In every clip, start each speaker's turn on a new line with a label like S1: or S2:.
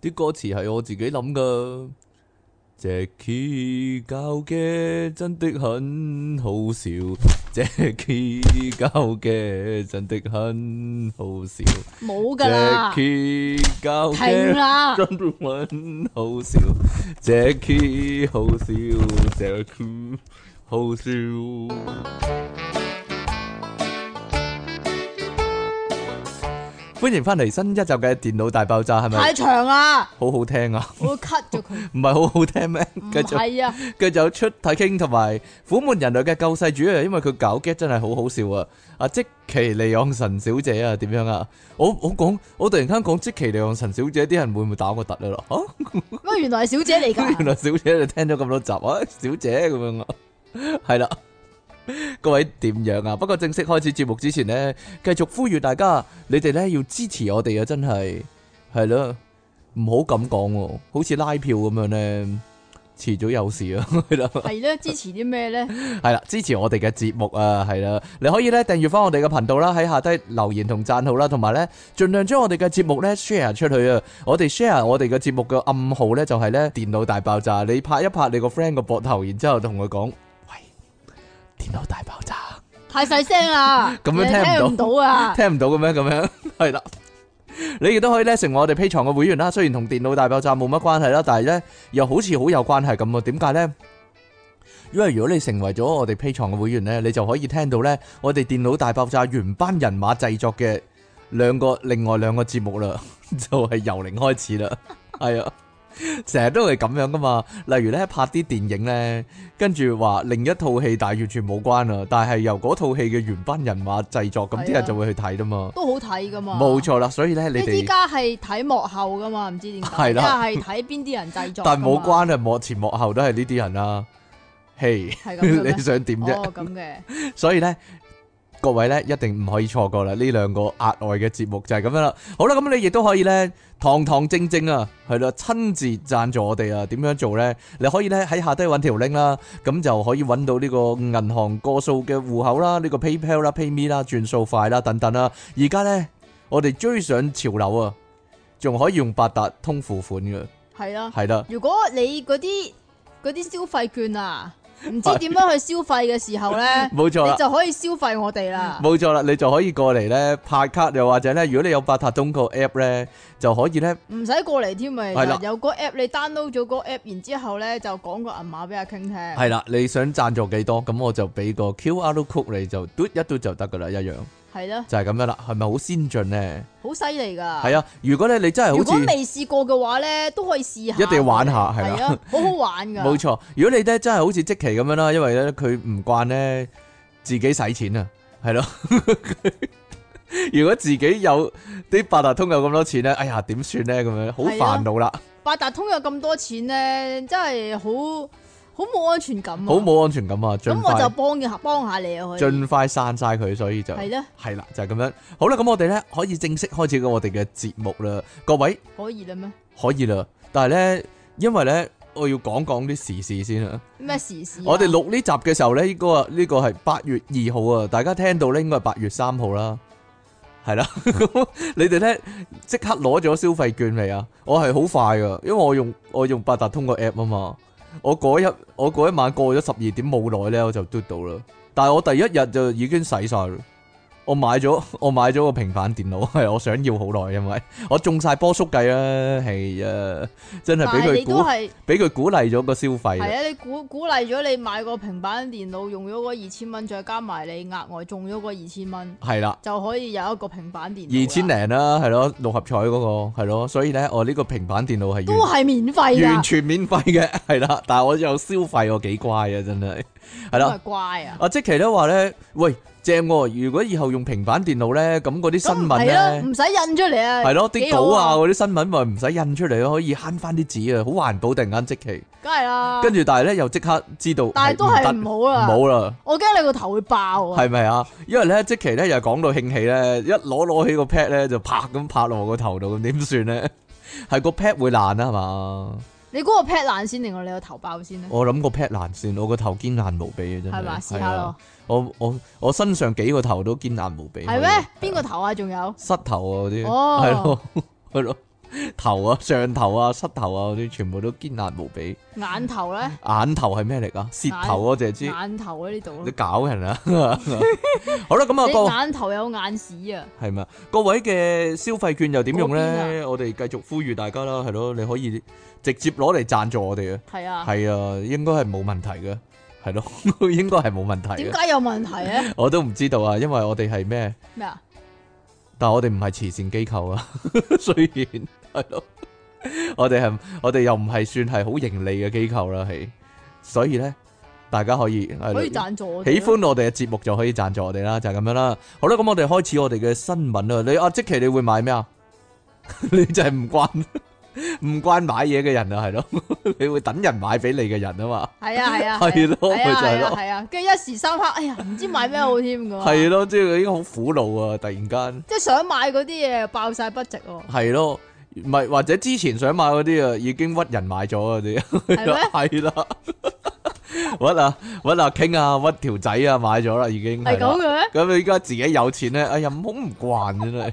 S1: 啲歌詞係我自己諗噶。Jackie 教嘅真的很好笑，Jackie 教嘅真的很好笑
S2: 冇噶啦，
S1: ，Jackie 教
S2: 停
S1: 嘅
S2: 啦，
S1: 真的很好笑，Jackie 好笑，Jackie 好笑。歡迎翻嚟新一集嘅電腦大爆炸，係咪
S2: 太長啦，
S1: 好好聽啊？
S2: 我會 cut 咗佢。
S1: 唔係好好聽咩？
S2: 唔
S1: 繼續。
S2: 係啊，
S1: 佢就出睇傾同埋苦悶人類嘅救世主啊，因為佢搞 get 真係好好笑啊！阿即奇利昂神小姐啊，點樣啊？我我講我突然間講即奇利昂神小姐，啲人會唔會打我突啊？咯、啊？
S2: 乜原來係小姐
S1: 原
S2: 嚟㗎？
S1: 來小姐你聽咗咁多集啊，小姐咁樣啊， 係啦。各位點樣啊？不過正式開始節目之前呢，繼續呼籲大家，你哋呢要支持我哋啊！真係係咯，唔好咁講喎，好似拉票咁樣呢，遲早有事啊， 係啦。
S2: 係咧，支持啲咩咧？
S1: 系啦，支持我哋嘅節目啊，係啦，你可以咧訂閱翻我哋嘅頻道啦，喺下低留言同讚好啦，同埋咧盡量將我哋嘅節目咧 share 出去啊！我哋 share 我哋嘅節目嘅暗號咧就係咧電腦大爆炸，你拍一拍你個 friend 個膊頭，然之後同佢講：喂，電腦大爆炸，
S2: 太細聲啦，
S1: 咁樣
S2: 你
S1: 聽
S2: 聽
S1: 唔
S2: 唔到 啊！
S1: 聽唔到嘅咩？咁樣係啦。你亦都可以咧成為我哋 P 床嘅會員啦，雖然同電腦大爆炸冇乜關係啦，但係咧又好似好有關係咁啊！點解咧？因為如果你成為咗我哋 P 床嘅會員咧，你就可以聽到咧我哋電腦大爆炸原班人馬製作嘅兩個另外兩個節目啦， 就係由零開 始啦，係啊。成日都係咁樣噶嘛，例如咧拍啲電影咧，跟住話另一套戲，但係完全冇關啊，但係由嗰套戲嘅原班人馬製作，咁啲
S2: 係啊
S1: 人就會去睇啦嘛。
S2: 都好睇㗎嘛，
S1: 冇。錯啦，所以咧你
S2: 即係依
S1: 哋
S2: 家係睇幕後㗎嘛，唔知點解。
S1: 係
S2: 依
S1: 啦
S2: 家係睇邊啲人製作㗎嘛。
S1: 但冇關啊，幕前幕後都係呢啲人啦。嘿，
S2: 係咁嘅 咩
S1: 你想點啫？
S2: 哦，咁嘅。
S1: 所以咧，各位咧一定唔可以錯過啦，呢兩個額外嘅節目就係咁樣啦。好啦，咁你亦都可以咧堂堂正正啊，係啦，親自贊助我哋啊。點樣做咧？你可以咧喺下低揾條 link 啦，咁就可以揾到呢個銀行個數嘅户口啦，呢個 PayPal 啦、PayMe 啦、轉數快啦等等啦。而家咧，我哋追上潮流啊，仲可以用八達通付款嘅，
S2: 係啦。
S1: 係啦。，
S2: 如果你嗰啲嗰啲消費券啊，唔知點樣去消費嘅時候咧
S1: 冇錯啦
S2: 你，就可以消費我哋啦。
S1: 冇錯啦，你就可以過嚟咧拍卡，又或者咧，如果你有八達通個 app 咧，就可以咧
S2: 唔使過嚟添咪，
S1: 係啦
S2: 有個 app 你 download 咗個 app，然之後咧就講個銀碼俾阿 King 聽。
S1: 係啦，你想贊助幾多，咁我就俾個 QR code 你就嘟一嘟就得噶啦，一樣
S2: 係啦，
S1: 就係咁樣啦，係咪好先進呢？
S2: 好犀利㗎。
S1: 係啊，如果咧你真係
S2: 如
S1: 好
S2: 果
S1: 似
S2: 未試過嘅話咧，都可以試下。
S1: 一定要玩下係啦
S2: 係啊，好好玩㗎。
S1: 冇錯，如果你咧真係好似即期咁樣啦，因為咧佢唔慣咧自己使錢啊，係咯。 如果自己有啲八達通有咁多錢咧，哎呀點算咧咁樣，好
S2: 係啊
S1: 煩惱啦，
S2: 八達通有咁多錢咧，真係好好冇安全感啊。
S1: 好冇安全感啊！
S2: 咁
S1: 盡
S2: 我就
S1: 快
S2: 幫嘅幫下你啊，可以。
S1: 盡快散晒佢，所以就。
S2: 係咧，
S1: 系啦，就係咁樣。好啦，咁我哋咧可以正式開始我哋嘅節目啦。各位
S2: 可以啦咩？
S1: 可以啦，但係咧，因為咧，我要講講啲時事先啦。
S2: 咩時事啊？
S1: 我哋錄呢集嘅時候咧，呢、個呢、個係八月二號啊，大家聽到咧應該係八月三號啦，係啦。 咁你哋咧即刻攞咗消費券未啊？我係好快噶，因為我用我用八達通個 app 啊嘛。我嗰一我嗰一晚過咗十二點冇耐咧，我就嘟到啦。但係我第一日就已經使晒啦。我買咗 我買咗個平板電腦，係我想要好耐，因為 我中晒波叔計啊，係啊，真
S2: 但
S1: 係俾
S2: 係
S1: 佢
S2: 你都
S1: 鼓
S2: 係
S1: 俾佢鼓勵咗個消費啊
S2: 係。啊！你鼓鼓勵咗你買個平板電腦，用咗嗰二千蚊，再加埋你額外中咗嗰二千蚊，
S1: 係啦。
S2: 就可以有一個平板電腦啦。
S1: 二千零啦，係咯，六合彩嗰、個係咯，所以咧，我呢個平板電腦係
S2: 都
S1: 完
S2: 係啊免費㗎，
S1: 完全免費嘅， 係啦，但係我有消費，我幾乖啊，真係係
S2: 咁咪
S1: 啦。
S2: 怪啊！
S1: 阿即奇都話咧，喂，正喎、如果以後用平板電腦咧，咁嗰啲新
S2: 咁
S1: 聞
S2: 係咯，
S1: 咧，
S2: 唔使印出嚟啊，
S1: 係咯，啲
S2: 幾
S1: 稿
S2: 好
S1: 啊，，嗰啲新聞咪唔使印出嚟咯，可以慳翻啲紙啊，好環保，突然間即奇，
S2: 梗係啦。
S1: 跟住但係咧又即刻知道，
S2: 啊但係都
S1: 係
S2: 係
S1: 唔
S2: 唔好
S1: 得唔
S2: 啊啦，
S1: 好啦。
S2: 我驚你個頭會爆啊！
S1: 係咪啊？因為咧，即期咧又講到興起咧，一攞攞起個 pad 咧就拍咁拍落我個頭度，咁點算咧？ 係個 pad 會爛啊，係嘛？
S2: 你嗰個 pad 爛先，定我你個頭爆先咧？
S1: 我諗個 pad 爛先，我個頭堅硬無比啊，真係。
S2: 係嘛？試
S1: 係
S2: 下
S1: 啊
S2: 咯，
S1: 我我我身上幾個頭都堅硬無比。
S2: 係
S1: 係啊
S2: 咩？邊個頭啊？仲有
S1: 膝頭啊嗰啲，
S2: 哦
S1: 係咯係咯，頭啊、上頭啊、膝頭啊嗰啲，全部都堅硬無比。
S2: 眼頭咧，
S1: 眼頭係咩嚟噶？舌頭啊我淨係知
S2: 眼頭喺呢度
S1: 你
S2: 咯。
S1: 搞人啊！ 好啦，咁啊，各
S2: 你
S1: 位
S2: 眼頭有眼屎啊！
S1: 係咪啊？各位嘅消費券又點用
S2: 嗰邊啊
S1: 咧？我哋繼續呼籲大家啦，係咯，你可以直接攞嚟贊助我哋啊！
S2: 係啊，
S1: 係啊，應該係冇問題嘅，係咯， 應該係冇問題
S2: 點
S1: 嘅。
S2: 解有問題咧？
S1: 我都唔知道啊，因為我哋係咩？
S2: 咩啊？
S1: 但我哋唔係慈善機構啊， 雖然係咯，我哋係我哋又唔係算係好盈利嘅機構啦，係，所以咧，大家可以係咯
S2: 可以贊助我哋啊
S1: 喜
S2: 咯。
S1: 歡我哋嘅節目就可以贊助我哋啦，就係、咁樣啦。好啦，咁我哋開始我哋嘅新聞啦。你阿即奇你會買咩啊？ 你就係唔慣 唔慣買嘢嘅人啊，係咯， 你會等人買俾你嘅人啊嘛，
S2: 係啊係啊，
S1: 係咯
S2: 係啊
S1: 咪就係
S2: 係
S1: 咯
S2: 啊係啊，跟住一時三刻，哎呀，唔知買咩好添啊噶。
S1: 係咯，即係已經好苦惱啊，突然間。
S2: 即係想買嗰啲嘢又爆晒不值喎，
S1: 系咯，唔係或者之前想買嗰啲啊，已經屈人買咗嗰啲，啊
S2: 係咩？
S1: 係啦，屈啊屈啊傾啊屈條仔啊買咗啦，已經
S2: 係
S1: 係
S2: 咁
S1: 啦。
S2: 嘅
S1: 咁
S2: 咩？
S1: 你而家自己有錢咧，哎呀，唔好唔慣真係，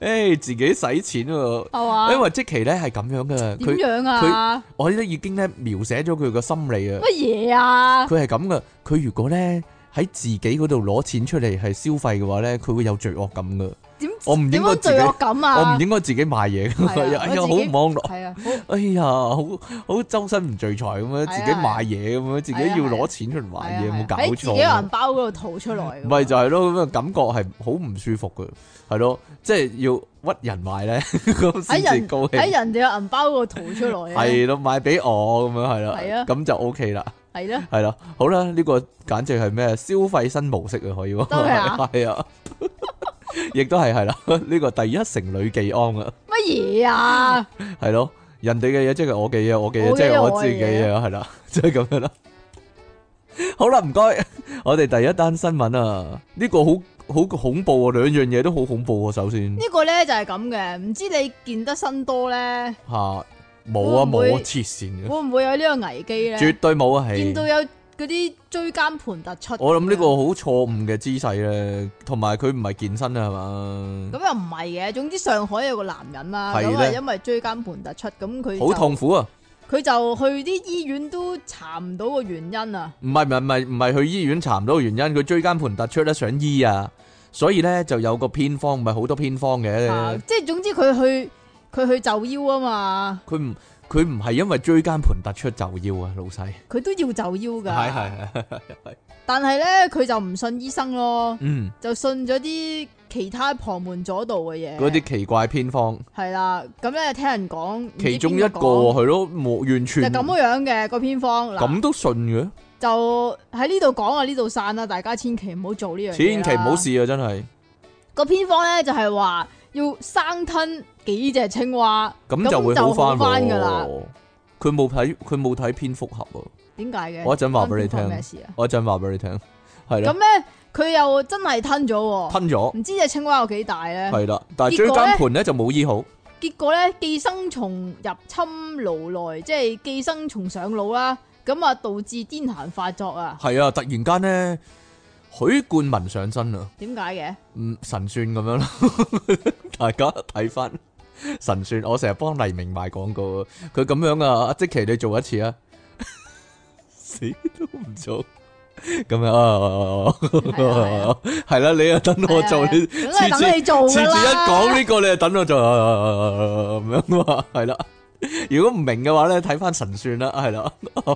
S1: 诶，自己使錢喎。
S2: 係嘛？
S1: 因為即期咧係咁樣嘅，
S2: 啊點
S1: 佢
S2: 樣啊？
S1: 我咧已經咧描寫咗佢個心理啊。
S2: 乜嘢啊？
S1: 佢係咁噶，佢如果咧喺自己嗰度攞錢出嚟係消費嘅話咧，佢會有罪惡感噶。
S2: 點
S1: 我唔應該
S2: 點樣
S1: 自己
S2: 罪惡感
S1: 我
S2: 啊
S1: 唔？應該自己買嘢㗎，
S2: 係啊
S1: 哎呀，好
S2: 我自己
S1: 唔安樂。
S2: 係啊，好
S1: 哎呀，好好周身唔聚財咁樣，
S2: 係啊
S1: 自己買嘢咁樣，自己
S2: 係啊
S1: 要攞錢出嚟買
S2: 係啊
S1: 嘢，有
S2: 係
S1: 冇
S2: 啊
S1: 搞
S2: 喺自己銀
S1: 錯？
S2: 包嗰度掏出來㗎嘛，
S1: 咪就係咯，咁嘅感覺係好唔舒服嘅，係咯，即係要屈人買咧， 咁
S2: 喺
S1: 先至
S2: 人
S1: 高
S2: 喺
S1: 興。
S2: 人哋嘅銀包嗰度掏出來啊，
S1: 係咯，買俾我咁樣係
S2: 係
S1: 啦
S2: 啊，
S1: 咁就 O K 啦，
S2: 係咯，
S1: 係啦，好啦，呢個簡直係咩消費新模式啊，可以喎，
S2: 真係啊
S1: 係啊，亦都係係啦，呢個第一城女技安啊。
S2: 乜嘢啊？
S1: 系咯，人哋嘅嘢即系我嘅嘢，我嘅嘢
S2: 我嘅嘢
S1: 即系我自己嘅嘢，系啦， 即系咁样啦。好啦，唔该， 我哋第一单新闻啊，呢、個个好好恐怖啊，两样嘢都好恐怖啊。首先
S2: 呢個咧就係咁嘅，唔知你見得新多咧，
S1: 吓，冇啊
S2: 會唔
S1: 冇
S2: 會
S1: 啊，黐线嘅，
S2: 會唔會有呢個危機
S1: 绝
S2: 咧？
S1: 对冇啊，
S2: 見
S1: 系。
S2: 到有嗰啲追監盤突出，
S1: 我谂呢个好错误嘅姿势咧，同埋佢唔系健身啊，系嘛，
S2: 咁又唔係嘅，總之上海有個男人啦，
S1: 係
S2: 咁
S1: 咧
S2: 啊因為椎間盤突出，咁佢
S1: 好
S2: 就
S1: 痛苦啊！
S2: 佢就去啲醫院都查唔到個原因啊，
S1: 唔係唔係唔係唔係去醫院查唔到嘅原因，佢椎間盤突出咧想醫啊，所以咧就有個偏方，唔係好多偏方嘅。
S2: 啊即係總之佢去佢去就腰啊嘛，
S1: 佢唔佢唔係因為椎間盤突出就要啊，老細。
S2: 佢都要就腰㗎，
S1: 係係係，
S2: 但係咧佢就唔信醫生咯，
S1: 嗯，
S2: 就信咗啲其他旁門左道嘅嘢，
S1: 嗰啲奇怪偏方，
S2: 係啦，咁咧聽人講，唔知
S1: 其中一個
S2: 邊講
S1: 係咯，冇完
S2: 就
S1: 全
S2: 咁樣嘅個偏方嗱，
S1: 咁都信嘅，
S2: 就喺呢度講啊，呢度散啦，大家千祈唔好做呢樣嘢啦，
S1: 千祈唔好試啊！真係
S2: 個偏方咧就係話要生吞幾隻青蛙，
S1: 咁就會好翻
S2: 翻噶啦。
S1: 佢冇睇佢冇睇蝙蝠俠啊！
S2: 點解嘅？
S1: 我一陣話俾你聽
S2: 關蝙蝠咩事啊？
S1: 我一陣話俾你聽，係
S2: 咁
S1: 啦，
S2: 咧佢又真係吞咗喎，
S1: 吞咗
S2: 唔知隻青蛙有幾大咧？
S1: 係啦，但係
S2: 嗯結
S1: 椎
S2: 果呢
S1: 間盤咧就冇醫好，
S2: 結果咧寄生蟲入侵腦內，即係寄生蟲上腦啦，咁啊導致癲痫發作啊？
S1: 係啊！突然間咧，許冠文上身啊！
S2: 點解嘅？
S1: 嗯，神算咁樣啦， 大家睇翻神算，我成日幫黎明賣廣告啊，佢咁樣啊，阿即奇你做一次啊， 死都唔做，咁樣啊，
S2: 係啊
S1: 係啦，你又等 我做，你
S2: 梗
S1: 次
S2: 係
S1: 次
S2: 等你做
S1: 次次
S2: 㗎
S1: 一講
S2: 啦。
S1: 呢個你就等我做咁樣啊嘛，係啦。如果唔明嘅話咧，睇翻神算啦， 係啦，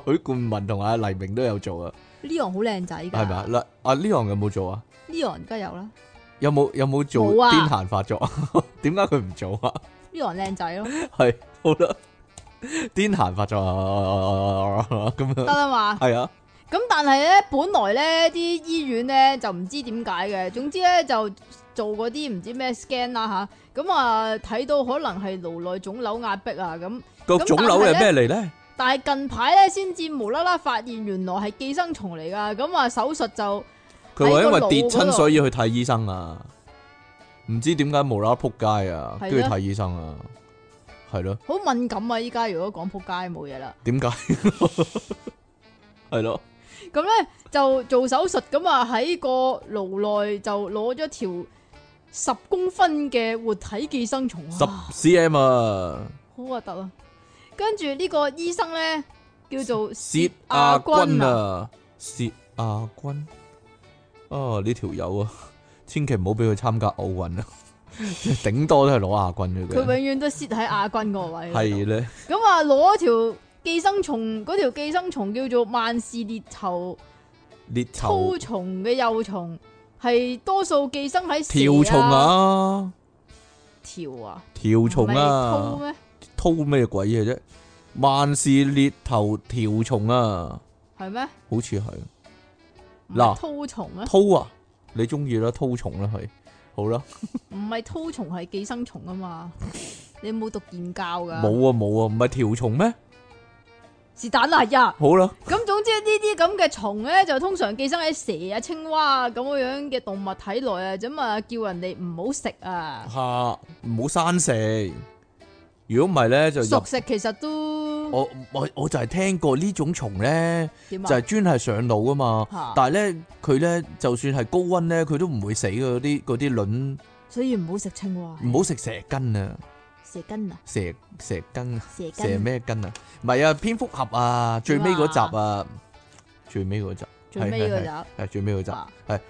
S1: 許冠文同阿黎明都有做啊，
S2: 呢樣好靚仔㗎，
S1: 係咪啊？嗱，阿 Leon 有冇做啊？
S2: 呢樣梗係有啦，
S1: 有冇有冇做
S2: 冇啊
S1: 癲痫發作啊？ 點解佢唔做啊？
S2: 呢樣靚仔咯，
S1: 係好啦，癲痫發作啊 咁
S2: 得
S1: 樣，
S2: 啦嘛。
S1: 係啊，
S2: 咁但係咧，本來咧啲醫院咧就唔知點解嘅，總之咧就做嗰啲唔知咩 scan 啦吓，咁啊睇到可能係顱內腫瘤壓迫啊咁，
S1: 個
S2: 咁
S1: 腫瘤係
S2: 但係
S1: 咩嚟咧？
S2: 但係近排咧先至無啦啦發現原來係寄生蟲嚟噶，咁啊手術就
S1: 佢話因為
S2: 喺個腦
S1: 跌
S2: 嗰
S1: 親，
S2: 度
S1: 所以去睇醫生啊。唔知點解無啦啦仆街啊，
S2: 係
S1: 跟
S2: 咯
S1: 住睇醫生啊，係咯？
S2: 好敏感啊！依家如果講仆街冇嘢啦，
S1: 點解？ 係咯，
S2: 咁咧就做手術咁啊喺個顱內就攞咗條十公分嘅活體寄生蟲，
S1: 十
S2: 哇
S1: cm 啊，
S2: 好核突啊！跟住呢個醫生咧叫做
S1: 薛亞軍，啊，薛亞軍，啊呢條友啊， 千祈唔好俾佢參加奧運啊， 頂多都係攞亞軍嘅
S2: 佢永
S1: 啫。
S2: 遠都蝕喺亞軍個位。
S1: 係咧，
S2: 咁啊，攞條寄生蟲，嗰條寄生蟲叫做萬氏裂頭
S1: 獵頭
S2: 绦蟲嘅幼蟲，係多數寄生喺
S1: 跳
S2: 蟲
S1: 蟲，啊，
S2: 條啊，
S1: 跳蟲
S2: 唔係绦
S1: 啊，
S2: 咩？
S1: 偷咩鬼嘢啫？萬事獵頭跳蟲啊，
S2: 係咩？
S1: 好似係。
S2: 啊唔
S1: 嗱
S2: 係绦蟲咩？
S1: 偷啊，你中意啦，偷蟲啦，係好啦，
S2: 唔係绦蟲係寄生蟲啊嘛，你冇讀研教噶？
S1: 冇啊冇啊，唔係條蟲咩？
S2: 是但啦哎呀。
S1: 好啦，
S2: 咁總之呢啲咁嘅蟲咧，就通常寄生喺蛇啊、青蛙啊咁樣嘅動物體內啊，咁啊叫人哋唔好食啊，
S1: 吓唔好生食，如果唔係咧就入
S2: 熟食其實都
S1: 我我我就係聽過呢種蟲咧，
S2: 點
S1: 就
S2: 啊？
S1: 係專係上腦啊嘛。
S2: 嚇
S1: 但係咧，佢咧就算係高温咧，佢都唔會死嘅嗰啲嗰啲卵，
S2: 所以唔好食青蛙，
S1: 唔好食蛇根啊，
S2: 蛇根啊，
S1: 蛇蛇根啊。
S2: 蛇
S1: 射
S2: 根
S1: 咩根啊？唔係啊，蝙蝠俠啊，最尾嗰集啊，最尾嗰集，
S2: 最尾嗰集
S1: 係最尾嗰集，
S2: 啊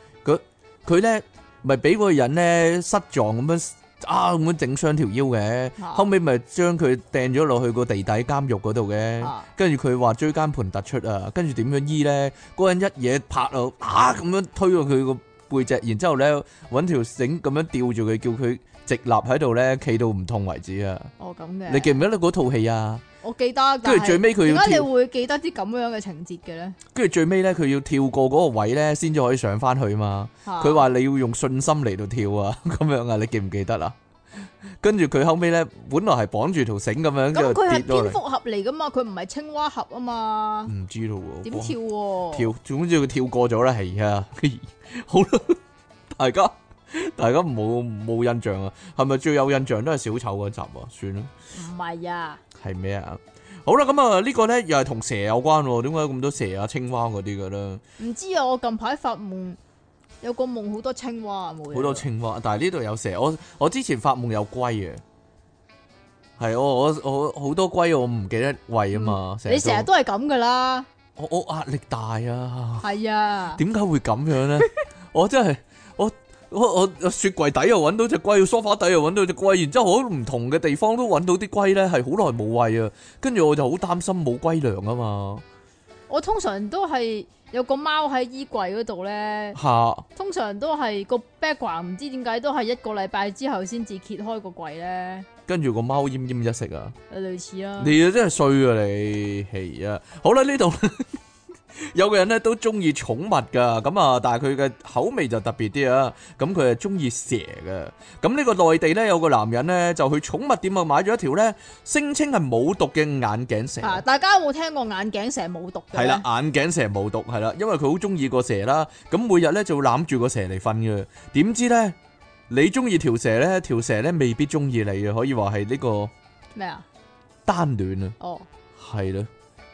S1: 佢咧咪俾嗰個人咧失撞咁樣啊咁樣整傷條腰嘅，
S2: 啊
S1: 後尾咪將佢掟咗落去個地底監獄嗰度嘅
S2: 啊，
S1: 跟住佢話椎間盤突出啊，跟住點樣醫咧？嗰個人一嘢拍落啊咁樣推到佢個背脊，然之後咧揾條繩咁樣吊住佢，叫佢直立喺度咧，企到唔痛為止啊！
S2: 哦咁嘅，
S1: 你記唔記得嗰套戲啊？
S2: 我記得，
S1: 跟住最尾佢要
S2: 點解
S1: 跳
S2: 你會記得啲咁樣嘅情節嘅咧？
S1: 跟住最尾咧，佢要跳過嗰個位咧，先至可以上翻去嘛。
S2: 嚇
S1: 佢話你要用信心嚟到跳啊， 咁樣啊，你記唔記得啊？跟住佢後尾咧，本來係綁住條繩咁樣，
S2: 咁
S1: 就跌咗
S2: 佢係蝙
S1: 嚟，
S2: 蝠啊俠嚟噶嘛，佢唔係青蛙俠啊嘛，
S1: 唔知道喎。
S2: 點
S1: 哇
S2: 跳喎？
S1: 跳，總之佢跳過咗啦，係啊。 好啦，大家大家冇冇印象啊？係咪最有印象都係小丑嗰集啊？算啦，
S2: 唔係啊，
S1: 係咩啊？好啦，咁啊呢個咧又係同蛇有關喎，點解咁多蛇啊、青蛙嗰啲嘅咧？
S2: 唔知啊，我近排發夢有個夢好多青蛙啊，冇嘢
S1: 好多
S2: 啦
S1: 青蛙，但係呢度有蛇。我我之前發夢有龜嘅，係我我我好多龜，我唔記得餵啊嘛。
S2: 嗯你成日都係咁噶啦，
S1: 我我壓力大啊，
S2: 係啊，
S1: 點解會咁樣咧？ 我真係我我我我雪櫃底又揾到只龜，梳化底又揾到只龜，然之後我都唔同嘅地方都揾到啲龜咧，係好耐冇餵啊。跟住我就好擔心冇龜糧啊嘛。
S2: 我通常都係有個貓喺衣櫃嗰度咧，
S1: 嚇
S2: 通常都係個 background 唔知點解都係一個禮拜之後先至揭開個櫃咧，
S1: 跟住個貓奄奄一息啊！
S2: 類似啦。
S1: 你啊真係衰啊你，係啊，好啦呢度 有個人咧都中意寵物噶，咁啊，但係佢嘅口味就特別啲啊，咁佢係中意蛇嘅。咁呢個內地咧有個男人咧就去寵物店啊買咗一條咧聲稱係冇毒嘅眼鏡蛇。
S2: 啊！大家有冇聽過眼鏡蛇冇毒嘅？
S1: 係啦，，眼鏡蛇冇毒係啦，因為佢好中意個蛇啦，咁每日咧就會攬住個蛇嚟瞓嘅。點知咧你中意條蛇咧，條蛇咧未必中意你啊，可以話係呢個
S2: 咩啊？
S1: 單戀啊。
S2: 哦，
S1: 系咯，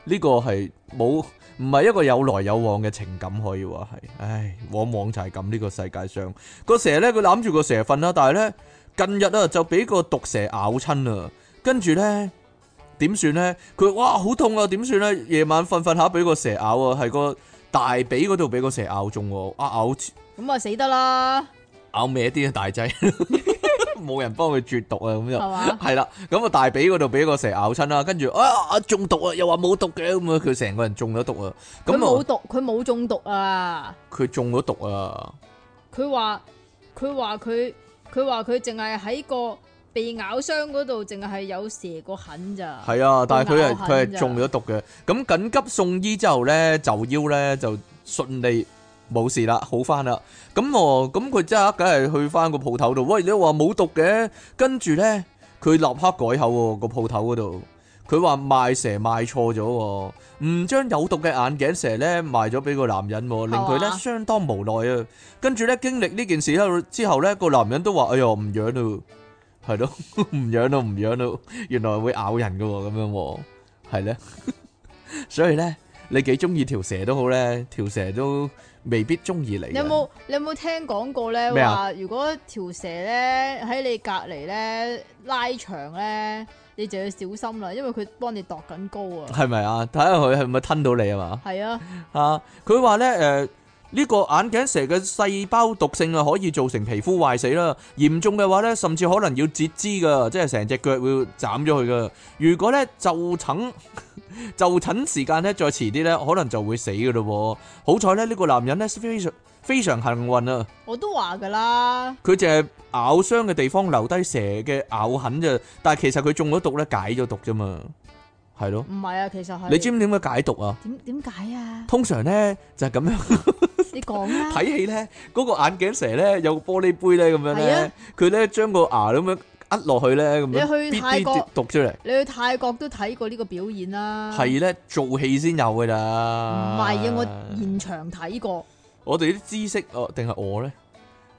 S1: 呢、個係冇唔係一個有來有往嘅情感，可以話係。唉，往往就係咁呢個世界上個蛇呢，佢攬住個蛇瞓啦，但係呢，近日啊就俾個毒蛇咬親啊，跟住呢，點算呢？佢哇好痛啊！點算呢？夜晚瞓瞓下俾個蛇咬啊，係個大髀嗰度俾個蛇咬中喎，啊咬
S2: 咁啊死得啦，
S1: 咬歪啲啊大仔，冇人幫佢絕毒啊咁就。
S2: 係 嘛？
S1: 系啦，咁啊大髀嗰度俾個蛇咬親啦，跟住啊啊中毒啊，又話冇毒嘅咁啊，佢成個人中咗毒啊，
S2: 佢
S1: 咁
S2: 冇
S1: 啊
S2: 毒，佢冇中毒啊！
S1: 佢中咗毒啊，
S2: 佢話佢話佢佢話佢淨係喺個被咬傷嗰度，淨係有蛇個痕咋。
S1: 係啊，但係佢係
S2: 咬痕
S1: 佢係
S2: 咋
S1: 中咗毒嘅，咁緊急送醫之後咧就腰咧就順利冇事啦，好翻啦，咁我咁佢即刻梗係去翻個鋪頭度，喂你話冇毒嘅，跟住咧佢立刻改口喎個鋪頭嗰度。佢話賣蛇賣錯咗喎，唔將有毒嘅眼鏡蛇咧賣咗俾個男人喎，令佢咧
S2: 係嘛
S1: 相當無奈啊！跟住咧經歷呢件事咧之後咧，個男人都話：哎呀唔養咯，係咯， 唔養咯，唔養咯，原來會咬人噶喎，咁樣喎，係咧，所以咧。你幾中意條蛇都好咧，條蛇都未必中意你嘅。
S2: 你有冇你有冇聽講過咧？
S1: 咩啊
S2: 話如果條蛇咧喺你隔離咧拉長咧，你就要小心啦，因為佢幫你度緊高 啊。
S1: 係咪啊？睇下佢係咪吞到你啊嘛？
S2: 係啊，
S1: 啊，佢話咧誒。呃呢個眼鏡蛇嘅細胞毒性啊，可以造成皮膚壞死啦。嚴重嘅話咧，甚至可能要截肢噶，即係成隻腳會斬咗佢噶。如果咧就診 就診時間咧再遲啲咧，可能就會死噶咯喎。好彩咧，呢個男人咧非常非常幸運啊！
S2: 我都話㗎啦，
S1: 佢淨係咬傷嘅地方留低蛇嘅咬痕啫，但係其實佢中咗毒咧，解咗毒啫嘛，係咯。
S2: 唔係啊，其實係
S1: 你知唔知點解解毒啊？
S2: 點點 解啊？
S1: 通常咧就係咁 樣。
S2: 你講啦，
S1: 睇戲咧，嗰、個眼鏡蛇咧有個玻璃杯咧咁樣
S2: 係
S1: 咧
S2: 啊，
S1: 佢咧將個牙咁樣呃落去咧咁樣，
S2: 你去泰
S1: 啲
S2: 國
S1: 啲毒出嚟，
S2: 你去泰國都睇過呢個表演啦。
S1: 係咧做戲先有噶咋。
S2: 唔
S1: 唔
S2: 係啊，我現場睇過，
S1: 我哋啲知識哦，定係我咧，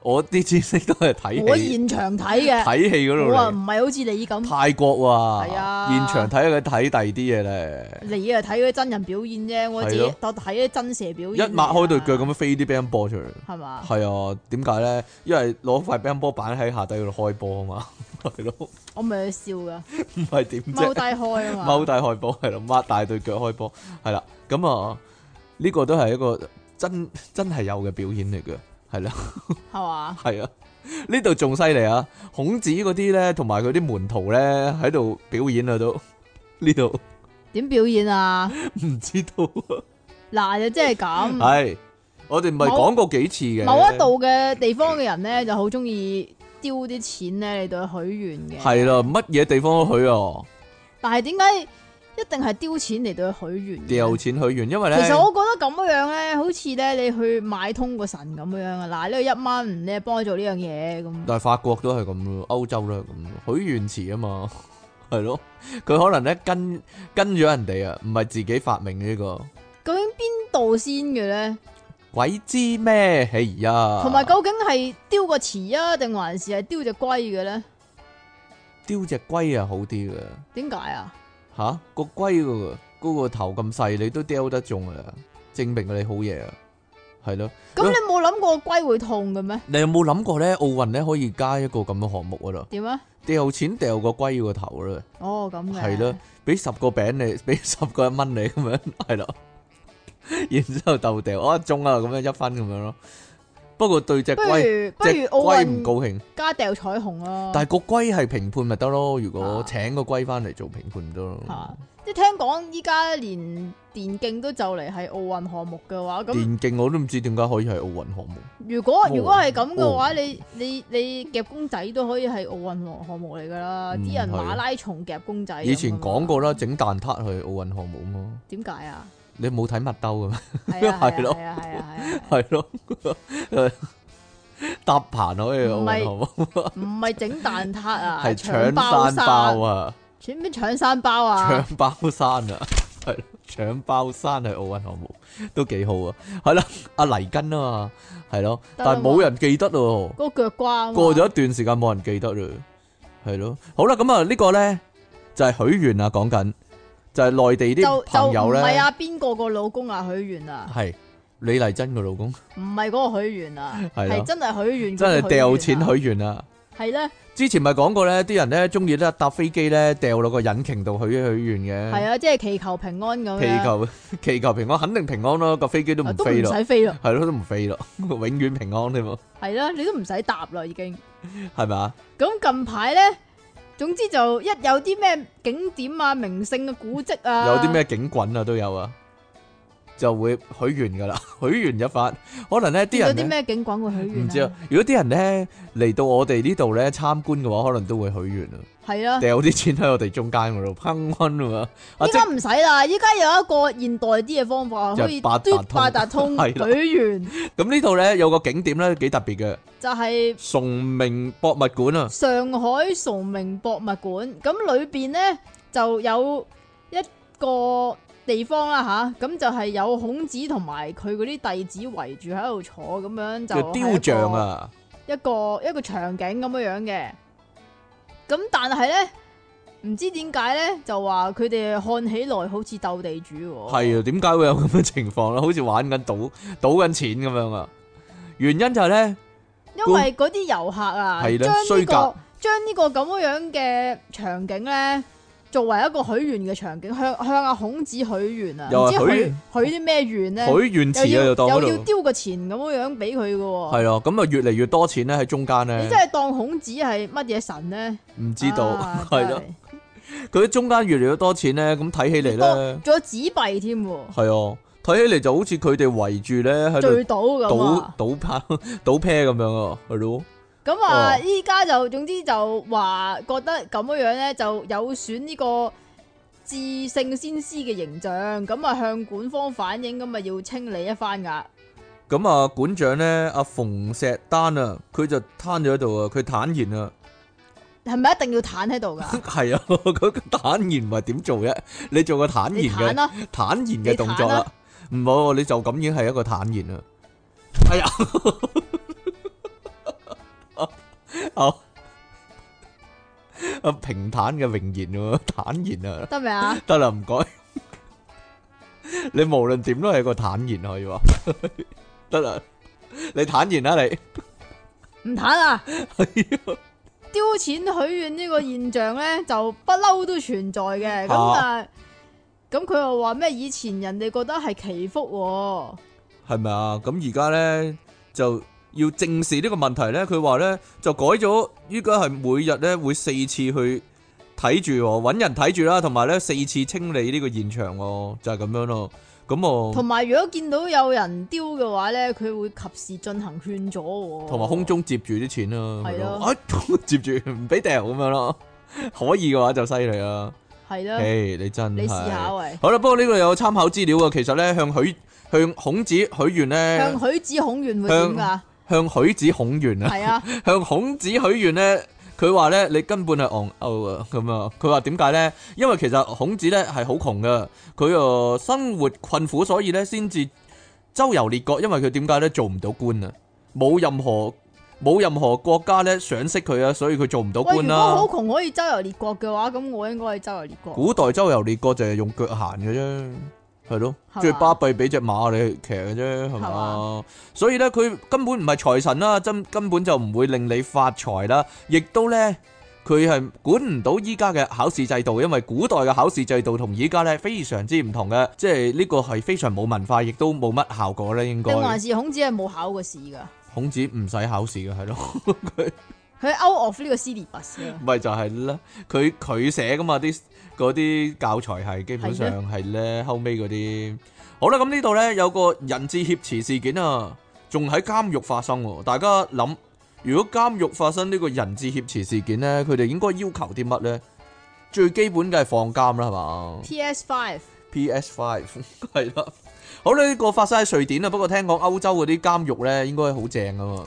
S1: 我啲知識都係睇
S2: 我
S1: 戲
S2: 現場睇嘅，
S1: 睇戲嗰度
S2: 我啊唔
S1: 嚟。
S2: 係好似你咁，
S1: 泰國喎，
S2: 係啊
S1: 現場睇下佢睇第二啲嘢咧，
S2: 你啊睇嗰啲真人表演啫，我自
S1: 係
S2: 己
S1: 咯
S2: 就睇啲真蛇表
S1: 一
S2: 演。
S1: 擘開對腳咁，樣飛啲乒乓波出嚟。
S2: 係嘛？
S1: 係啊，點解咧？因為攞塊乒乓波板喺下底嗰度開波啊嘛， 係咯，
S2: 我咪去笑㗎，
S1: 唔係點啫
S2: 踎？低開啊嘛。
S1: 踎低開波係咯，擘大對腳開波係啦。咁啊，呢個都係一個真真係有嘅表演嚟嘅，係啦，
S2: 系嘛？
S1: 係啊。呢度仲犀利啊！孔子嗰啲咧，同埋佢啲門徒咧喺度表演啊，都呢度
S2: 點表演啊？
S1: 唔知道啊。
S2: 嗱，就即係咁，
S1: 係我哋唔係講過幾次嘅，
S2: 某嗯一度嘅地方嘅人咧，就好中意丟啲錢咧嚟到去許願嘅。嗯
S1: 係啦，乜嘢地方都許啊，
S2: 但係點解一定係丟錢嚟到去許願嘅？
S1: 掉錢許願，因為
S2: 其
S1: 咧
S2: 實我覺得咁樣咧，好似咧你去買通個神咁樣啊！嗱，呢個一蚊，你幫我做呢樣嘢咁，
S1: 但係法國都係咁咯，歐洲都係咁咯，許願池啊嘛， 係咯，佢可能咧跟跟咗人哋啊，唔係自己發明呢、個，
S2: 究竟邊度先嘅咧？
S1: 鬼知咩？哎呀，
S2: 同埋究竟係丟個池啊，定還是係丟只龜嘅咧？
S1: 丟只龜啊好啲嘅，
S2: 點解啊？
S1: 吓、個龜嗰個嗰個頭咁細，你都雕得中啊，證明你好嘢啊，係咯，
S2: 咁你冇諗過個龜會痛嘅咩？
S1: 你有冇諗過咧？奧運咧可以加一個咁嘅項目啊啦，
S2: 點啊？
S1: 掉錢掉個龜個頭啦。
S2: 哦，咁嘅
S1: 係咯，俾十個餅你， 俾十個一蚊你咁樣，係咯。 然之後鬥掉，我一中啊，咁樣一分咁樣咯。不過對只
S2: 不
S1: 龜，
S2: 如不
S1: 只
S2: 如
S1: 龜唔高
S2: 奧運
S1: 興，
S2: 加掉彩虹啊！
S1: 但係個龜係評判咪得咯。如果
S2: 啊
S1: 請個龜翻嚟做評判咪得
S2: 嚇
S1: 咯。
S2: 即係聽講依家連電競都就嚟係奧運項目嘅話，咁
S1: 電競我都唔知點解可以係奧運項目，
S2: 如果
S1: 哦
S2: 如果係咁嘅話，
S1: 哦
S2: 你你你夾公仔都可以係奧運項項目嚟㗎啦，
S1: 嗯
S2: 啲人
S1: 係啊
S2: 馬拉松夾公仔咁㗎嘛。
S1: 以前講過啦，整蛋撻係奧運項目啊嘛。
S2: 點解啊？
S1: 你冇睇麥兜嘅咩？
S2: 係啊係
S1: 係咯
S2: 咯係啊係啊係啊，
S1: 係咯， 搭棚可以奧
S2: 唔
S1: 運
S2: 係
S1: 項目，
S2: 唔係整蛋撻 啊，
S1: 係
S2: 搶
S1: 搶山包
S2: 包啊，
S1: 啊！
S2: 搶咩搶山包啊？
S1: 搶包山啊， 系搶包山係奧運項目，都幾好啊。係啦，阿黎根啊嘛，係咯，
S2: 得
S1: 但係
S2: 啦
S1: 冇人記得喎。
S2: 嗰個腳瓜啊嘛
S1: 過咗一段時間冇人記得嘞，係咯。好啦，咁啊呢個咧就係許願啊，講緊就係內地啲
S2: 就就
S1: 朋
S2: 唔
S1: 友
S2: 係
S1: 咧，
S2: 啊，邊個個老公啊許 願啊？
S1: 係李麗珍嘅老公，
S2: 唔係嗰個許願啊，
S1: 係啦
S2: 係真係許願嗰個許願啊，
S1: 真係掉錢許願啊！
S2: 係咧，
S1: 之前咪講過咧，啲人咧中意咧搭飛機咧掉落個引擎度許許願
S2: 係
S1: 嘅，
S2: 啊，即係祈求平安咁樣，
S1: 祈求祈求平安，肯定平安咯，個飛機都
S2: 啊
S1: 唔
S2: 都
S1: 飛
S2: 唔
S1: 咯。
S2: 使飛啦，
S1: 系咯，都唔飛咯， 永遠平安添喎，
S2: 係啦，你都唔使答啦已經。
S1: 係咪啊？
S2: 咁近排咧，總之就一有啲咩景點啊、名勝嘅古蹟啊，
S1: 有啲咩警棍啊都有啊，就會許願噶啦， 許願一發，可能呢啲
S2: 見到
S1: 人
S2: 啲
S1: 呢
S2: 咩景廣會許願啊
S1: 唔知啊，如果啲人呢嚟到我哋呢度呢參觀嘅話，可能都會許願啊，
S2: 係啦。
S1: 掉啲錢喺我哋中間嗰度， 砰砰啊嘛，啊
S2: 依
S1: 即
S2: 家唔使啦，依家有一個現代啲嘅方法，
S1: 就係
S2: 可以
S1: 八達
S2: 嘟
S1: 通
S2: 八達 通
S1: 係啦
S2: 許願，
S1: 咁呢度呢有個景點呢幾特別嘅，
S2: 就係
S1: 崇明博物館啊，
S2: 上海崇明博物館。咁裏邊咧就有一個地方啦吓，咁就係有孔子同埋佢嗰啲弟子圍住喺度坐咁樣就
S1: 叫
S2: 係一個
S1: 雕像啊，
S2: 一個一個場景咁樣樣嘅。咁但係咧，唔知點解咧，就話佢哋看起來好似鬥地主喎。
S1: 係啊，點解會有咁嘅情況咧？好似玩緊賭賭緊錢咁樣啊！原因就係咧，
S2: 因為嗰啲遊客啊，
S1: 係啦
S2: 將
S1: 衰
S2: 呢、
S1: 格
S2: 個將呢個咁樣嘅場景咧，作為一個許願嘅場景，向向阿孔子許願啊，
S1: 又係
S2: 唔知
S1: 許
S2: 許許啲咩願咧？
S1: 許願池
S2: 又
S1: 啊，就
S2: 要
S1: 當嗰
S2: 又要
S1: 度
S2: 丟個錢咁樣樣俾佢嘅喎。
S1: 係啊，咁啊越嚟越多錢咧喺中間
S2: 你
S1: 咧
S2: 哦真，係當孔子係乜嘢神咧？
S1: 唔知道
S2: 啊
S1: 係咯，，佢喺中間越嚟越多錢咧，咁睇起嚟
S2: 真
S1: 咧
S2: 係多仲有紙幣添喎，
S1: 係啊，睇起嚟就好似佢哋圍住咧喺度
S2: 聚到咁
S1: 賭
S2: 啊！
S1: 賭牌 賭 pair 咁樣啊，係咯，
S2: 咁啊，
S1: 哦
S2: 依家就總之就話覺得咁樣樣咧，就有損呢個至聖先師嘅形象，咁啊向管方反映，咁啊要清理一番噶。
S1: 咁啊館長咧阿馮石丹啊，佢就攤咗喺度啊，佢坦言啊。
S2: 係咪一定要攤喺 度噶？
S1: 係啊，嗰個坦然唔係點做啫？你做個坦然
S2: 你啊攤
S1: 嘅
S2: 啦，
S1: 坦然嘅動作啦，唔好你就咁已經係一個坦然啦。哎呀， 好啊，平坦嘅榮言喎，坦然啊，
S2: 得未啊？
S1: 得啦，唔該。你無論點都係個坦然可以話， 得啦，你坦然啦你。
S2: 唔攤啊！丟錢許願呢個現象咧，就不嬲都存在嘅。咁
S1: 啊
S2: 啊，咁佢又話咩？以前人哋覺得係祈福喎。
S1: 系咪啊？咁而家咧就要正視呢個問題咧。佢話咧就改咗，依家係每日咧會四次去睇住喎，揾人睇住啦，同埋咧四次清理呢個現場喎，就係、咁樣咯。咁
S2: 同
S1: 我
S2: 埋如果見到有人丟嘅話咧，佢會及時進行勸阻喎。
S1: 同埋空中接住啲錢啦，
S2: 係咯
S1: 啊接住唔俾掉咁樣咯。 可以嘅話就犀利啦。
S2: 係啦，
S1: 誒，你真係
S2: 你試下喂，
S1: 好啦。不過呢度有參考資料啊。其實咧向許向孔子許願咧
S2: 向，許子孔願會點㗎？
S1: 向許子孔願啊。
S2: 係啊，
S1: 向孔子許願咧，佢話咧你根本係戇鳩啊咁啊！佢話點解咧？因為其實孔子咧係好窮噶，佢啊生活困苦，所以咧先至周遊列國。因為佢點解咧做唔到官啊？冇任何冇任何國家咧賞識佢啊，所以佢做唔到
S2: 喂，
S1: 官啊
S2: 如
S1: 啦、
S2: 果好窮可以周遊列國嘅話，咁我應該係周遊列國。
S1: 古代周遊列國就係用腳行嘅啫，係咯
S2: 係，嘛
S1: 最巴閉俾只馬你騎嘅啫，係
S2: 係
S1: 嘛
S2: 嘛？
S1: 所以咧，佢根本唔係財神啦，真根本就唔會令你發財啦，亦都咧。佢係管唔到依家嘅考試制度，因為古代嘅考試制度同依家咧非常之唔同嘅，即係呢個係非常冇文化，亦都冇乜效果咧。應
S2: 定還
S1: 該
S2: 是孔子係冇考過試㗎？
S1: 孔子唔使考試嘅，係咯，
S2: 佢 out of 呢個 syllabus 嘅
S1: 咪就係啦。佢佢寫噶嘛啲嗰啲教材係基本上係咧後尾嗰啲。好啦，咁呢度咧有個人質挟持事件啊，仲喺監獄發生喎。大家諗，如果監獄發生呢個人質挟持事件咧，佢哋應該要求啲乜咧？最基本嘅係放監啦，係嘛
S2: PS Five。
S1: ？PS Five 係啦。好啦，呢個發生喺瑞典啊，不過聽講歐洲嗰啲監獄咧應該好正啊嘛。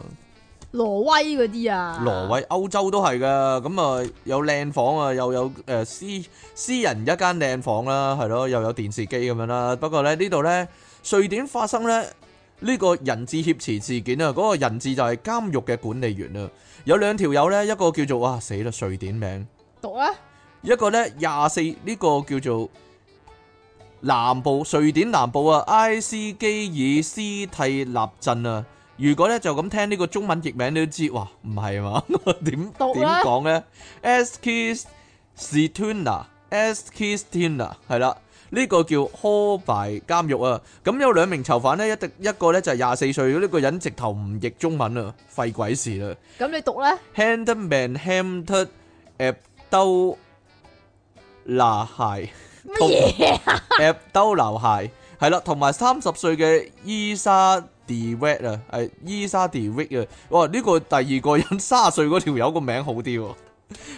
S2: 挪威嗰啲啊，
S1: 挪威、歐洲都係噶，咁啊有靚房啊，又有誒、呃私私人一間靚房啦，係咯，又有電視機咁樣啦。不過咧呢度咧，瑞典發生咧呢、個人質挟持事件啊，嗰、個人質就係監獄嘅管理員啊，有兩條友咧，一個叫做哇死啦瑞典名，
S2: 讀啊，
S1: 一個咧廿四呢個叫做南部瑞典南部啊埃斯基爾斯蒂納鎮啊。如果咧就咁聽呢個中文譯名你都知，哇唔係嘛？ 點點
S2: 讀啦
S1: 講咧 s k i s t u n a s k i s t u n a 係啦。呢個叫科拜監獄啊，咁有兩名囚犯呢，一定一個咧就係廿四歲，呢、個人直頭唔譯中文啊，廢鬼事啦。
S2: 咁你讀咧，
S1: Handman Hamter Abdou 拿鞋
S2: 乜嘢
S1: Abdou 拿鞋係啦，同埋三十歲嘅伊莎 d e w e t 啊，係伊莎 d e w e t 啊，哇！呢、個第二個人卅歲嗰條友個名好啲喎。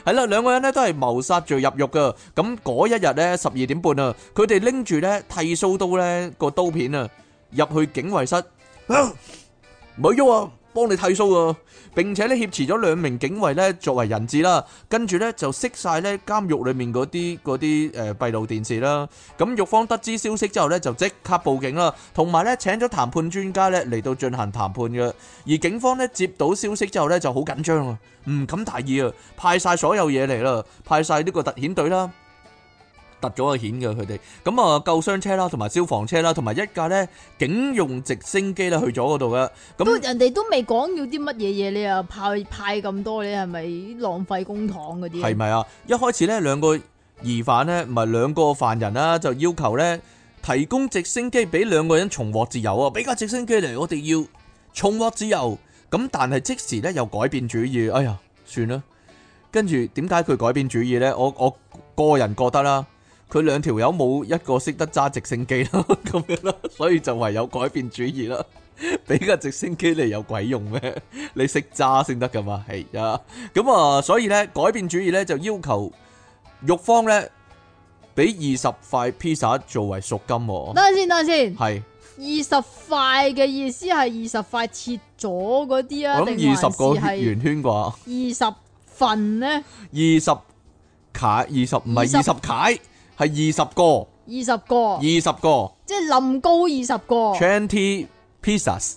S1: 係啦，兩個人咧都係謀殺罪入獄噶。咁嗰一日咧十二點半啊，佢哋拎住咧剃 à. 鬚刀咧個刀片啊，入去警衛室，啊唔好喐啊，幫你剃須啊！並且咧挟持咗兩名警衛咧作為人質啦，跟住咧就熄晒咧監獄裏面嗰啲嗰啲誒閉路電視啦。咁獄方得知消息之後咧，就即刻報警啦，同埋咧請咗談判專家咧嚟到進行談判嘅。而警方咧接到消息之後咧就好緊張啊，唔敢大意啊，派晒所有嘢嚟啦，派晒呢個特遣隊啦。突咗個顯嘅佢哋，咁啊救傷車啦，同埋消防車啦，同埋一架咧警用直升機咧去咗嗰度嘅，
S2: 都
S1: 咁
S2: 人哋都未講要啲乜嘢嘢，你又派派咁多，你係咪浪費公帑嗰啲？
S1: 係咪啊？一開始咧兩個疑犯咧，唔係兩個犯人啦，就要求咧提供直升機俾兩個人重獲自由啊！俾架直升機嚟，我哋要重獲自由。咁但係即時咧又改變主意，哎呀，算啦。跟住點解佢改變主意咧？我我個人覺得啦，佢兩條友冇一個識得揸直升機啦， 咁樣啦，所以就唯有改變主意啦。 俾架直升機嚟有鬼用咩？ 你識揸先得噶嘛？係啊。咁啊，所以咧改變主意咧就要求玉方咧俾二十塊 pizza 作為贖金
S2: 等
S1: 喎，
S2: 下先，等下先。
S1: 係
S2: 二十塊嘅意思係二十塊切咗嗰啲啊，
S1: 我
S2: 定
S1: 諗二十個
S2: 還是
S1: 圓圈啩，二
S2: 係二十份呢？
S1: 十楷二十唔係二
S2: 20
S1: 十楷，係二十個
S2: 二十個
S1: 二，十個
S2: 即係冧高二十個，
S1: twenty pizzas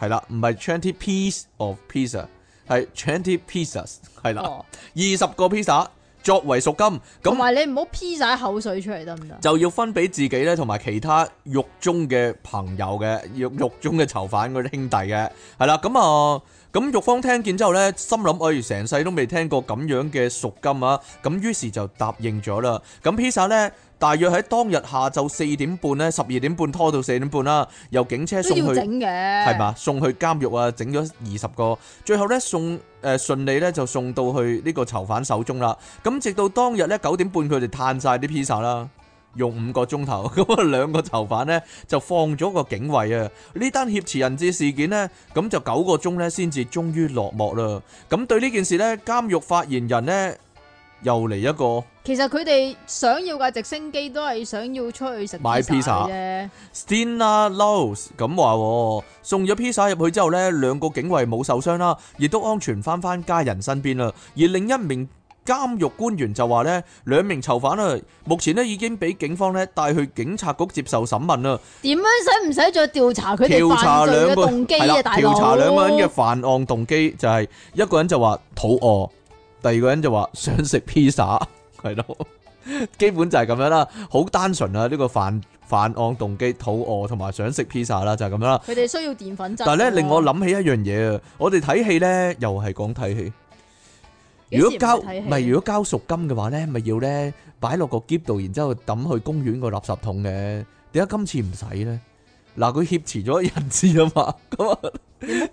S1: 係啦，唔係 twenty piece of pizza 係 twenty pizzas 係啦，
S2: 哦
S1: 二十個 pizza 作為贖金咁。
S2: 同埋你唔好 P 晒口水出嚟得唔得？
S1: 就要分俾自己咧，同埋其他獄中嘅朋友嘅獄獄中嘅囚犯嗰啲兄弟嘅，係啦，咁啊，咁獄方聽見之後咧，心諗，哎，成世都未聽過咁樣嘅贖金啊，咁於是就答應咗啦。咁披薩咧，大約喺當日下晝四點半咧，十二點半拖到四點半啦，由警車
S2: 都
S1: 送
S2: 要
S1: 去
S2: 整。嘅，
S1: 係？嘛？送去監獄啊，整咗二十個，最後呢，送誒、呃、順利呢就送到去呢個囚犯手中啦。咁直到當日呢，九點半，佢哋嘆晒啲披薩啦，用五個鐘頭。 咁啊兩個囚犯呢，就放咗個警衛啊。呢單挟持人質事件呢，咁就九個鐘呢先至終於落幕啦。咁對呢件事呢，監獄發言人呢，又嚟一個。
S2: 其實佢哋想要架直升機都係想要出去食
S1: 買 pizza
S2: 啫，
S1: Stina Lows 咁話喎，送咗披薩入去之後呢，兩個警衛冇受傷啦，亦都安全翻返家人身邊啦。而另一名監獄官員就話呢，兩名囚犯啊，目前呢已經俾警方呢帶去警察局接受審問啦，
S2: 點樣使唔使再調查佢哋
S1: 調查
S2: 犯罪
S1: 兩
S2: 嘅
S1: 個
S2: 動機
S1: 係啦
S2: 啊？大佬，
S1: 調查兩個人嘅犯案動機就係、一個人就話肚餓，第二個人就話想食披薩， 係咯，基本就係咁樣啦，好單純啊呢、個犯犯案動機肚餓同埋想食披薩啦，就係咁樣啦。
S2: 佢哋需要澱粉質。啊
S1: 但系咧，令我，諗起一樣嘢啊！我哋睇戲咧，又係講睇戲。如果交
S2: 幾時唔睇戲
S1: 唔係如果交贖金嘅話咧，咪要咧擺落個箧度，然之後抌去公園個垃圾桶嘅。點解今次唔使咧？嗱，佢挟持咗人質啊嘛， 咁啊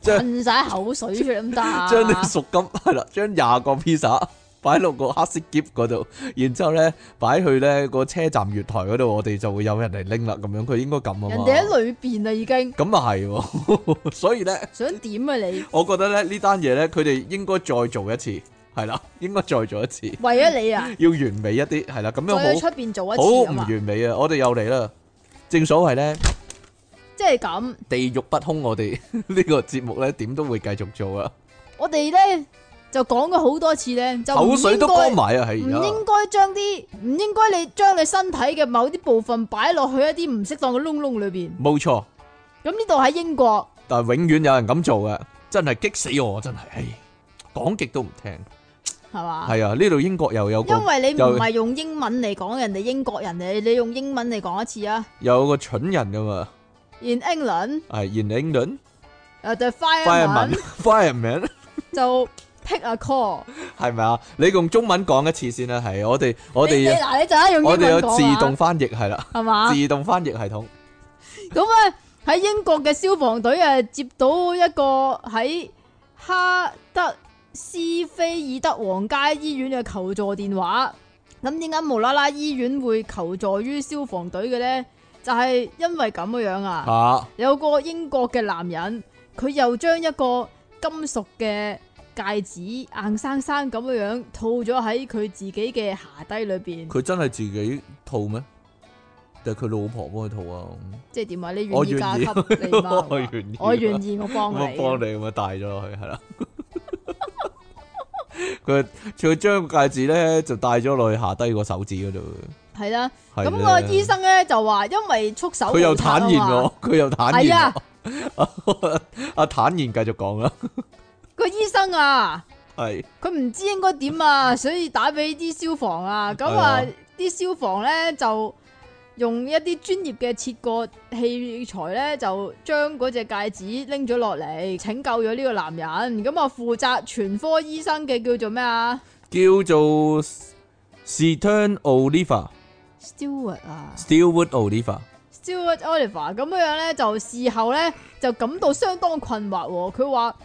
S1: 將
S2: 噴晒口水出嚟咁得 啊？
S1: 將啲贖金係啦，將廿個 pizza 擺落個黑色箧嗰度，然之後咧擺去咧個車站月台嗰度，我哋就會有人嚟拎啦。咁樣佢應該咁啊
S2: 人
S1: 嘛。
S2: 哋喺裏邊啦已經，
S1: 咁啊係喎， 所以咧。
S2: 想點啊你？
S1: 我覺得咧呢單嘢咧，佢哋應該再做一次，係啦， 應該再做一次，
S2: 為咗你啊，
S1: 要完美一啲，係啦，嗯咁樣
S2: 再去
S1: 好
S2: 出邊做一
S1: 好
S2: 次啊
S1: 唔
S2: 嘛
S1: 完，美啊！我哋又嚟啦，正所謂咧，
S2: 即係咁。
S1: 地獄不空，我哋 呢個節目咧點都會繼續做啊，
S2: 我哋咧就講過好多次咧，就唔
S1: 口水都
S2: 應該
S1: 乾埋啊，係
S2: 唔
S1: 而
S2: 應該將啲唔應該你將你身體嘅某啲部分擺落去一啲唔適當嘅窿窿裏邊。
S1: 家冇錯，
S2: 咁呢度喺英國，
S1: 但係永遠有人咁做嘅，真係激死我，真係，唉，講極都唔聽，
S2: 係嘛？
S1: 係啊，呢度英國又有
S2: 因
S1: 個
S2: 為你
S1: 又
S2: 唔係用英文嚟講，人哋英國人嚟，你用英文嚟講一次啊。
S1: 有個蠢人噶嘛，
S2: In England，
S1: 係 in England
S2: 誒 the fireman
S1: fireman fireman。
S2: 就 pick a call。
S1: 系咪啊？你用中文講一次先啦，係我哋我
S2: 你你
S1: 哋
S2: 嗱，你就係用英
S1: 我
S2: 文
S1: 哋有自
S2: 講
S1: 動
S2: 啊，
S1: 翻譯係啦，
S2: 係嘛？
S1: 自動翻譯系統
S2: 咁啊喺英國嘅消防隊啊接到一個喺哈德斯菲爾德皇家醫院嘅求助電話。咁點解無啦啦醫院會求助於消防隊嘅呢？就係、因為咁嘅樣啊，
S1: 吓
S2: 有個英國嘅男人，佢又將一個金屬嘅戒指硬生生咁樣樣套咗喺佢自己嘅下低裏邊。
S1: 佢真係自己套咩？定嘅，佢老婆幫佢套啊，
S2: 即係點啊？你願
S1: 我
S2: 意
S1: 願
S2: 加
S1: 意
S2: 給你 媽
S1: 我
S2: 咪？
S1: 願意，
S2: 我願意，我
S1: 咁
S2: 幫
S1: 我
S2: 你。
S1: 幫你咁啊，戴咗落去係啦。 佢佢將個戒指咧就戴咗落去下低個手指嗰度，
S2: 係啦，
S1: 係
S2: 咁個
S1: 咧
S2: 醫生咧就話，因為束手
S1: 佢又
S2: 無策啊
S1: 坦然
S2: 嘛
S1: 喎，，佢又坦
S2: 係
S1: 然
S2: 啊
S1: 喎。 阿坦然繼續講啦，
S2: 個醫生啊，
S1: 係
S2: 佢唔知應該點啊，所以打俾啲消防啊，咁啊
S1: 係
S2: 啲消防咧就用一啲專業嘅切割器材咧，就將嗰隻戒指拎咗落嚟，拯救咗呢個男人。咁啊，負責全科醫生嘅叫做咩啊
S1: 叫做 Stern Oliver。
S2: ？Stewart 啊
S1: Steelwood Oliver
S2: ，Stewart Oliver 咁樣樣咧，就事後咧就感到相當困惑喎、佢話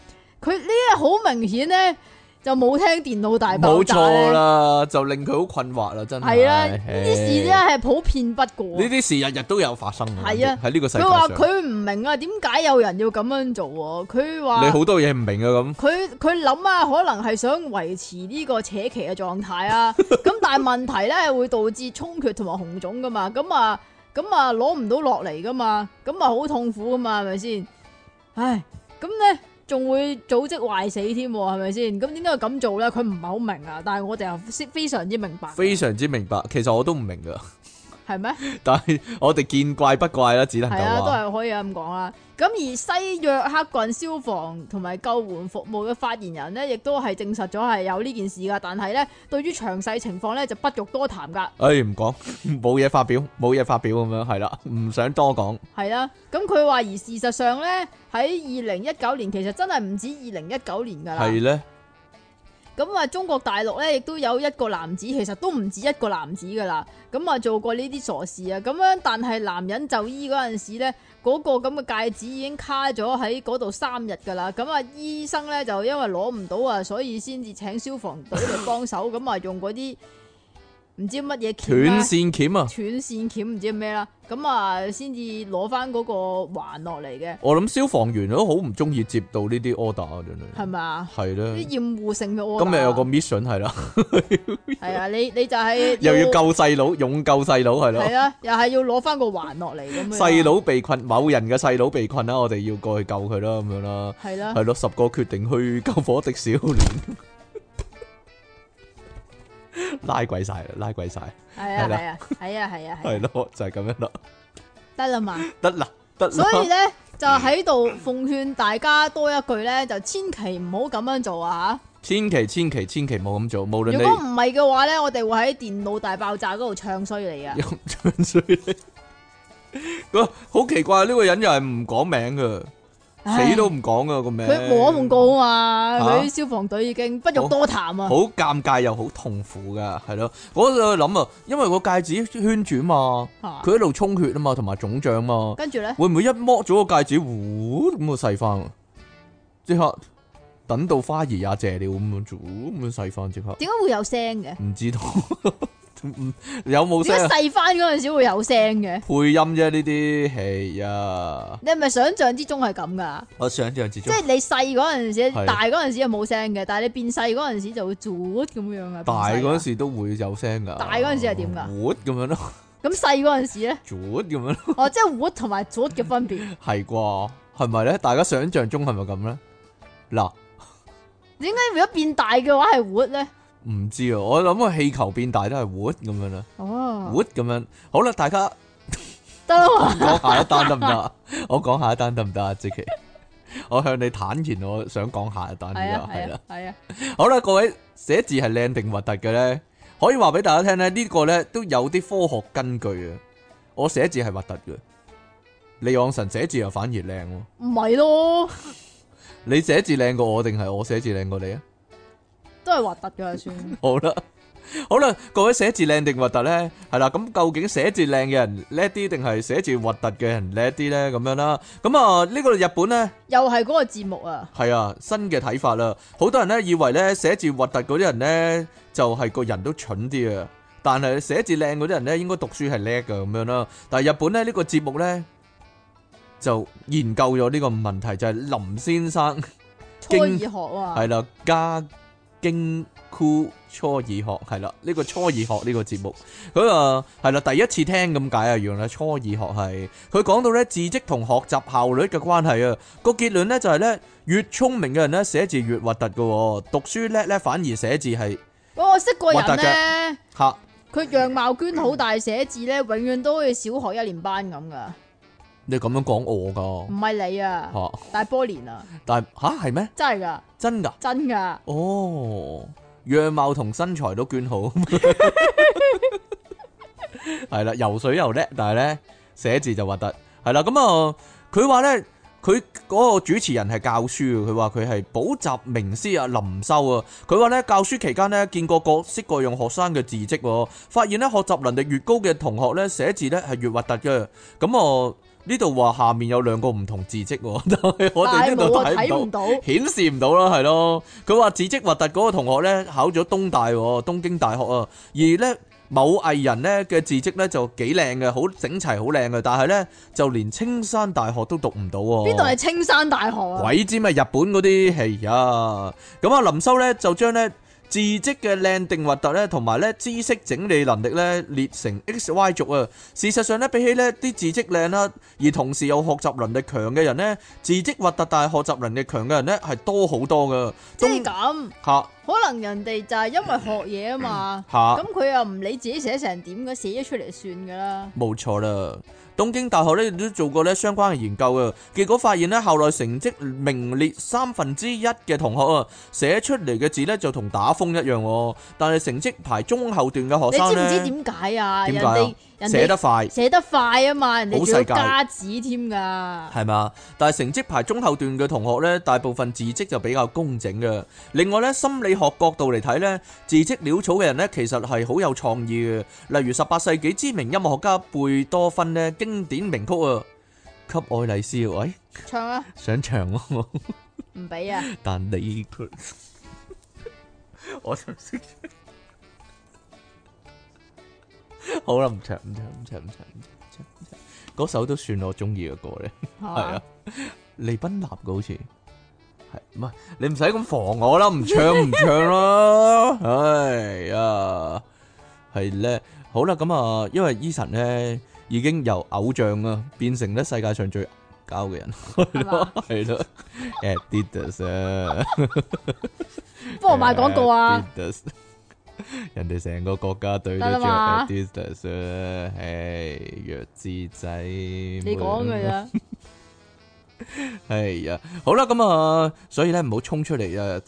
S2: 佢呢一好明顯咧就冇聽電腦大爆
S1: 冇
S2: 炸
S1: 錯
S2: 咧
S1: 啦，就令佢好困惑啦，真係。
S2: 係啊啦，呢啲事咧係普遍不過。
S1: 呢啲事日日都有發生嘅。
S2: 係啊
S1: 喺呢個世界
S2: 佢話
S1: 上，
S2: 佢唔明啊，點解有人要咁樣做喎？佢話
S1: 你好多嘢唔明啊咁。
S2: 佢佢諗啊，可能係想維持呢個扯旗嘅狀態啊。咁但係問題咧係會導致充血同埋紅腫噶嘛，咁啊咁啊攞唔到落嚟噶嘛，咁啊好痛苦噶嘛，係咪先？唉，咁咧仲會組織壞死添喎，係咪先？咁點解要咁做咧？佢唔係好明啊，但係我哋又非常之明白，
S1: 非常之明白，其實我都唔明噶，
S2: 係咩？
S1: 但係 我哋見怪不怪啦，只能
S2: 係啊，
S1: 夠
S2: 都
S1: 話
S2: 係可以咁講啦。咁而西約克郡消防同埋救援服務嘅發言人呢，亦都係證實咗係有呢件事噶，但係呢，對於詳細情況呢，就不欲多談噶，
S1: 唉，唔講， 冇嘢發表，冇嘢發表咁樣，係啦，唔想多講。
S2: 係啦。咁佢話而事實上呢，喺二零一九年其實真係唔止二零一九年噶啦。
S1: 係咧，
S2: 咁啊，中國大陸咧亦都有一個男子，其實都唔止一個男子噶啦。咁啊，做過呢啲傻事啊，咁樣但係男人就醫嗰陣時咧，嗰、個咁嘅戒指已經卡咗喺嗰度三日噶啦。咁啊，醫生咧就因為攞唔到啊，所以先至請消防隊嚟幫手，咁啊用嗰啲唔知乜嘢鉗
S1: 斷
S2: 啦、
S1: 線鉗啊！
S2: 斷線鉗唔知咩啦，咁啊先至攞翻嗰個環落嚟嘅，
S1: 我諗消防員都好唔中意接到呢啲 order 啊，真係。
S2: 係咪啊？
S1: 係
S2: 啲
S1: 咧，
S2: 厭惡性嘅
S1: 嗯
S2: order 啊
S1: 今日有個 mission 係啦，
S2: 係啊，你你就 係
S1: 又要救細佬，勇救細佬係咯。
S2: 系啊，又係要攞翻個環落嚟咁樣。
S1: 細佬被困，某人嘅細佬被困啦，我哋要過去救佢啦，咁樣啦，
S2: 係啦，
S1: 係咯，十個決定去救火的少年， 拉鬼晒啦，拉鬼晒，
S2: 係啊，係啊，係啊，係啊，係
S1: 係
S2: 啊
S1: 咯，就係咁樣啦，
S2: 得啦嘛。
S1: 得啦，得
S2: 所以
S1: 啦，
S2: 咧就喺度奉勸大家多一句咧，就千祈唔好咁樣做啊
S1: 千祈千祈千祈冇咁做，無論
S2: 吓！如果
S1: 你
S2: 唔係嘅話咧，我哋會喺電腦大爆炸嗰度唱衰你 啊！
S1: 有唱衰你， 哇，好奇怪呢個人又係唔講名噶，
S2: 唉
S1: 死都唔講噶個名，
S2: 佢冇奉告啊嘛，
S1: 嚇
S2: 佢消防隊已經不欲多談啊
S1: 好！尷尬又好痛苦噶，係咯，我就諗啊，因為個戒指圈住嘛。
S2: 嚇
S1: 佢一路充血啊嘛，同埋腫脹嘛，
S2: 跟住咧
S1: 會唔會一剝咗個戒指，呼咁就細翻？啊即刻等到花兒也謝了咁樣，呼咁樣細翻即刻，
S2: 點解會有聲嘅？
S1: 唔知道 唔有冇
S2: 點
S1: 聲啊
S2: 解細翻嗰陣時會有聲嘅？
S1: 配音啫？呢啲係啊，
S2: 你係咪想象之中係咁噶？
S1: 我想象之
S2: 即
S1: 中
S2: 係你細嗰陣
S1: 係
S2: 時，大嗰陣時又冇聲嘅，但係你變細嗰陣時就會啜咁樣啊。
S1: 大嗰陣
S2: 時，
S1: 時都會有聲噶，
S2: 大嗰陣時係點㗎
S1: 活咁樣咯，
S2: 咁細嗰陣時咧，
S1: 活咁樣咯，
S2: 哦，即係活同埋啜嘅分別。
S1: 係啩？係咪咧？大家想象中係咪咁咧？嗱。
S2: 點解如果變大嘅話係活咧？
S1: 唔知啊，我諗個氣球變大都係活咁樣啦，
S2: 哦，
S1: 活咁樣。好啦，大家
S2: 得啦嘛，
S1: 講下一單得唔得啊？我講下一單得唔得啊？即奇，我向你坦言，我想講下一單
S2: 係
S1: 呢
S2: 啊，
S1: 個係
S2: 係
S1: 啦
S2: 啊。，係啊，
S1: 好啦，各位寫字係靚定核突嘅咧，可以話俾大家聽咧，呢個咧都有啲科學根據啊。我寫字係核突嘅，李昂臣寫字又反而靚喎。
S2: 唔係咯，
S1: 你寫字靚過我定係我寫字靚過你啊？
S2: 都係核突 噶算。
S1: 好啦， 好啦，各位寫字靚定核突咧，係啦，咁究竟寫字靚嘅人叻啲，定係寫字核突嘅人叻啲咧？咁樣啦，咁啊呢個日本咧。
S2: 又係嗰個節目啊，
S1: 係啊，新嘅睇法啦。好多人咧以為咧寫字核突嗰啲人咧就係、個人都蠢啲啊，但係寫字靚嗰啲人咧應該讀書係叻噶咁樣啦。但係日本咧呢、個節目咧就研究咗呢個問題，就係、林先生
S2: 初二學啊，
S1: 係啦、加京酷初二學係啦，呢、個初二學呢個節目，佢啊係啦，第一次聽咁解啊，原來初二學係佢講到咧字跡同學習效率嘅關係啊，個結論咧就係咧越聰明嘅人咧寫字越核突嘅喎，讀書叻咧反而寫字係
S2: 哦我我識個
S1: 核
S2: 人
S1: 突
S2: 咧，
S1: 嚇
S2: 佢樣貌娟好，但係寫字咧，永遠都好似小學一年班咁噶。
S1: 你咁樣講我
S2: 唔
S1: 㗎
S2: 係你啊，
S1: 嚇、
S2: 大波年啊，
S1: 但係吓係咩？
S2: 真係噶，
S1: 真㗎？
S2: 真噶。
S1: 哦，樣貌同身材都捐 好，係啦，游水又叻，但係咧寫字就核突，係啦，咁、啊，佢話咧，佢嗰個主持人係教書嘅，佢話佢係補習名師啊，林修啊，佢話咧教書期間咧見過各式各樣學生嘅字跡喎，發現咧學習能力越高嘅同學咧寫字咧係越核突嘅，咁啊呢度話下面有兩個唔同字跡喎，但係我哋呢
S2: 但係
S1: 度
S2: 冇啊
S1: 睇
S2: 睇
S1: 唔
S2: 唔
S1: 到。
S2: 到。
S1: 顯示唔到啦，係咯。佢話字跡核突嗰個同學咧考咗東大喎，東京大學啊，而咧某藝人咧嘅字跡咧就幾靚嘅，好整齊，好靚嘅，但係咧就連青山大學都讀唔到喎。
S2: 邊度係青山大學啊？
S1: 鬼知咪日本嗰啲係啊！咁啊，林修咧就將咧字跡嘅靚定核突咧，同埋咧知識整理能力咧列成 X、Y 軸啊。事實上咧，比起呢啲字跡靚啦，而同時有學習能力強嘅人咧，字跡核突但係學習能力強嘅人咧係多好多噶。
S2: 即係咁，
S1: 嚇
S2: 可能人哋就係因為學嘢啊嘛，
S1: 嚇
S2: 咁佢又唔理自己寫成點嘅，寫咗出嚟算噶啦。
S1: 冇錯啦，東京大學咧亦都做過咧相關嘅研究啊，結果發現咧校內成績名列三分之一嘅同學啊，寫出嚟嘅字咧就同打風一樣喎，但係成績排中後段嘅學
S2: 你知
S1: 生
S2: 唔
S1: 咧
S2: 知點解啊？
S1: 點
S2: 人
S1: 解啊
S2: 哋人
S1: 寫
S2: 哋
S1: 得快。
S2: 寫得快啊嘛，人
S1: 好
S2: 哋
S1: 世
S2: 仲要
S1: 界
S2: 加紙添噶。
S1: 係嘛？但係成績排中後段嘅同學呢，大部分字跡就比較工整嘅。另外呢，心理學角度嚟睇呢，字跡潦草嘅人呢，其實係好有創意嘅。例如十八世紀知名音樂學家貝多芬呢，經典名曲啊，給愛麗絲喂
S2: 唱啊，
S1: 上場喎。
S2: 唔俾啊，
S1: 但你佢， 我就識唱。好啦，唔唱唔唱唔唱唔唱唔唱唔唱唔唱，嗰首都算我中意嘅歌咧，
S2: 係
S1: 係
S2: 嘛
S1: 啊？，利賓納嘅好似係唔係？你唔使咁防我啦，唔 唱唔唱啦，唉呀，係咧，好啦，咁啊，因為 Eason 咧已經由偶像啊變成咧世界上最交嘅人，係咯
S2: 嘛
S1: 係咯，Adidas 啊。
S2: 幫我賣廣告啊！
S1: Adidas 人哋成個國家隊都
S2: 得啦
S1: 着
S2: 嘛
S1: Adidas 啊，唉，弱智仔，
S2: 你
S1: 你
S2: 講啊嘅 咋？
S1: 系啊，好啦，咁啊，所以咧唔好衝出嚟啊，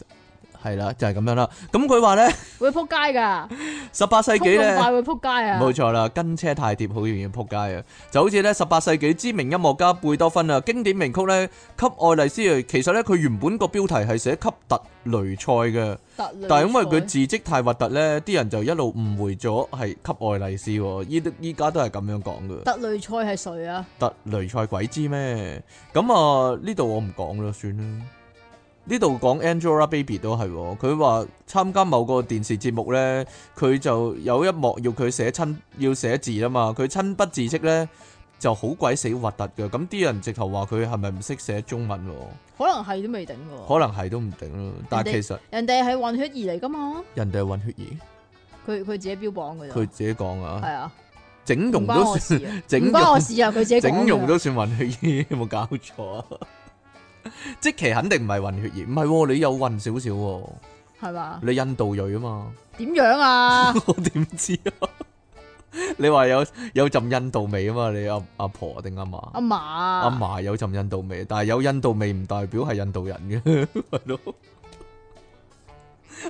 S1: 係啦，就係咁樣啦。咁佢話 咧，
S2: 會撲街噶，
S1: 十八世
S2: 撲
S1: 紀
S2: 咁
S1: 咧。
S2: 快會撲街啊！
S1: 冇錯啦，跟車太貼好容易撲街啊！就好似咧十八世紀知名音樂家貝多芬啊，經典名曲咧《給愛麗絲》啊，其實咧佢原本個標題係寫《給特雷賽》嘅。但係因為佢字跡太核突咧，啲人就一路誤會咗係給愛麗絲喎，依都依家都係咁樣講嘅。
S2: 特雷賽係誰啊？
S1: 特雷賽鬼知咩？咁啊呢度我唔講啦，算啦。呢度講 Angelababy 都係喎，佢話參加某個電視節目咧，佢就有一幕要佢寫親要寫字啊嘛，佢親筆字跡咧就好鬼死核突嘅，咁啲人直頭話佢係咪唔識寫中文喎？
S2: 可能係都未定嘅。
S1: 可能係都唔定啦，但係其實
S2: 人哋係混血兒嚟噶嘛，
S1: 人哋係混血兒，
S2: 佢佢自己標榜嘅咋。
S1: 佢自己講啊
S2: 係。啊，
S1: 整
S2: 唔
S1: 容
S2: 關
S1: 都
S2: 我事
S1: 算，
S2: 啊，
S1: 整
S2: 唔關我
S1: 容
S2: 事啊，佢自己講
S1: 整容
S2: 㗎
S1: 都算混血兒，有冇搞錯啊？即其肯定唔係混血兒，唔係喎，你有混少少喎，
S2: 係嘛？
S1: 你印度裔啊嘛，
S2: 點樣啊？
S1: 我點知啊？你話有有浸印度味啊嘛？你阿阿婆定阿嫲？
S2: 阿嫲
S1: 阿
S2: 阿
S1: 嫲有浸印度味，但係有印度味唔代表係印度人嘅， 係咯，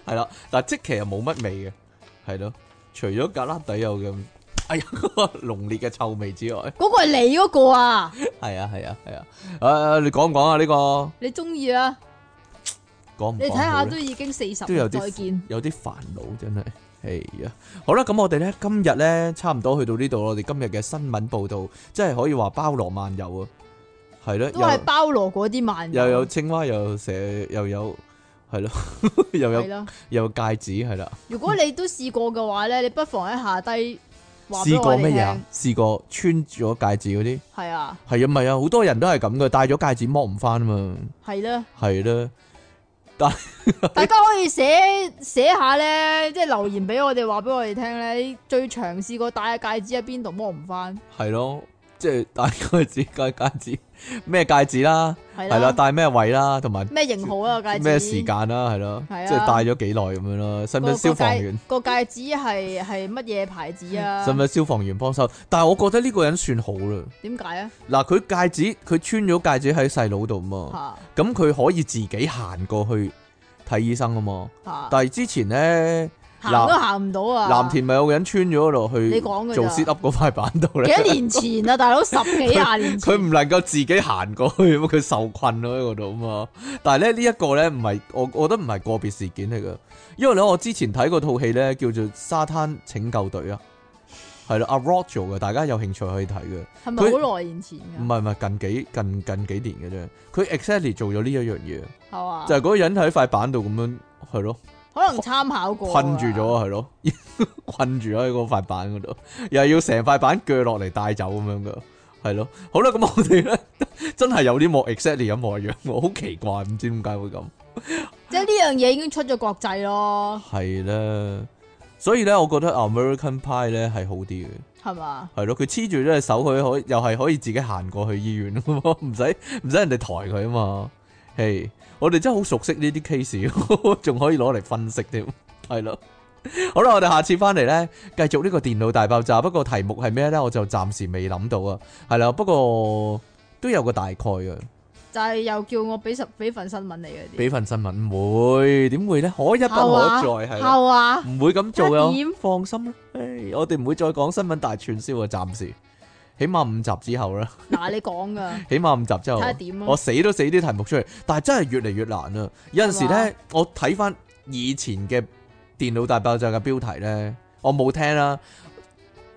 S1: 係啦。但即其係冇乜味嘅，係咯，除咗格拉底有咁，哎呀， 濃烈嘅臭味之外。
S2: 嗰個係你嗰個啊，
S1: 系啊系啊系啊，诶、啊，你讲唔讲啊？呢、個个
S2: 你中意啦，
S1: 讲唔
S2: 你
S1: 講啊
S2: 睇
S1: 好
S2: 下
S1: 呢
S2: 都已經四十，
S1: 都有啲
S2: 再見。
S1: 有啲煩惱真係。係啊，好啦，咁我哋呢，今日呢，差唔多去到呢度，我哋今日嘅新聞報導，真係可以話包羅萬有啊，係
S2: 都係
S1: 咯，
S2: 包羅嗰啲漫
S1: 又又有青蛙，又有蛇，又有係 咯，又
S2: 係
S1: 有
S2: 咯。
S1: 又有戒指，係啦，
S2: 如果你都試過嘅話咧，你不妨喺下低話俾
S1: 試
S2: 我
S1: 過
S2: 哋
S1: 乜嘢啊
S2: 聽。？
S1: 試過穿咗戒指嗰啲，
S2: 係啊，
S1: 係啊，唔係啊，好多人都係咁嘅，戴咗戒指剝唔翻啊嘛，
S2: 係啦，
S1: 係啦，但
S2: 大家可以寫寫下咧，即係留言俾我哋，話俾我哋聽咧，你最長試過戴嘅戒指喺邊度摸唔翻？
S1: 係咯，即係戴戒指、戒戒指咩戒指啦，
S2: 係
S1: 係啦，
S2: 啦，
S1: 戴咩位啦，同埋
S2: 咩型號啊個戒指？
S1: 咩時間啦，係咯，
S2: 係啊
S1: 即係戴咗幾耐咁樣啦，使唔
S2: 個？
S1: 使消防
S2: 個
S1: 員
S2: 戒？個戒指係係乜嘢牌子 啊
S1: 使？唔使消防員幫手？但係我覺得呢個人算好啦。
S2: 點解啊？
S1: 嗱，佢戒指佢穿咗戒指喺細佬度嘛，
S2: 嚇
S1: 咁佢可以自己行過去睇醫生啊嘛。
S2: 嚇，
S1: 但係之前咧，
S2: 行都行唔到啊！
S1: 藍田咪有個人穿咗落
S2: 你
S1: 去
S2: 講㗎咋
S1: 做 sit up 嗰塊板度
S2: 幾
S1: 咧，
S2: 多年 前啊，大佬十幾廿年
S1: 佢
S2: 前，
S1: 唔能夠自己行過去，咁佢受困咗喺嗰度啊嘛。但係咧呢一個咧唔係我，我覺得唔係個別事件嚟噶，因為咧我之前睇過套戲咧叫做《沙灘拯救隊》啊，係啦，阿 Rod 做嘅，大家有興趣可以睇嘅。
S2: 係咪好耐年前
S1: 唔
S2: 㗎？
S1: 係唔係近幾近近幾年嘅啫，佢 exactly 做咗呢一樣嘢，
S2: 係嘛
S1: 就？係嗰個人喺塊板度咁樣係咯，
S2: 可能參考過啊。
S1: 困住咗啊係咯， 困住咗喺嗰塊板嗰度，又係要成塊板鋸落嚟帶走咁樣噶，係咯。好啦，咁我哋咧 真係有啲幕 exactly 一模一樣，我好奇怪，唔知點解會咁。
S2: 即係呢樣嘢已經出咗國際咯，
S1: 係啦，所以咧，我覺得 American Pie 咧係好啲嘅。
S2: 係嘛？
S1: 係咯，佢黐住咗隻手，佢可以又係可以自己行過去醫院啊嘛， 唔使唔使人哋抬佢啊嘛。係，我哋真係好熟悉呢啲 case，仲 可以攞嚟分析添。係咯，好啦，我哋下次翻嚟呢，繼續呢個電腦大爆炸。不過題目係咩呢？我就暫時未諗到啊。係啦，不過都有個大概嘅，
S2: 就係又叫我俾十俾份新聞你嗰啲，
S1: 俾份新聞唔會點會呢？可一不可再係啦，
S2: 係啊，
S1: 唔會咁做啊
S2: 一點。
S1: 放心啦，唉我哋唔會再講新聞大串燒啊，暫時起碼五集之後啦。
S2: 嗱你 講噶，
S1: 起碼五集之後
S2: 睇，下點啊
S1: 哦我，死都死啲題目出嚟，但係真係越嚟越難啊！有陣時
S2: 係
S1: 咧，我睇翻以前嘅電腦大爆炸嘅標題咧，我冇聽啦，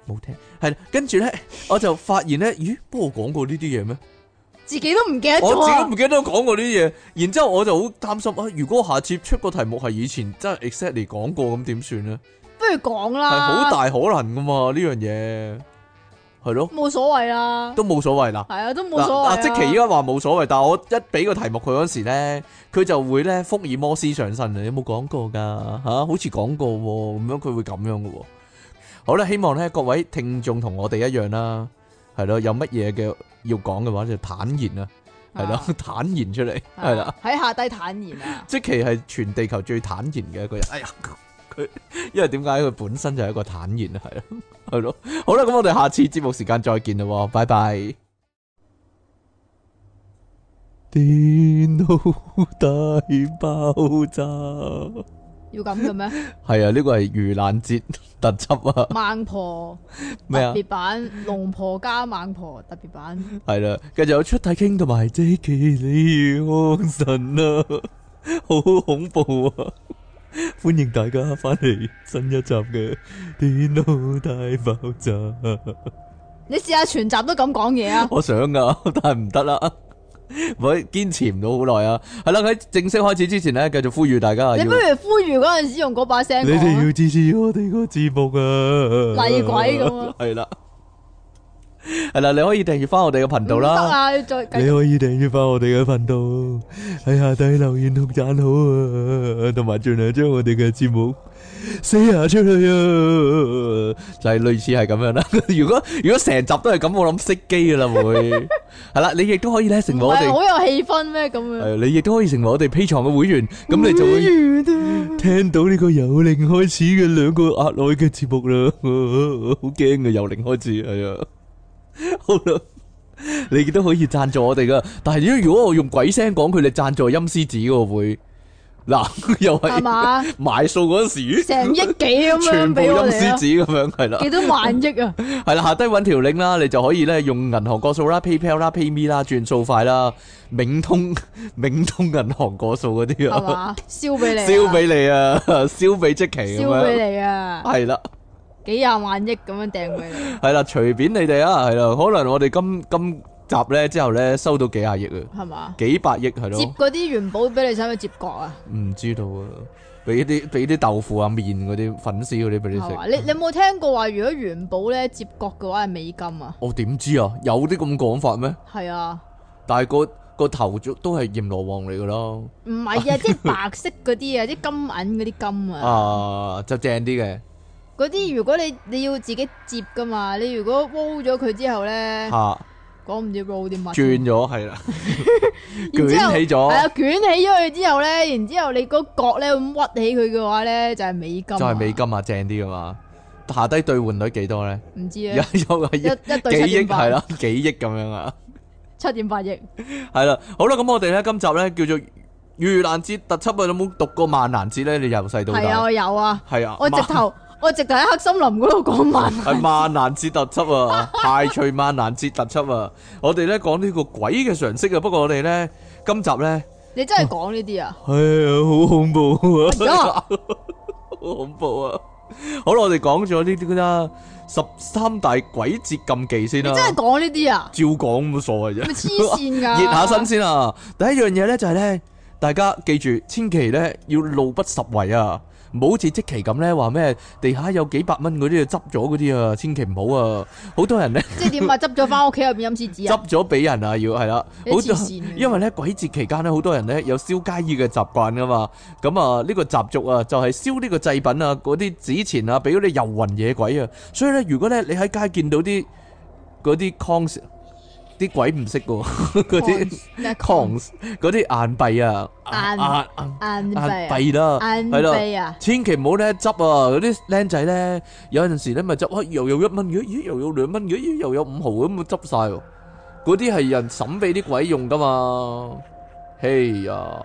S1: 冇聽，係啦跟住咧，我就發現咧，咦，不過我講過呢啲嘢咩？
S2: 自己都唔記得
S1: 我
S2: 咗
S1: 自己都
S2: 啊
S1: 唔，記得我講過呢啲嘢，然之後我就好擔心啊！如果我下次出個題目係以前真係 exactly 講過，咁點算咧？
S2: 不如講
S1: 係好
S2: 啦，
S1: 大可能噶嘛呢樣嘢，係咯，
S2: 冇所謂啦，
S1: 都冇所謂啦。
S2: 係啊，都冇
S1: 嗱
S2: 所謂
S1: 阿
S2: 啊。
S1: 即奇依家話冇所謂，但係我一俾個題目佢嗰時咧，佢就會咧福爾摩斯上身啊！有冇講過㗎嚇、好似講過喎，咁樣佢會咁樣嘅喎。好啦，希望咧各位聽眾同我哋一樣啦，係咯，有乜嘢嘅要講嘅話就坦然啊，係咯，
S2: 啊，
S1: 坦然出嚟，係啦。
S2: 啊，喺下低坦 然啊，
S1: 即其係全地球最坦然嘅一個人。哎呀，佢因為點解佢本身就係一個坦然啊，係咯，係咯。好啦，咁我哋下次節目時間再見啦喎，拜拜。電腦大爆炸，
S2: 要咁嘅咩？
S1: 係啊，呢個係盂蘭節特輯啊，
S2: 孟婆
S1: 咩啊
S2: 特別版，龍婆加孟婆特別版，
S1: 係啦，繼續有出體傾同埋即其你安神啊， 好恐怖啊！歡迎大家翻嚟新一集嘅電腦大爆炸，
S2: 你試下全集都咁講嘢 啊！
S1: 我想噶，但係唔得 啦，喂，堅持唔到好耐啊！係啦，喺正式開始之前咧，繼續呼籲大家啊
S2: 你
S1: 要
S2: 不如呼籲嗰陣時用嗰把聲
S1: 你哋
S2: 講
S1: 要
S2: 啊，
S1: 支持我哋個節目啊！
S2: 厲鬼咁啊！
S1: 係啦，係啦，你可以訂閱翻我哋嘅頻道
S2: 唔得
S1: 啦。
S2: 啊！你再繼
S3: 你
S2: 續
S3: 可以訂閱翻我哋嘅頻道，喺下底留言同讚好啊，同埋盡量將我哋嘅節目 share 出去啊！
S1: 就係類似係咁樣啦。 如果如果成集都係咁，我諗熄機噶啦 會。係啦，你亦都可以咧成為
S2: 唔
S1: 我
S2: 係
S1: 哋，
S2: 好有氣氛咩咁樣？
S1: 係你亦都可以成為我哋 P 床嘅會員，咁你就 會
S2: 嗯
S3: 聽到呢個由零開始嘅兩個額外嘅節目啦，
S1: 好驚嘅由零開始係啊。 好啦，你亦都可以贊助我哋噶。但係如果我用鬼聲講佢，你贊助陰司紙喎會。嗱， 又
S2: 係
S1: 係
S2: 嘛？
S1: 買數嗰時，
S2: 成億幾咁樣
S1: 全部
S2: 俾我
S1: 陰
S2: 哋
S1: 司
S2: 啊！
S1: 紙咁樣係啦。
S2: 幾多萬億 啊！
S1: 系啦，下低揾條 link 啦，你就可以咧用銀行過數啦、PayPal 啦、PayMe 啦、轉數快啦、冥通冥通銀行過數嗰啲
S2: 係
S1: 啊，
S2: 嘛？燒俾你啊，
S1: 燒俾你啊， 燒俾即期咁
S2: 燒
S1: 樣，
S2: 俾你啊！
S1: 係啦，
S2: 幾廿萬億咁樣掟俾你，
S1: 係啦，隨便你哋啊，係啦，可能我哋今今集咧之後咧收到幾廿億啊，
S2: 係嘛？
S1: 幾百億係
S2: 接
S1: 咯，
S2: 嗰啲元寶俾你，使唔使接角啊？
S1: 唔知道啊，俾啲俾啲豆腐啊、麵嗰啲粉絲嗰啲俾你
S2: 係嘛？你
S1: 食，
S2: 你有冇聽過話，如果元寶咧接
S1: 哦
S2: 角嘅話係美金啊？
S1: 我點知啊？有啲咁講法咩？
S2: 係啊，
S1: 但係個個頭都係閻羅王嚟噶咯，
S2: 唔係啊，即係白色嗰啲啊，啲金銀嗰啲金啊，
S1: 啊就正啲嘅
S2: 嗰啲如果你你要自己接噶嘛，你如果 roll 咗佢之後咧，
S1: 嚇，
S2: 講唔知 roll 啲乜，
S1: 啊轉咗係啦，
S2: 然之後
S1: 捲起
S2: 係
S1: 咗
S2: 啊，捲起咗佢之後咧，然之後你嗰角咧咁屈起佢嘅話咧，就係美金啊，
S1: 就係美金啊，正啲噶嘛。下低兌換率幾多咧？
S2: 唔知
S1: 又
S2: 啊，
S1: 又係
S2: 一一對
S1: 幾
S2: 七
S1: 億
S2: 點八
S1: 係，啦， 幾億咁樣啊！
S2: 七點八億，
S1: 系啦，好啦，咁我哋咧今集咧叫做遇難節特輯啊，有冇讀過萬難節咧？你由細到
S2: 係啊，
S1: 大
S2: 我有啊，
S1: 係啊，
S2: 我直 頭我直頭喺黑森林嗰度講文，
S1: 系萬難節特輯 啊，排除萬難節特輯啊，我哋咧講呢個鬼嘅常識啊，不過我哋咧今集咧
S2: 你真係講呢啲啊？
S3: 哎呀，好恐怖啊！
S2: 哎呀
S1: 好恐怖啊！好啦，我哋講咗呢啲啦，十三大鬼節禁忌先
S2: 你
S1: 啦
S2: 真，係講呢啲啊？
S1: 照講冇所謂啫
S2: 咪。黐線噶！
S1: 熱下身先啊！第一樣嘢咧就係咧，大家記住，千祈咧要路不拾遺啊！唔好好似即期咁咧，話咩地下有幾百蚊嗰啲就執咗嗰啲啊，千祈唔好啊！好多人咧
S2: 即係點啊？執咗翻屋企入邊飲廁紙啊？
S1: 執咗俾人啊，要係啦，
S2: 你
S1: 好
S2: 黐
S1: 多
S2: 線嘅
S1: 因為咧鬼節期間咧，好多人咧有燒街衣嘅習慣噶嘛，咁啊呢個習俗啊就係燒呢個祭品啊，嗰啲紙錢啊，俾嗰啲遊魂野鬼啊，所以咧如果咧你喺街見到啲嗰啲 cons 啲鬼唔識嘅喎嗰啲。
S2: 咩
S1: cons 嗰啲硬幣啊，
S2: 硬
S1: 硬
S2: 硬
S1: 硬
S2: 幣
S1: 幣啦，
S2: 啊，硬
S1: 係啦
S2: 幣啊，
S1: 千祈唔好咧執啊！嗰啲僆仔咧，有陣時咧咪執，啊又有一蚊嘅，咦又有兩蚊嘅，咦又有五毫咁啊執晒喎。嗰啲係人審俾啲鬼用噶嘛？嘿呀，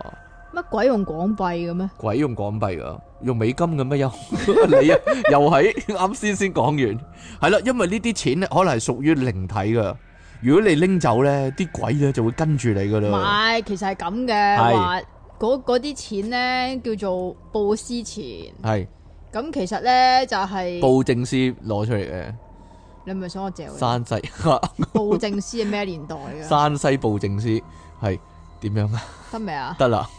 S2: 乜鬼用港幣嘅咩？
S1: 鬼用港幣噶，用美金嘅咩又？你啊，又喺啱先先講完，係啦，因為呢啲錢咧可能係屬於靈體噶，如果 你拎走咧，啲鬼咧就會跟住你噶
S2: 唔
S1: 啦。
S2: 係，其實係咁
S1: 啊係
S2: 嘅，話嗰嗰啲錢咧叫做布施錢，
S1: 係
S2: 咁其實咧就係
S1: 布政司攞出嚟嘅。
S2: 你係咪想我嚼你？
S1: 山 西
S2: 布政司係咩年代嘅？
S1: 山西布政司係點樣啊？
S2: 得未啊？
S1: 得 啦，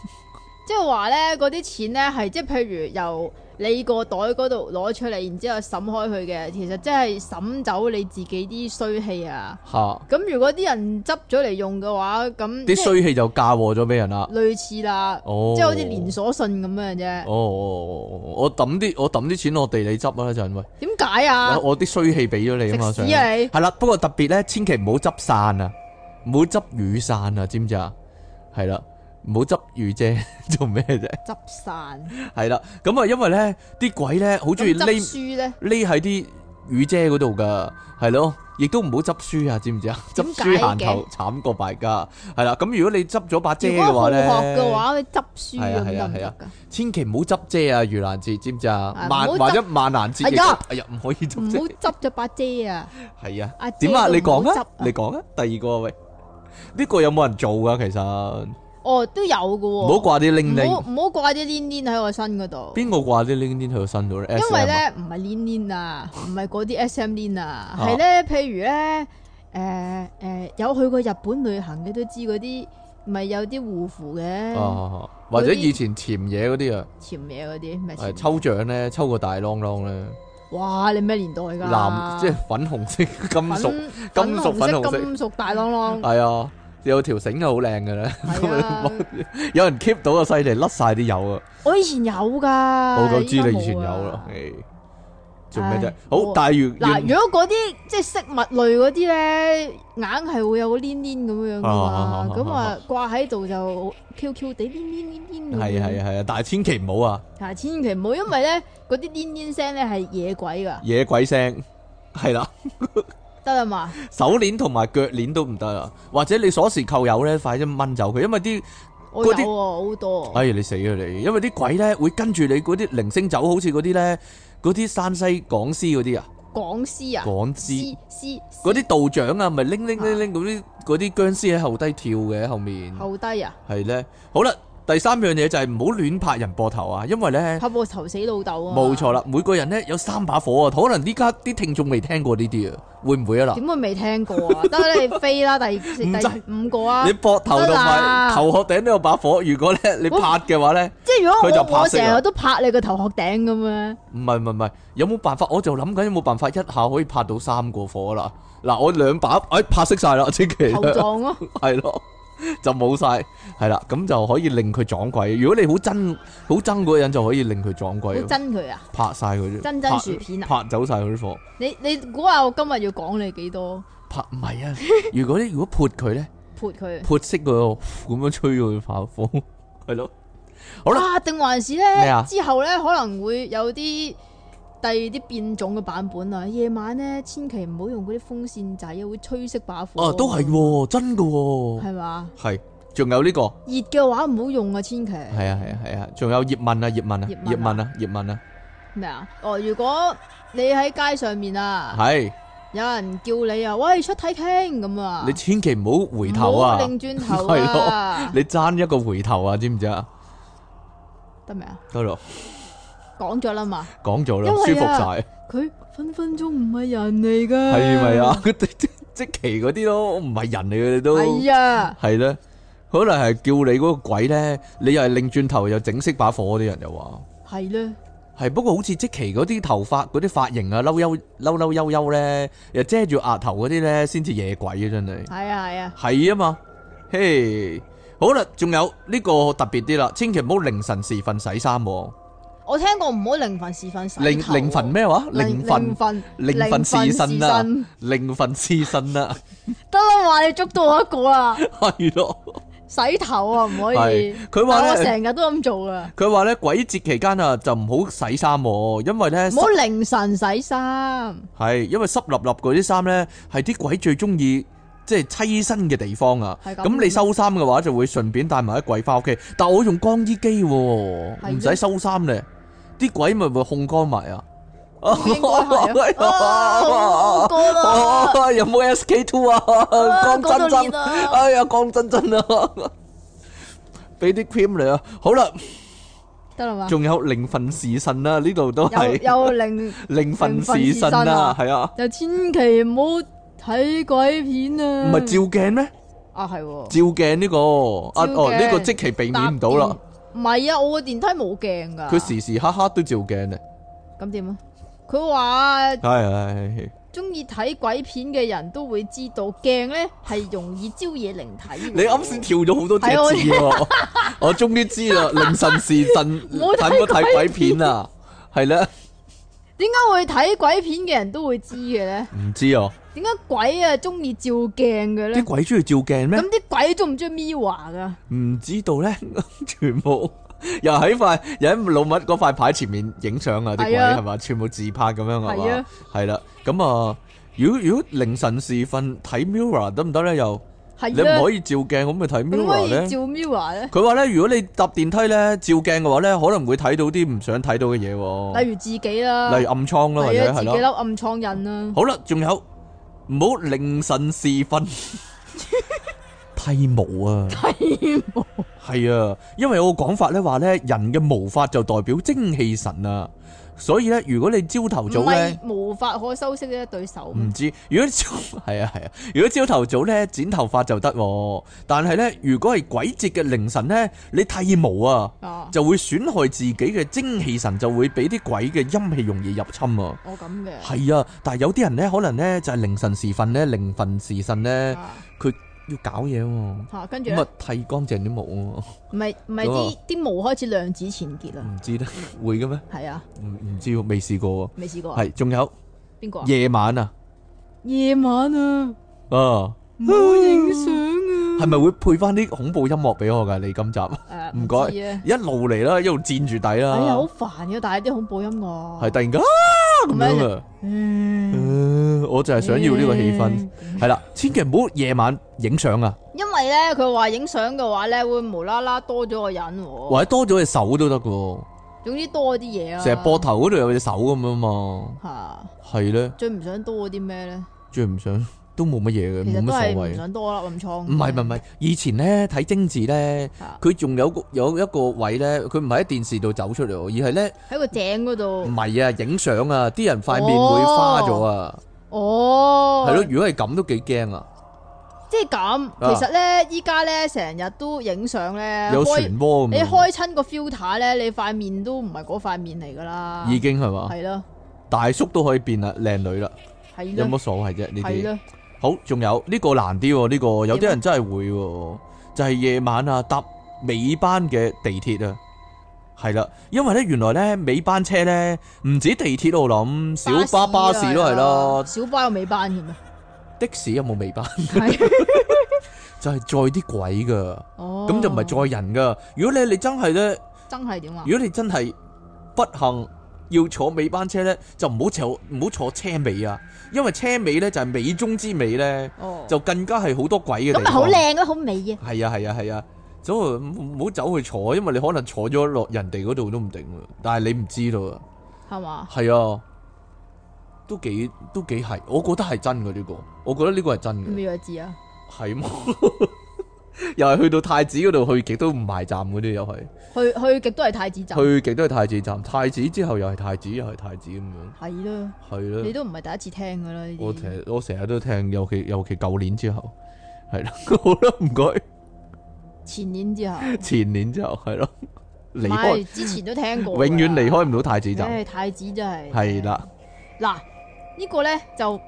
S2: 即係話咧，嗰啲錢咧係即係譬如由你個袋嗰度攞出嚟，然之後審開佢嘅，其實即係審走你自己啲衰氣啊！
S1: 吓
S2: 咁如果啲人執咗嚟用嘅話，咁即
S1: 啲
S2: 係
S1: 衰氣就嫁禍咗俾人啦。
S2: 類似啦，
S1: 哦，
S2: 即係好似連鎖信咁樣啫。
S1: 哦。哦，哦我抌啲我抌啲錢落地你執啦，陣喂，
S2: 點解啊
S1: 我？我啲衰氣俾咗你啊嘛，
S2: 食屎啊你
S1: 係啦，不過特別咧，千祈唔好執散啊，唔好執雨傘啊，知唔知啊？係啦，唔好執雨遮 做咩啫？
S2: 執散
S1: 係啦，咁啊，因為咧啲鬼咧好中意
S2: 咁執
S1: 匿
S2: 書咧，
S1: 匿喺啲雨遮嗰度噶，係咯，亦都唔好執書啊，知唔知啊？執
S2: 點解
S1: 書
S2: 嘅
S1: 行頭慘過敗家，係啦。咁如果你執咗把遮
S2: 如
S1: 嘅
S2: 果好
S1: 話
S2: 學
S1: 咧，
S2: 嘅話，你執書
S1: 係啊
S2: 咁
S1: 係
S2: 得
S1: 啊係
S2: 唔
S1: 啊
S2: 得㗎？
S1: 千祈唔好執遮啊！盂蘭節知唔知啊
S2: 啊？
S1: 萬
S2: 唔好
S1: 或
S2: 執
S1: 者萬難節
S2: 哎
S1: 亦
S2: 呀
S1: 都，哎呀，唔可以
S2: 唔
S1: 執遮
S2: 好。執咗把遮啊！
S1: 係啊，
S2: 阿
S1: 點啊？
S2: 姐
S1: 你
S2: 都唔
S1: 講
S2: 好執
S1: 啊
S2: 啊，
S1: 你講啊。第二個喂，呢個有冇人做噶？其實唔
S2: 哦，都有嘅
S1: 好
S2: 喎。
S1: 掛啲鈴
S2: 唔好
S1: 鈴，
S2: 唔好掛啲黏黏喺我身嗰度。
S1: 邊個掛啲鈴鈴喺個身度咧？
S2: 因為
S1: SM 啊，
S2: 咧唔係黏黏啊，唔係嗰啲 S M 黏啊，係咧譬如咧，诶、誒有去過日本旅行嘅都知嗰啲，咪有啲護符嘅
S1: 啊啊啊或者
S2: 嗰啲
S1: 以前潛嘢嗰啲啊，
S2: 潛嘢嗰啲，咪
S1: 係
S2: 潛
S1: 抽獎咧，抽個大啷啷咧。
S2: 哇！你咩年代㗎？
S1: 藍即係粉紅色金屬，
S2: 粉粉
S1: 金屬粉紅
S2: 紅
S1: 色
S2: 色金屬大啷啷，
S1: 係 啊，有條繩好靚嘅咧，
S2: 係啊！
S1: 有人 keep 到啊，犀利，甩晒啲油啊！
S2: 我以前有㗎，
S1: 我就知你以
S2: 依家
S1: 前
S2: 冇
S1: 有
S2: 啊
S1: 啦，唉做咩啫
S2: 唉？
S1: 好，
S2: 我
S1: 但係如
S2: 嗱，
S1: 要
S2: 如果嗰啲即係飾物類嗰啲咧，硬係會有個黏黏咁樣噶
S1: 啊啊啊啊
S2: 嘛，咁啊掛喺度就 Q Q 地黏黏黏黏咁
S1: 係
S2: 樣。
S1: 啊係啊係啊，但係千祈唔好啊，
S2: 啊，千祈唔好，因為咧嗰啲黏黏聲咧係野鬼噶，
S1: 野鬼聲係啦，
S2: 得啦嘛，
S1: 手鏈同埋腳鏈都唔得啊，或者你鎖匙扣友咧，快啲掹走佢，因為啲
S2: 我
S1: 嗰
S2: 有
S1: 啲
S2: 喎好多，
S1: 哎你死啊你，因為啲鬼咧會跟住你嗰啲零星走，好似嗰啲咧嗰啲山西講師嗰啲啊，
S2: 講師啊，
S1: 講師。
S2: 師師
S1: 嗰啲道長啊，咪拎拎拎拎嗰啲嗰啲僵屍喺後低跳嘅後面，
S2: 後低啊，
S1: 係咧。好啦，第三樣嘢就係唔好亂拍人膊頭啊，因為咧
S2: 拍膊頭死老豆啊，
S1: 冇錯，啦，每個人咧有三把火啊，可能呢家啲聽眾未聽過呢啲啊，會唔會啊嗱？
S2: 點會未聽過 啊？得啦，你飛啦，第
S1: 制
S2: 第五個啊
S1: 你，膊頭同
S2: 得
S1: 埋
S2: 啦
S1: 頭殼頂都有把火，如果咧你
S2: 我
S1: 拍嘅話咧，
S2: 即係如
S1: 佢就
S2: 果我
S1: 拍
S2: 我
S1: 死啦
S2: 成日都拍你個頭殼頂咁樣，
S1: 唔係唔係唔係，有冇辦法？我就諗緊有冇辦法一下可以拍到三個火啦。嗱，我兩把，哎，拍熄晒啦，即期
S2: 頭撞咯，
S1: 係咯，就冇晒，係啦，咁就可以令佢撞鬼。如果你好憎好憎嗰個人，就可以令佢撞
S2: 好
S1: 鬼，
S2: 憎佢啊！
S1: 拍晒佢啫，
S2: 真真
S1: 拍
S2: 薯片啊！
S1: 拍走晒佢啲貨，
S2: 你你估下我今日要講你幾多？
S1: 拍唔係啊！ 如果你如果潑佢咧，
S2: 潑佢
S1: 潑熄佢咁樣吹佢炮火， 係咯，好啦
S2: 啊？定還是
S1: 咩
S2: 咧
S1: 啊？
S2: 之後咧可能會有啲第二啲變種嘅版本啊！夜晚咧千祈唔好用嗰啲風扇仔啊，會吹熄把火。
S1: 啊都係喎，真噶喎，
S2: 係啊嘛？
S1: 係，仲有呢個。
S2: 熱嘅話唔好用啊，千祈
S1: 係啊係啊係啊，仲有葉問啊葉問啊
S2: 葉問啊
S1: 葉問啊葉問啊，
S2: 咩啊？哦，如果你喺街上面啊，
S1: 係
S2: 有人叫你啊，喂出體傾咁啊，
S1: 你千祈唔好回頭
S2: 唔
S1: 啊
S2: 好，擰轉頭
S1: 係
S2: 啊，
S1: 你爭一個回頭啊，知唔知啊？
S2: 得未啊？
S1: 得咯，
S2: 講咗啦嘛，
S1: 講咗啦，
S2: 因為啊
S1: 舒服晒，
S2: 佢分分鐘唔係人嚟噶，
S1: 係咪 啊？？即即即期嗰啲咯，唔係人嚟嘅你都
S2: 係啊，
S1: 係咧，可能係叫你嗰個鬼咧，你又係擰轉頭又整熄把火嗰啲人又話。
S2: 係咧，
S1: 係，不過好似即期嗰啲頭髮、嗰啲髮型啊，嬲憂嬲嬲悠悠咧，又遮住額頭嗰啲咧，先至夜鬼啊！真係。
S2: 係啊係啊，
S1: 系啊嘛，嘿，好啦，仲有呢、個特別啲啦，千祈唔好凌晨時分洗衫、喎。
S2: 我聽過唔好零份時份洗頭
S1: 凌
S2: 喎
S1: 凌晨？咩話？凌
S2: 零
S1: 晨
S2: 份
S1: 凌晨時辰啊，凌晨時辰 啊，
S2: 得啦嘛，你捉到我一個啦，
S1: 係咯，
S2: 洗頭啊唔可以
S1: 係，佢
S2: 但
S1: 話
S2: 我
S1: 咧，
S2: 成日都咁做啊，
S1: 佢話咧鬼節期間啊，就唔好洗衫、喎，因為咧
S2: 唔好凌晨洗衫。
S1: 係因為濕立立嗰啲衫咧，係啲鬼最中意。即係棲身嘅地方啊，
S2: 係咁
S1: 咁你收衫嘅話就會順便帶埋啲鬼翻屋企。但我用乾衣機喎，
S2: 係
S1: 唔
S2: 咩
S1: 使收衫咧，啲鬼咪會烘乾埋啊！
S2: 應該係啊啊好過啦，
S1: 哦 有冇 SK two 啊？
S2: 啊
S1: 江真真，
S2: 講到呢度
S1: 哎呀，江真真啊！俾啲 cream 你啊！好啦，
S2: 得啦嘛，
S1: 仲有零份時辰啦，呢度都
S2: 有
S1: 係
S2: 有零
S1: 零份時辰
S2: 零分時辰
S1: 啦
S2: 啊，
S1: 係啊，
S2: 就千祈唔好睇鬼片
S1: 唔
S2: 啊！
S1: 係照鏡咩？
S2: 啊，係喎，
S1: 照鏡呢個啊
S2: 照鏡
S1: 哦，呢個即期避免唔到啦。
S2: 搭電。唔係啊，我個電梯冇鏡㗎。
S1: 佢時時刻刻都照鏡咧，
S2: 咁點啊？佢話
S1: 係係
S2: 中意睇鬼片嘅人都會知道鏡咧係容易招惹靈體嘅。
S1: 你啱先跳咗好多隻字
S2: 係啊我
S1: 喎， 我終於知啦，凌晨時分
S2: 唔好
S1: 睇
S2: 睇
S1: 乜睇鬼片啊？係咧，
S2: 點解會睇鬼片嘅人都會知嘅咧？
S1: 唔知啊。
S2: 點解鬼啊中意照鏡嘅
S1: 啲
S2: 咧？
S1: 鬼中意照鏡
S2: 咁
S1: 咩？
S2: 啲鬼中唔中意 Mirror 㗎？
S1: 唔知道咧， 全部又喺塊又喺老麥嗰塊牌前面影相啊！啲鬼
S2: 係啊
S1: 係嘛，全部自拍咁樣係
S2: 係
S1: 嘛
S2: 啊，
S1: 係啦。咁啊，如果如果凌晨時分睇 mirror 得唔得咧？又你
S2: 係
S1: 唔
S2: 啦
S1: 可，以照鏡，咁咪睇
S2: 點可
S1: mirror
S2: 以
S1: 咧？
S2: 照 Mirror 咧？
S1: 佢話咧，如果你搭電梯咧照鏡嘅話咧，可能會睇到啲唔想睇到嘅嘢喎，
S2: 例如自己啦，
S1: 哦例如暗瘡啦，或
S2: 係
S1: 者
S2: 啊，自
S1: 係咯
S2: 己粒。暗瘡印啊啦，
S1: 好啦，仲有唔好凌晨時分剃毛啊！
S2: 係
S1: 系啊，因為我個講法咧話咧，人嘅毛髮就代表精氣神啊，所以咧，如果你朝頭
S2: 唔
S1: 早咧
S2: 係，無法可修飾嘅一對手咩
S1: 唔？知如果朝 係啊係啊，如果朝頭早咧剪頭髮就得喎，但係咧，如果係鬼節嘅凌晨咧，你剃毛啊，
S2: 啊，
S1: 就會損害自己嘅精氣神，就會俾啲鬼嘅陰氣容易入侵啊。
S2: 我咁嘅，
S1: 係啊，但係有啲人咧，可能咧就係凌晨時分咧，凌晨時辰咧要搞嘢喎，
S2: 吓啊跟住
S1: 咁
S2: 咧
S1: 啊，剃乾淨啲毛喎，
S2: 唔係唔係
S1: 咁
S2: 啲啲毛開始量子纏結啦，
S1: 唔知咧 會嘅咩？
S2: 係啊，
S1: 唔唔知喎，未試過
S2: 未試過啊
S1: 喎。係，仲有
S2: 邊個啊？
S1: 夜晚啊，
S2: 夜晚啊，
S1: 啊，
S2: 唔好影相
S1: 係咪會配翻啲恐怖音樂俾我㗎？你今集
S2: 啊，誒
S1: 唔該
S2: 知啊，
S1: 一路嚟啦，一路墊住底啦，
S2: 哎呀好煩嘅，但係啲恐怖音樂
S1: 係突然間啊咁
S2: 咁
S1: 樣
S2: 樣
S1: 啊，
S2: 嗯
S1: 呃我就係想要呢個氣氛。
S2: 嗯
S1: 係啦，千祈唔好夜晚影相啊，
S2: 因為咧佢話影相嘅話咧會無啦啦多咗個人喎，
S1: 或者多咗隻手都得嘅喎，
S2: 總之多啲嘢啊，
S1: 成日膊頭嗰度有隻手咁樣嘛，
S2: 吓。
S1: 係咧，
S2: 最唔想多啲咩咧？
S1: 最唔想都冇乜嘢嘅，
S2: 其
S1: 冇
S2: 實都
S1: 乜
S2: 係
S1: 所
S2: 唔
S1: 謂。
S2: 想多粒暗瘡。
S1: 唔係唔係唔係，以前咧睇精子咧，
S2: 啊
S1: 佢仲有個有一個位咧，佢唔係喺電視度走出嚟喎，而係咧
S2: 喺個井嗰
S1: 唔
S2: 度。
S1: 係啊，影相啊，啲人塊面會花咗啊，
S2: 哦，
S1: 係咯，，如果係咁都幾驚啊，
S2: 即係咁。其實咧，依家咧成日都影相咧，
S1: 有
S2: 啊
S1: 漩
S2: 開
S1: 渦
S2: 你
S1: 咁樣，
S2: 開親個 filter 咧，你塊面都唔係嗰塊面嚟噶啦。
S1: 已經啊係嘛，
S2: 係咯，
S1: 大叔都可以變啦，靚女啦，
S2: 係
S1: 有乜
S2: 咯，
S1: 所謂啫呢
S2: 係
S1: 啲？
S2: 咯，
S1: 好，仲有呢個難啲喎，呢個有啲人真係會喎，就係夜晚啊搭尾班嘅地鐵啊，係啦，因為咧原來咧尾班車咧唔止地鐵我諗，小巴巴士都係咯，
S2: 小巴有尾 班嘅咩？
S1: 的士有冇尾班？
S2: 啊 係
S1: 就係載啲鬼噶，
S2: 哦，
S1: 咁就唔係載人噶。如果你你真係咧，
S2: 真係點啊？
S1: 如果你真係不幸要坐尾班車咧，就唔好坐唔好坐車尾啊，因為車尾咧就係尾中之尾咧，
S2: 哦，
S1: 就更加係好多鬼嘅地
S2: 咁
S1: 方。
S2: 咪好靚啊，好美啊！
S1: 系啊係啊係啊，走唔唔好走去坐，因為你可能坐咗落人哋嗰度都唔定喎。但係你唔知道啊，
S2: 係嘛？
S1: 係啊，都幾都幾係，我覺得係真嘅呢、個，我覺得呢個係真嘅，
S2: 咩弱智啊？
S1: 係嘛？ 又係去到太子嗰度去極都唔埋站嗰啲，又係
S2: 去去極都係太子站，
S1: 去極都係太子站，太子之後又係太子，又係太子咁樣，
S2: 係啦，
S1: 係
S2: 你
S1: 啦。
S2: 都唔係第一次聽噶啦呢
S1: 嗯我
S2: 啲。
S1: 成我成日都聽，尤其尤其舊年之後，係啦， 好啦，唔該，
S2: 前年之後，
S1: 前年之後係咯，離
S2: 唔
S1: 開
S2: 係之前都聽過㗎啦，
S1: 永遠離開唔到太子站。
S2: 唉，太子真係
S1: 系。啦，
S2: 嗱，呢個咧就唔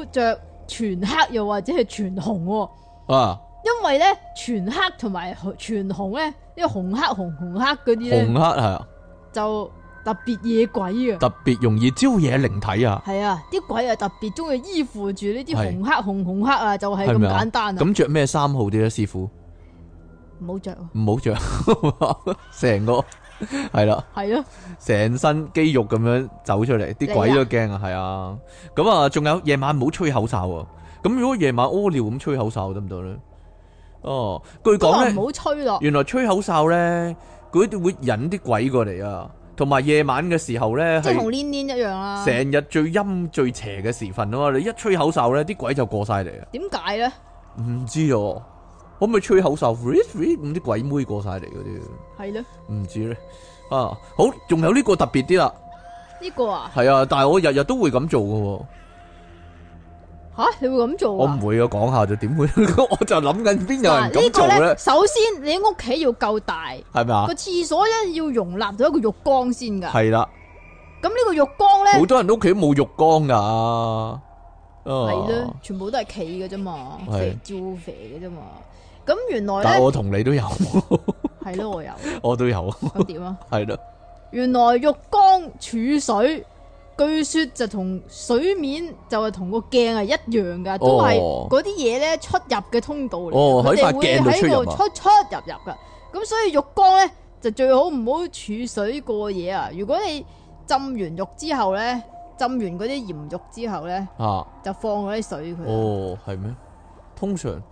S2: 好着全黑又或者係全紅喎。
S1: 啊，
S2: 因為咧全黑同埋全紅咧，呢個紅黑紅紅黑嗰啲
S1: 紅
S2: 咧
S1: 黑係
S2: 就特別夜鬼啊！
S1: 特別容易招惹靈體啊，
S2: 係啊，啲鬼啊特別中意依附住呢啲
S1: 係
S2: 紅黑紅紅黑啊，就係
S1: 係
S2: 咁
S1: 咪啊
S2: 簡？單啊！
S1: 咁着咩衫好啲咧，師傅？
S2: 唔好着啊，
S1: 唔好着， 成個係啦，
S2: 係咯，
S1: 成身肌肉咁樣走出嚟，啲鬼都驚啊，係啊。咁啊，仲有夜晚唔好吹口哨啊。咁如果夜晚屙尿咁吹口哨得唔得咧？哦，據
S2: 都
S1: 講
S2: 話
S1: 咧
S2: 啊唔。好吹咯，
S1: 原來吹口哨咧，佢哋會引啲鬼過嚟啊，同埋夜晚嘅時候咧
S2: 即係
S1: 係
S2: 同黏黏一樣啊啦。
S1: 成日最陰最邪嘅時分啊嘛，你一吹口哨咧，啲鬼就過晒嚟啊！
S2: 點解咧？
S1: 唔知哦，可唔可以吹口哨？咁啲鬼妹過晒嚟嗰啲，
S2: 係咯，
S1: 唔知咧。啊，好，仲有呢個特別啲啦，
S2: 呢個啊，
S1: 係啊，但係我日日都會咁做嘅喎，
S2: 吓你會咁做
S1: 我
S2: 啊
S1: 唔？會啊，講下就點會？ 我就諗緊邊有
S2: 嗱
S1: 人咁
S2: 呢
S1: 做
S2: 個
S1: 咧
S2: 咧，，首先你屋企要夠大，
S1: 係咪啊
S2: 個？廁所咧要容納到一個浴缸先㗎。
S1: 係啦，
S2: 咁呢個浴缸咧
S1: 好。多人屋企冇浴缸㗎，啊，
S2: 系啦，全部都係企嘅啫嘛，
S1: 哦係
S2: 肥照肥嘅啫嘛。咁原來
S1: 但
S2: 咧
S1: 我同你都有，
S2: 係咯，我有
S1: 我都有，
S2: 咁點啊？
S1: 係啦，
S2: 原來浴缸儲水，據說就同水面就係同個鏡係一樣噶，都係
S1: 哦
S2: 嗰啲嘢咧出入嘅通道嚟㗎，
S1: 哦喺
S2: 佢
S1: 塊鏡
S2: 哋會
S1: 度出
S2: 喺
S1: 入
S2: 度
S1: 啊
S2: 出出入入噶。咁所以浴缸咧就最好唔好儲水過夜啊！如果你浸完浴之後咧，浸完嗰啲鹽浴之後咧，
S1: 啊。
S2: 就放嗰啲水佢啊，
S1: 哦，系咩？通常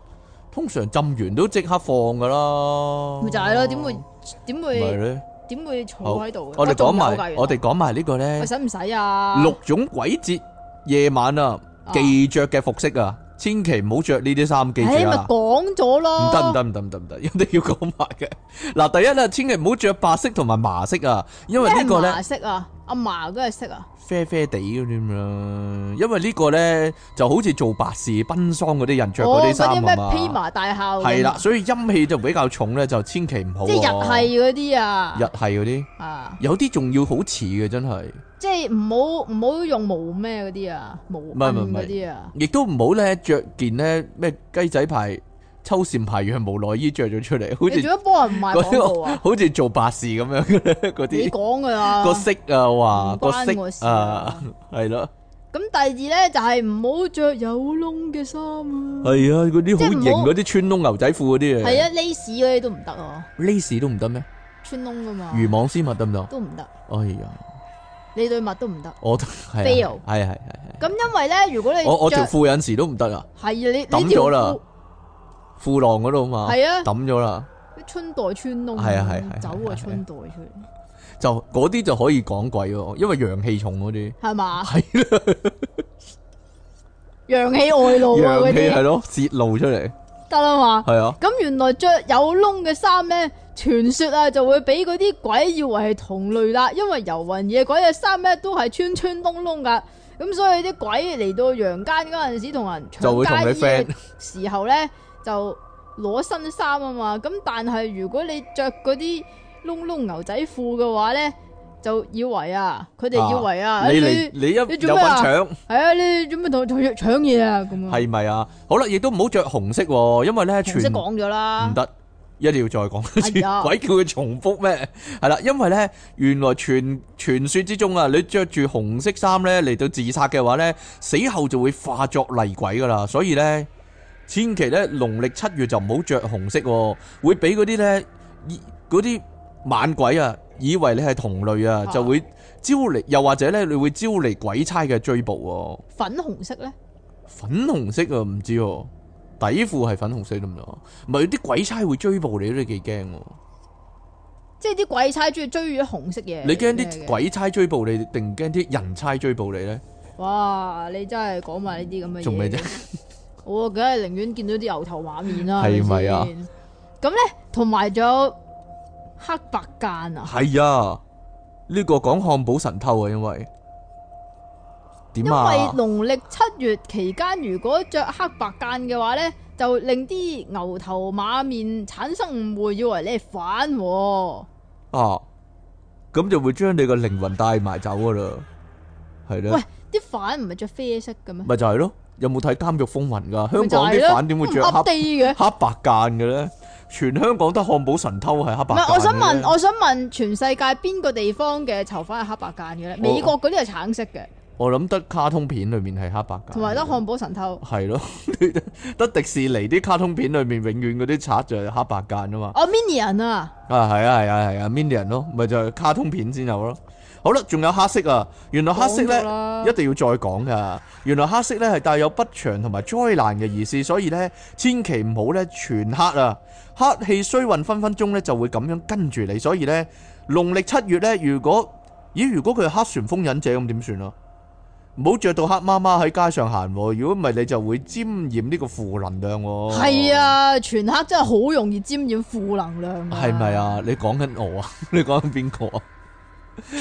S1: 通常浸完都即刻放噶啦，
S2: 咪就係咯？點會點
S1: 咪
S2: 會？
S1: 係咧？
S2: 点会坐喺度嘅？
S1: 我哋
S2: 仲
S1: 講
S2: 有㗎
S1: 埋，
S2: 原來
S1: 我哋講埋呢個咧
S2: 喂，使唔使啊？
S1: 六種鬼節夜晚啊
S2: 啊
S1: 忌着嘅服飾啊，千祈唔好着呢啲衫，記
S2: 唉
S1: 住
S2: 咪
S1: 啊！
S2: 講咗咯，
S1: 唔得唔得唔得唔得唔 得，一定要講埋嘅。嗱，第一咧，千祈唔好着白色同埋麻色啊，因為
S2: 咩係
S1: 呢個咧
S2: 麻色啊，阿麻嗰係色啊，
S1: 啡啡地嗰啲咁啦，因為呢個咧就好似做白事奔喪嗰啲人着嗰
S2: 哦
S1: 啲衫
S2: 嗰
S1: 啊
S2: 啲咩
S1: 嘛。
S2: 披麻戴孝嗰啲啊
S1: 系啦，，所以陰氣就比較重咧，就千祈唔好喎。
S2: 即係日系嗰啲啊，
S1: 日系嗰啲，
S2: 啊，
S1: 有啲仲要好似嘅，真係，
S2: 即係唔好唔好用毛咩嗰啲啊，毛
S1: 係唔係
S2: 巾嗰啲啊，
S1: 亦都唔好咧着件咧咩雞仔牌抽扇牌羊毛內衣着咗出嚟，好
S2: 你
S1: 似
S2: 做乜幫人賣廣告
S1: 啲
S2: 啊？
S1: 好似做白事咁樣嘅咧，嗰
S2: 你
S1: 啲
S2: 講噶啦
S1: 個。色啊，哇
S2: 唔
S1: 個
S2: 關我事
S1: 色啊
S2: 啊，
S1: 係咯，
S2: 咁第二咧就係唔好着有窿嘅衫啊，
S1: 係啊，嗰啲好
S2: 即係唔
S1: 型
S2: 好
S1: 嗰啲穿窿牛仔褲嗰啲
S2: 係啊，lace 嗰啲都唔得啊，
S1: ，lace 都唔得咩？
S2: 穿窿噶嘛，
S1: 魚網絲襪得唔得？
S2: 都唔得，
S1: 哎呀，
S2: 你對襪都唔得。
S1: 我都係
S2: Fail
S1: 啊係係係
S2: 咁因為咧，如果你
S1: 係，我我條
S2: 着
S1: 褲有陣時都唔得啊，
S2: 係啊，你你
S1: 抌咗啦褲浪嗰度嘛，
S2: 係啊
S1: 抌咗啦。
S2: 條褲，春袋穿窿，
S1: 係啊係啊係啊
S2: 走
S1: 係啊
S2: 個春袋出嚟，
S1: 就嗰啲就可以講鬼喎，因為陽氣重嗰啲
S2: 係嘛？
S1: 係啦，
S2: 陽氣外露啊，
S1: 陽
S2: 嗰
S1: 氣係
S2: 啲
S1: 咯，泄露出嚟
S2: 得啦嘛。
S1: 係啊，
S2: 咁原來着有窿嘅衫咧，傳說啊就會俾嗰啲鬼以為係同類啦，因為遊魂野鬼嘅衫咧都係穿穿窿窿噶。咁所以啲鬼嚟到陽間嗰陣時，同人
S1: 就會同你
S2: 搶街
S1: friend
S2: 衣嘅時候咧，就攞新衫啊嘛。咁但係如果你着嗰啲窿窿牛仔褲嘅話咧，就以為啊，佢哋以為啊，
S1: 你
S2: 哎
S1: 嚟
S2: 你
S1: 你一有
S2: 你
S1: 份
S2: 做咩啊
S1: 搶。
S2: 係啊，你做咩同我搶搶嘢啊？咁啊，
S1: 系咪啊？好啦，亦都唔好着紅色，喎，因為咧全
S2: 紅色講咗啦，
S1: 唔得，一定要再講一次，
S2: 哎 呀
S1: 鬼叫佢重複咩？係啦，因為咧原來傳傳说之中啊，你着住紅色衫咧嚟到自殺嘅話咧，死後就會化作厲鬼噶啦，所以咧千祈咧農曆七月就唔好着紅色，喎，會俾嗰啲咧以嗰啲猛鬼啊，以為你係同類啊，
S2: 啊
S1: 就會招嚟，又或者咧你會招嚟鬼差嘅追捕、喎。
S2: 粉紅色咧，
S1: 粉紅色啊，唔知喎、底褲係粉紅色得唔得啊？唔係啲鬼差會追捕你，都幾驚喎。
S2: 即係啲鬼差中意追住啲紅色嘢。
S1: 你驚啲？鬼差追捕你，定驚啲人差追捕你咧？
S2: 哇！你真係講埋呢啲咁嘅嘢。
S1: 做咩啫？
S2: 我梗係寧願見到啲牛頭馬面啦，
S1: 係咪啊
S2: 係先？咁咧，同埋仲有黑白間啊，
S1: 係啊，呢個講漢堡神偷啊，因為點
S2: 因為
S1: 啊？
S2: 農曆七月期間，如果着黑白間嘅話咧，就令啲牛頭馬面產生誤會，以為你係反喎。
S1: 啊，咁就會將你個靈魂帶埋走噶啦，係咧
S2: 喂，啲反唔係着啡色嘅咩？
S1: 咪就係咯。有冇睇《監獄風雲》噶？香港
S2: 咪就係
S1: 啲
S2: 咯
S1: 反點會着
S2: 咁
S1: 黑
S2: update 嘅？
S1: 黑白間嘅咧？全香港得漢堡神偷係黑
S2: 唔
S1: 白間嘅
S2: 係，
S1: 啫。
S2: 我想問，我想問全世界邊個地方嘅囚犯係黑白間嘅
S1: 哦
S2: 咧？美國嗰啲係橙色嘅，
S1: 我諗得卡通片裏面係黑白㗎，
S2: 同埋得漢堡神偷。
S1: 係咯， 得迪士尼啲卡通片裏面永遠嗰啲賊就係黑白間啊嘛，
S2: 哦，Minion 啊！
S1: 啊係啊係啊係啊 m i n i o n 咯，咪就係卡通片先有咯。好啦，仲有黑色啊，原來黑色
S2: 講咗
S1: 咧
S2: 啦
S1: 一定要再講㗎。原來黑色咧係帶有不祥同埋災難嘅意思，所以咧千祈唔好咧全黑啊，黑氣衰運分分鐘咧就會咁樣跟住你，所以咧農曆七月咧如果咦，如果佢係黑旋風忍者咁點算啊？唔好着到黑媽媽喺街上行喎，如果唔係你就會沾染呢個負能量喎。
S2: 系，啊，全黑真係好容易沾染負能量。
S1: 係咪？啊？你講緊我啊？ 你講緊邊個啊？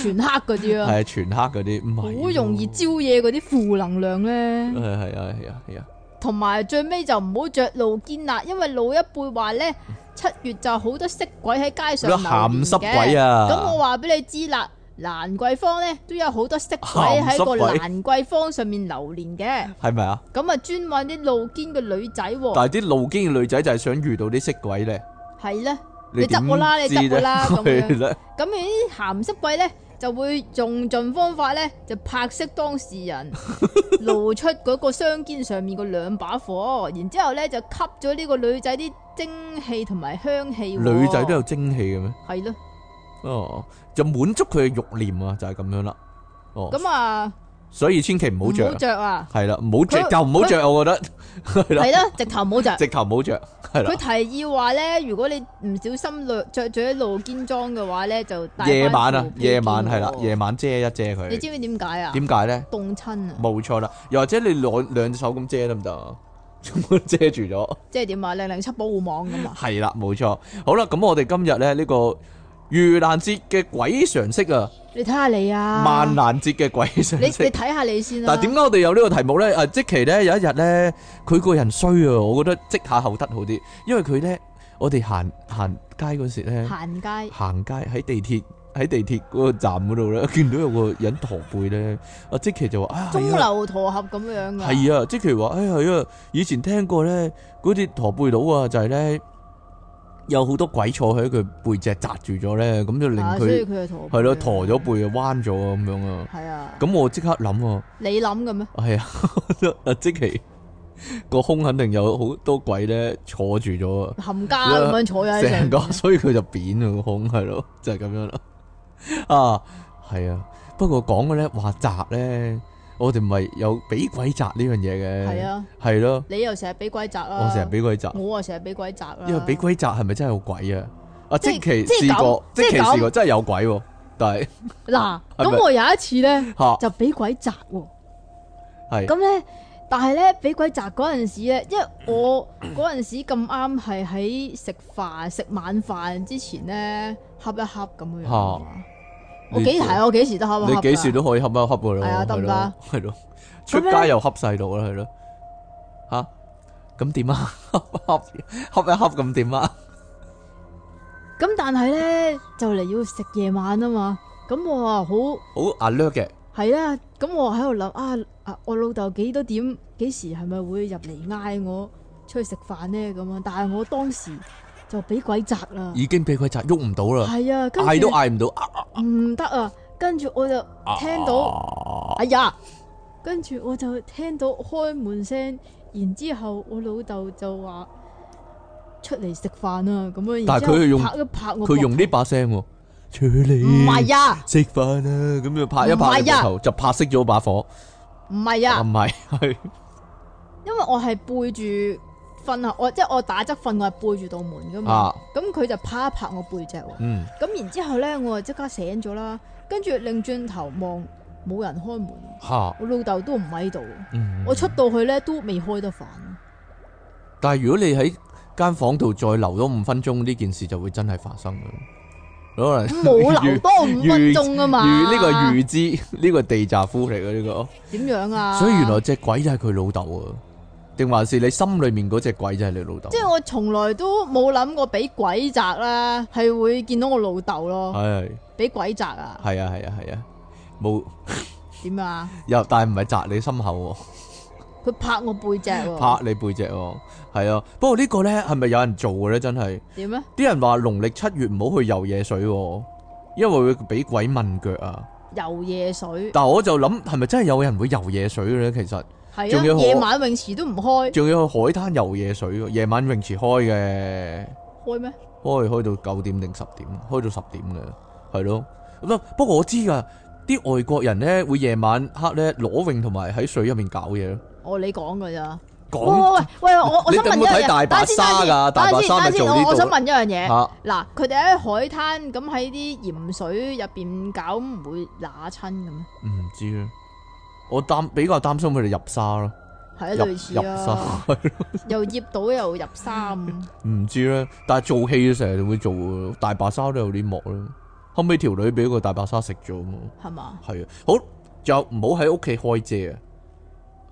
S2: 全黑嗰啲啊，
S1: 係全黑嗰啲，唔係喎
S2: Ờ. 好容易招惹嗰啲負能量咧。
S1: 係係啊係啊係啊，
S2: 同埋最尾就唔好着露肩啦，因為老一輩話咧，七月就好多色鬼喺街上
S1: 嗰啲鹹濕鬼
S2: 啊！
S1: 啊！
S2: 咁我話俾你知啦，蘭桂坊咧都有好多色鬼喺個
S1: 鹹濕鬼
S2: 蘭桂坊上面流連嘅，
S1: 係咪啊？
S2: 咁啊專揾啲 露肩嘅女仔喎，
S1: 但係啲路經嘅女仔就係想遇到啲色鬼咧，
S2: 係咧。你
S1: 你
S2: 執我啦你
S1: 點知
S2: 執我啦
S1: 啫
S2: 咁樣
S1: 係咧，
S2: 咁呢啲鹹濕鬼咧就會用盡方法咧，就拍熄當事人， 露出嗰個雙肩上面嗰兩把火，然之後咧就吸咗呢個女仔啲精氣同埋香氣喎。
S1: 女仔都有精氣嘅咩？
S2: 係咯，
S1: 哦，就滿足佢嘅欲念啊，就係咁樣啦。哦，
S2: 咁啊
S1: 所以千祈唔好
S2: 唔
S1: 着
S2: 好。着啊，
S1: 系啦，唔好着
S2: 佢
S1: 就唔好着，我覺得 係啦，
S2: 係啦，直頭唔 好着。
S1: 直頭唔好着，係
S2: 佢
S1: 啦，
S2: 提議話咧，如果你唔小心着着咗露肩裝嘅話咧，就戴返
S1: 夜晚啊
S2: 條，披肩
S1: 夜晚係啦
S2: 喎，
S1: 夜晚遮一遮
S2: 你
S1: 佢。
S2: 知唔知點解啊？
S1: 點解咧？
S2: 凍親啊！
S1: 冇錯啦，又或者你兩兩隻手咁遮得唔得啊？ 咁遮住咗，
S2: 即係點啊？零零七保護網咁啊！
S1: 係啦，冇錯。好啦，咁我哋今日咧呢個遇難節嘅鬼常識啊，
S2: 你睇下你啊，
S1: 萬難節嘅鬼常
S2: 你啊
S1: 識
S2: 你。睇下你先啦。
S1: 但係點解我哋有呢個題目咧？啊，即期咧有一日咧，佢個人衰啊，我覺得即下後得好啲，因為佢咧，我哋行行街嗰時咧。
S2: 行街
S1: 行街喺地鐵喺地鐵嗰個站嗰度咧，見到有個人駝背咧，阿即奇就話：啊，
S2: 中
S1: 係啊，
S2: 流陀合咁樣噶，
S1: 係啊，即奇話：哎係啊，以前聽過咧，嗰啲駝背佬啊，就係咧有好多鬼坐喺佢背脊擲住咗咧，咁就令
S2: 啊所以
S1: 佢
S2: 佢係陀
S1: 係咯駝咗背啊，彎咗啊咁樣啊。
S2: 係啊，
S1: 咁我即刻諗啊，
S2: 你諗嘅咩？
S1: 係啊， 阿即奇個胸肯定有好多鬼咧坐住咗啊。
S2: 冚家咁樣坐咗喺
S1: 成
S2: 上
S1: 個， 所以佢就扁啊個胸係咯，就係、咁樣咯。啊，係啊，不過講嘅咧話宅咧，我哋咪有俾鬼宅呢樣嘢嘅，
S2: 係，啊，
S1: 係咯，
S2: 你又成日俾鬼砸啦，
S1: 我成日，俾鬼宅，
S2: 我啊成日俾鬼砸啦，
S1: 因為俾鬼宅係咪真係有鬼啊？啊，
S2: 即
S1: 即其
S2: 即
S1: 試過，
S2: 咁
S1: 即其
S2: 即咁
S1: 試過真係有鬼喎，但係
S2: 嗱，
S1: 係咪
S2: 咁我有一次咧
S1: 嚇
S2: 就俾鬼砸喎，
S1: 係
S2: 咁啊咧。但係咧，俾鬼砸嗰陣時咧，因為我嗰陣時咁啱係喺食飯食晚飯之前咧，恰一恰咁樣
S1: 嚇
S2: 樣。我幾
S1: 你
S2: 係我幾時都恰一恰㗎。
S1: 你幾時都可以恰一恰佢咯，
S2: 係啊得唔
S1: 係
S2: 得
S1: 咯
S2: 啊，
S1: 係咯，出街又恰細路啦，係咯，吓咁點啊？恰恰恰一恰咁點啊？
S2: 咁但系咧就嚟要食夜晚啊嘛，咁咁我啊好
S1: 好 alert 嘅，
S2: 係啊，咁我喺度諗啊啊，我老豆幾多點幾時係咪會入嚟嗌我出去食飯呢？咁啊，但係我當時就俾鬼砸啦，
S1: 已經俾佢砸喐唔到啦，
S2: 係啊，跟
S1: 嗌都
S2: 住
S1: 嗌唔到，啊啊
S2: 唔得啊，跟住我就
S1: 啊
S2: 聽到。哎呀，跟住我就聽到開門聲，然之后我老豆就話出嚟食飯啊，咁樣。
S1: 但係佢係用
S2: 然之後拍一拍我膊頭，
S1: 佢用呢把聲喎，
S3: 出嚟
S2: 唔係啊，
S3: 食飯啊！
S1: 咁就拍一拍
S2: 唔
S1: 你
S2: 係啊
S1: 膊頭，就拍熄咗把火，
S2: 唔係
S1: 啊
S2: 啊，
S1: 唔係，係
S2: 因為我係背住瞓啊，我即係我打側瞓，我係背住道門噶嘛。
S1: 啊，
S2: 咁佢、就拍一拍我背脊喎，
S1: 嗯，
S2: 咁然之后咧，我就即刻醒咗啦，跟住擰轉頭望冇人開門，
S1: 吓，
S2: 我老豆都唔喺度，
S1: 嗯
S2: 我出到去咧都未 開得飯。
S1: 但係如果你喺間房度再留多五分鐘，呢件事就會真係發生嘅，可能
S2: 冇留多五分鐘啊嘛，
S1: 預呢個係預知，呢個係地炸夫嚟嘅呢個。
S2: 點樣啊？
S1: 所以原來隻鬼就係佢老豆啊，定還是你心裏面嗰隻鬼就係你老豆？啊
S2: 即係我從來都冇諗過俾鬼砸啦，係會見到我老豆咯，
S1: 係
S2: 俾鬼砸啊？
S1: 係啊係啊係啊，冇
S2: 點啊？
S1: 又但係唔係砸你心口
S2: 佢拍我背脊
S1: 喎，
S2: 喎，
S1: 拍你背脊喎，係啊。不過呢個呢係咪有人做嘅呢？真係
S2: 點啊咧？
S1: 啲人話農曆七月唔好去游夜水喎，因為會俾鬼問腳啊。
S2: 游夜水
S1: 但我就諗係咪真係有人會游夜水嘅呢？其實
S2: 係
S1: 仲要
S2: 啊，
S1: 我
S2: 夜晚泳池都唔開，
S1: 仲要去海灘游夜水喎，夜晚泳池開嘅。
S2: 開咩？
S1: 開開到九點定十點，開到十點嘅，係咯。咁啊不過我知噶，啲外國人咧會夜晚黑咧裸泳同埋喺水入面搞嘢咯。
S2: 哦，你講㗎咋？喂
S1: 講
S2: 喂喂，我我
S1: 你
S2: 想問
S1: 有
S2: 一
S1: 冇睇
S2: 樣嘢，
S1: 大白
S2: 等先
S1: 鯊㗎
S2: 等
S1: 大白
S2: 先
S1: 鯊咪
S2: 等
S1: 做呢
S2: 先等先，我我
S1: 度
S2: 想問一樣嘢。
S1: 嚇
S2: 嗱，佢哋喺海灘咁喺啲鹽水入邊搞，唔會乸親嘅咩？
S1: 唔知啊，我擔比較擔心佢哋入沙咯，
S2: 係
S1: 入
S2: 啊，
S1: 入
S2: 類似啊，
S1: 沙
S2: 又醃到又入衫，
S1: 唔知咧。但係做戲成日會做喎大白鯊都有啲幕啦。後尾條女俾個大白鯊食咗嘛，
S2: 係嘛？
S1: 係啊。好就唔好喺屋企開遮啊，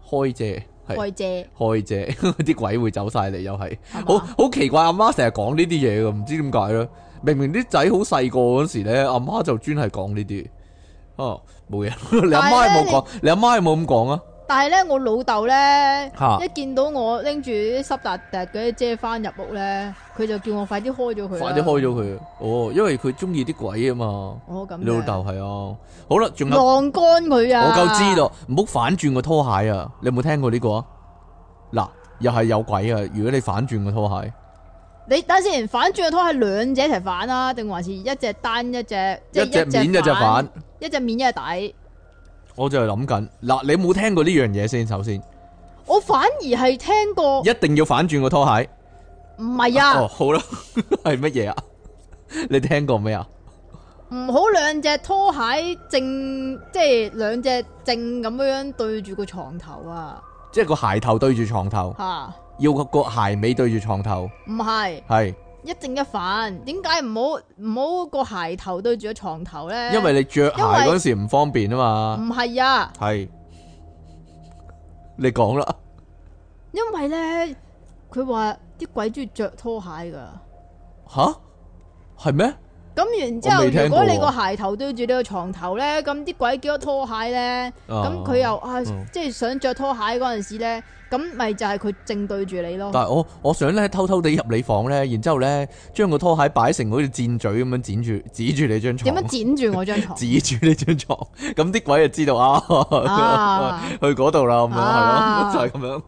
S1: 開遮係
S2: 開遮
S1: 開遮， 啲鬼會走晒嚟又係。
S2: 係
S1: 好
S2: 嘛？
S1: 好奇怪，阿媽成日講呢啲嘢噶，唔知點解咧。明明啲仔好細個嗰時咧，阿媽就專係講呢啲。哦，冇嘢。 你阿媽有冇講？你阿媽有冇咁講啊？
S2: 但係咧，我老豆咧
S1: 嚇
S2: 一見到我拎住啲濕達達嗰啲遮翻入屋咧，佢就叫我快啲開咗佢，
S1: 快啲開咗。佢。哦，因為佢中意啲鬼啊嘛。
S2: 我咁
S1: 你老
S2: 樣
S1: 豆係啊。好啦，仲有我
S2: 晾乾佢啊！
S1: 夠知。道，唔好反轉個拖鞋啊！你有冇聽過呢個啊？嗱，又係有鬼啊！如果你反轉個拖鞋，
S2: 你等先，反轉個拖係兩者一齊反啊，定還是一隻單一隻？即係
S1: 一隻面一隻反，，
S2: 一隻面一隻底。
S1: 我就係諗緊。嗱，你冇聽過呢樣嘢先，首先
S2: 我反而係聽過，
S1: 一定要反轉個拖鞋。
S2: 唔係啊
S1: 哦，，好啦， 系乜嘢啊？你听过咩啊？
S2: 唔好兩隻拖鞋正，即係兩隻正咁樣對住個床頭啊！
S1: 即系个鞋头对住床头，
S2: 吓，
S1: 要个個鞋尾对住床头，
S2: 唔係。
S1: 系
S2: 一正一反，點解唔好唔好個鞋頭對住個床頭咧？
S1: 因为你着鞋
S2: 因為
S1: 嗰时唔方便啊嘛，
S2: 唔係啊，
S1: 系你讲啦，
S2: 因為咧佢話啲鬼中意着拖鞋噶，
S1: 吓系咩？
S2: 哦咁然之
S1: 我未聽
S2: 後
S1: 過
S2: 如果你個鞋頭對住你個床頭咧，咁啲鬼叫咗拖鞋咧，咁
S1: 啊
S2: 佢、又啊
S1: 嗯
S2: 即係想着拖鞋嗰陣時咧，咁咪就係佢正對住你咯。
S1: 但系我我想咧偷偷地入你房咧，然之后咧将个拖鞋摆成好似箭嘴咁样剪住指住你张
S2: 點
S1: 床，
S2: 樣剪住 我張床
S1: 指住呢张床，咁啲鬼就知道啊。
S2: 啊？
S1: 去嗰度啦，咁樣
S2: 啊
S1: 係咯，就 係咁樣。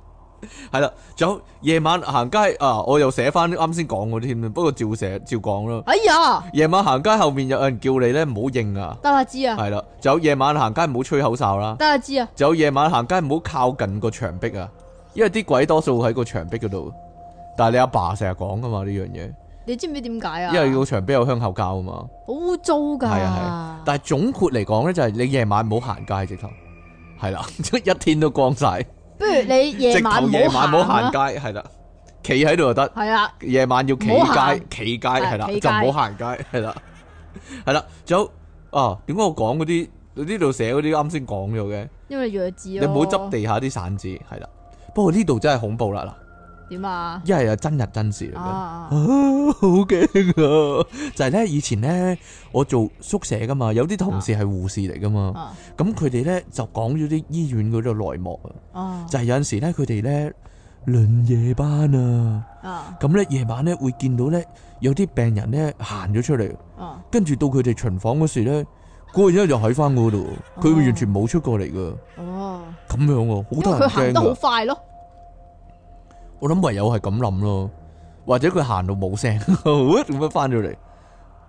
S1: 係啦，仲有夜晚行街啊，我又寫翻啱先講嗰啲添，不過照寫照講啦。
S2: 哎呀，
S1: 夜晚行街後面有人叫你咧，唔好應啊。
S2: 得啦知啊，
S1: 係啦，仲有夜晚行街唔好吹口哨啦。
S2: 得啦知啊，
S1: 仲有夜晚行街唔好靠近個牆壁啊，因為啲鬼多數喺個牆壁嗰度。但係你阿爸成日講噶嘛呢樣嘢，
S2: 你知唔知點解啊？
S1: 因為個牆壁有香口膠啊嘛。
S2: 好污糟㗎。
S1: 係啊但係總括嚟講咧，就係你夜晚唔好行街直頭，係啦， 一天都光晒。
S2: 不如你夜
S1: 直
S2: 晚
S1: 頭夜晚唔好行
S2: 街，
S1: 街，係啦，企喺度就得。
S2: 係啊，
S1: 夜晚要企
S2: 唔好行
S1: 街，企街係啦，
S2: 係企
S1: 就唔好
S2: 街
S1: 行街係啦，係啦。仲有啊，點解我講嗰啲呢度寫嗰啲啱先講咗嘅？
S2: 因為弱智
S1: 你
S2: 咯。
S1: 唔好執地下啲散紙係啦。不過呢度真係恐怖啦
S2: 點啊？
S1: 一係就真人真事嚟嘅。
S2: 啊
S1: 啊，好驚啊！就係咧，以前咧，我做宿舍噶嘛，有啲同事係護士嚟噶嘛，
S2: 啊
S1: 咁佢哋咧就講咗啲醫院嗰度內幕啊，
S2: 啊
S1: 就係有陣時咧，佢哋咧輪夜班啊，
S2: 啊
S1: 咁咧夜晚咧會見到咧有啲病人咧行咗出嚟，
S2: 啊！
S1: 跟住到佢哋巡房嗰時咧，嗰個人就喺翻嗰度，佢
S2: 哦
S1: 完全冇出過嚟噶，
S2: 哦，
S1: 咁樣喎，
S2: 因
S1: 好
S2: 為
S1: 多
S2: 佢行
S1: 人驚
S2: 得好
S1: 噶。
S2: 快啊咯，
S1: 我諗唯有係咁諗咯，或者佢行到冇聲， 咁樣翻咗嚟。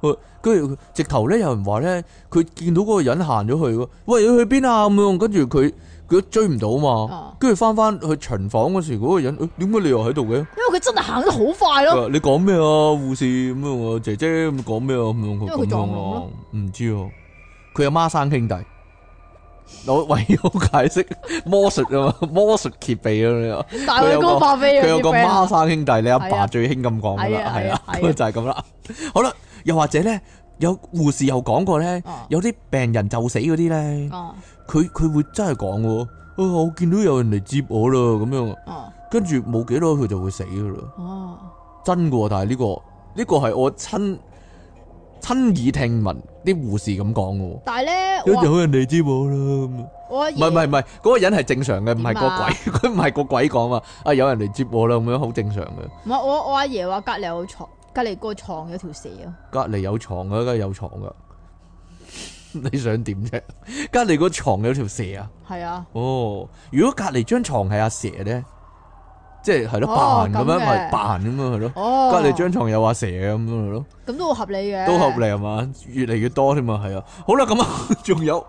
S1: 喂跟住直頭咧，有人話咧，佢見到嗰個人行咗去喎，喂，你去邊啊？咁樣，跟住佢佢追唔到嘛
S2: 啊，
S1: 跟住翻翻去巡房嗰時，嗰、個人，誒點解你又喺度嘅？
S2: 因為佢真係行得好快
S1: 佢
S2: 咯。
S1: 話你講咩啊？護士咁樣啊，姐姐咁講咩啊？咁樣
S2: 因
S1: 佢
S2: 為
S1: 咁
S2: 佢
S1: 樣
S2: 撞聾
S1: 啊
S2: 咯，
S1: 唔知啊，佢有孖生兄弟。我 唯有解釋魔術啊嘛，魔術揭秘啊咁樣。
S2: 但係佢高發飛啊，
S1: 佢有
S2: 啲
S1: 個
S2: friend
S1: 孖
S2: 啊
S1: 生兄弟，你阿爸
S2: 係啊
S1: 最興咁講噶
S2: 係
S1: 啦，
S2: 啊
S1: 係
S2: 係
S1: 啊
S2: 啊，
S1: 咁
S2: 係
S1: 啊
S2: 啊
S1: 就係咁啦。好啦，又或者咧，有護士又講過咧
S2: 啊，
S1: 有啲病人就死嗰啲咧，
S2: 啊
S1: 佢佢會真係講喎，啊我見到有人嚟接我啦，咁樣，
S2: 啊
S1: 跟住冇幾耐佢就會死噶啦，
S2: 哦，
S1: 真噶喎！但係呢個呢個係我親親耳聽聞啲護士咁講噶喎。
S2: 但係咧，
S3: 有
S2: 我
S3: 有人嚟知我啦咁。
S2: 我阿
S1: 唔係唔係
S2: 爺
S1: 唔係，嗰個人係正常嘅，唔係
S2: 點啊
S1: 個鬼，佢唔係個鬼講啊！啊，有人嚟接我啦，咁樣好正常嘅。
S2: 唔係我我阿爺話隔離有床，隔離個床有條蛇啊，
S1: 隔離有床啊，梗係有床噶。 你想點啫？隔離個床有條蛇啊！
S2: 係啊，
S1: 哦，如果隔離張床係阿蛇咧，即係係咯，
S2: 哦
S1: 扮咁樣
S2: 咁嘅
S1: 咪扮咁樣係咯。
S2: 哦，
S1: 隔離張床有阿蛇咁樣係咯，
S2: 咁都好合理嘅，
S1: 都合理係嘛？越嚟越多添嘛，係啊。好啦，咁啊， 仲有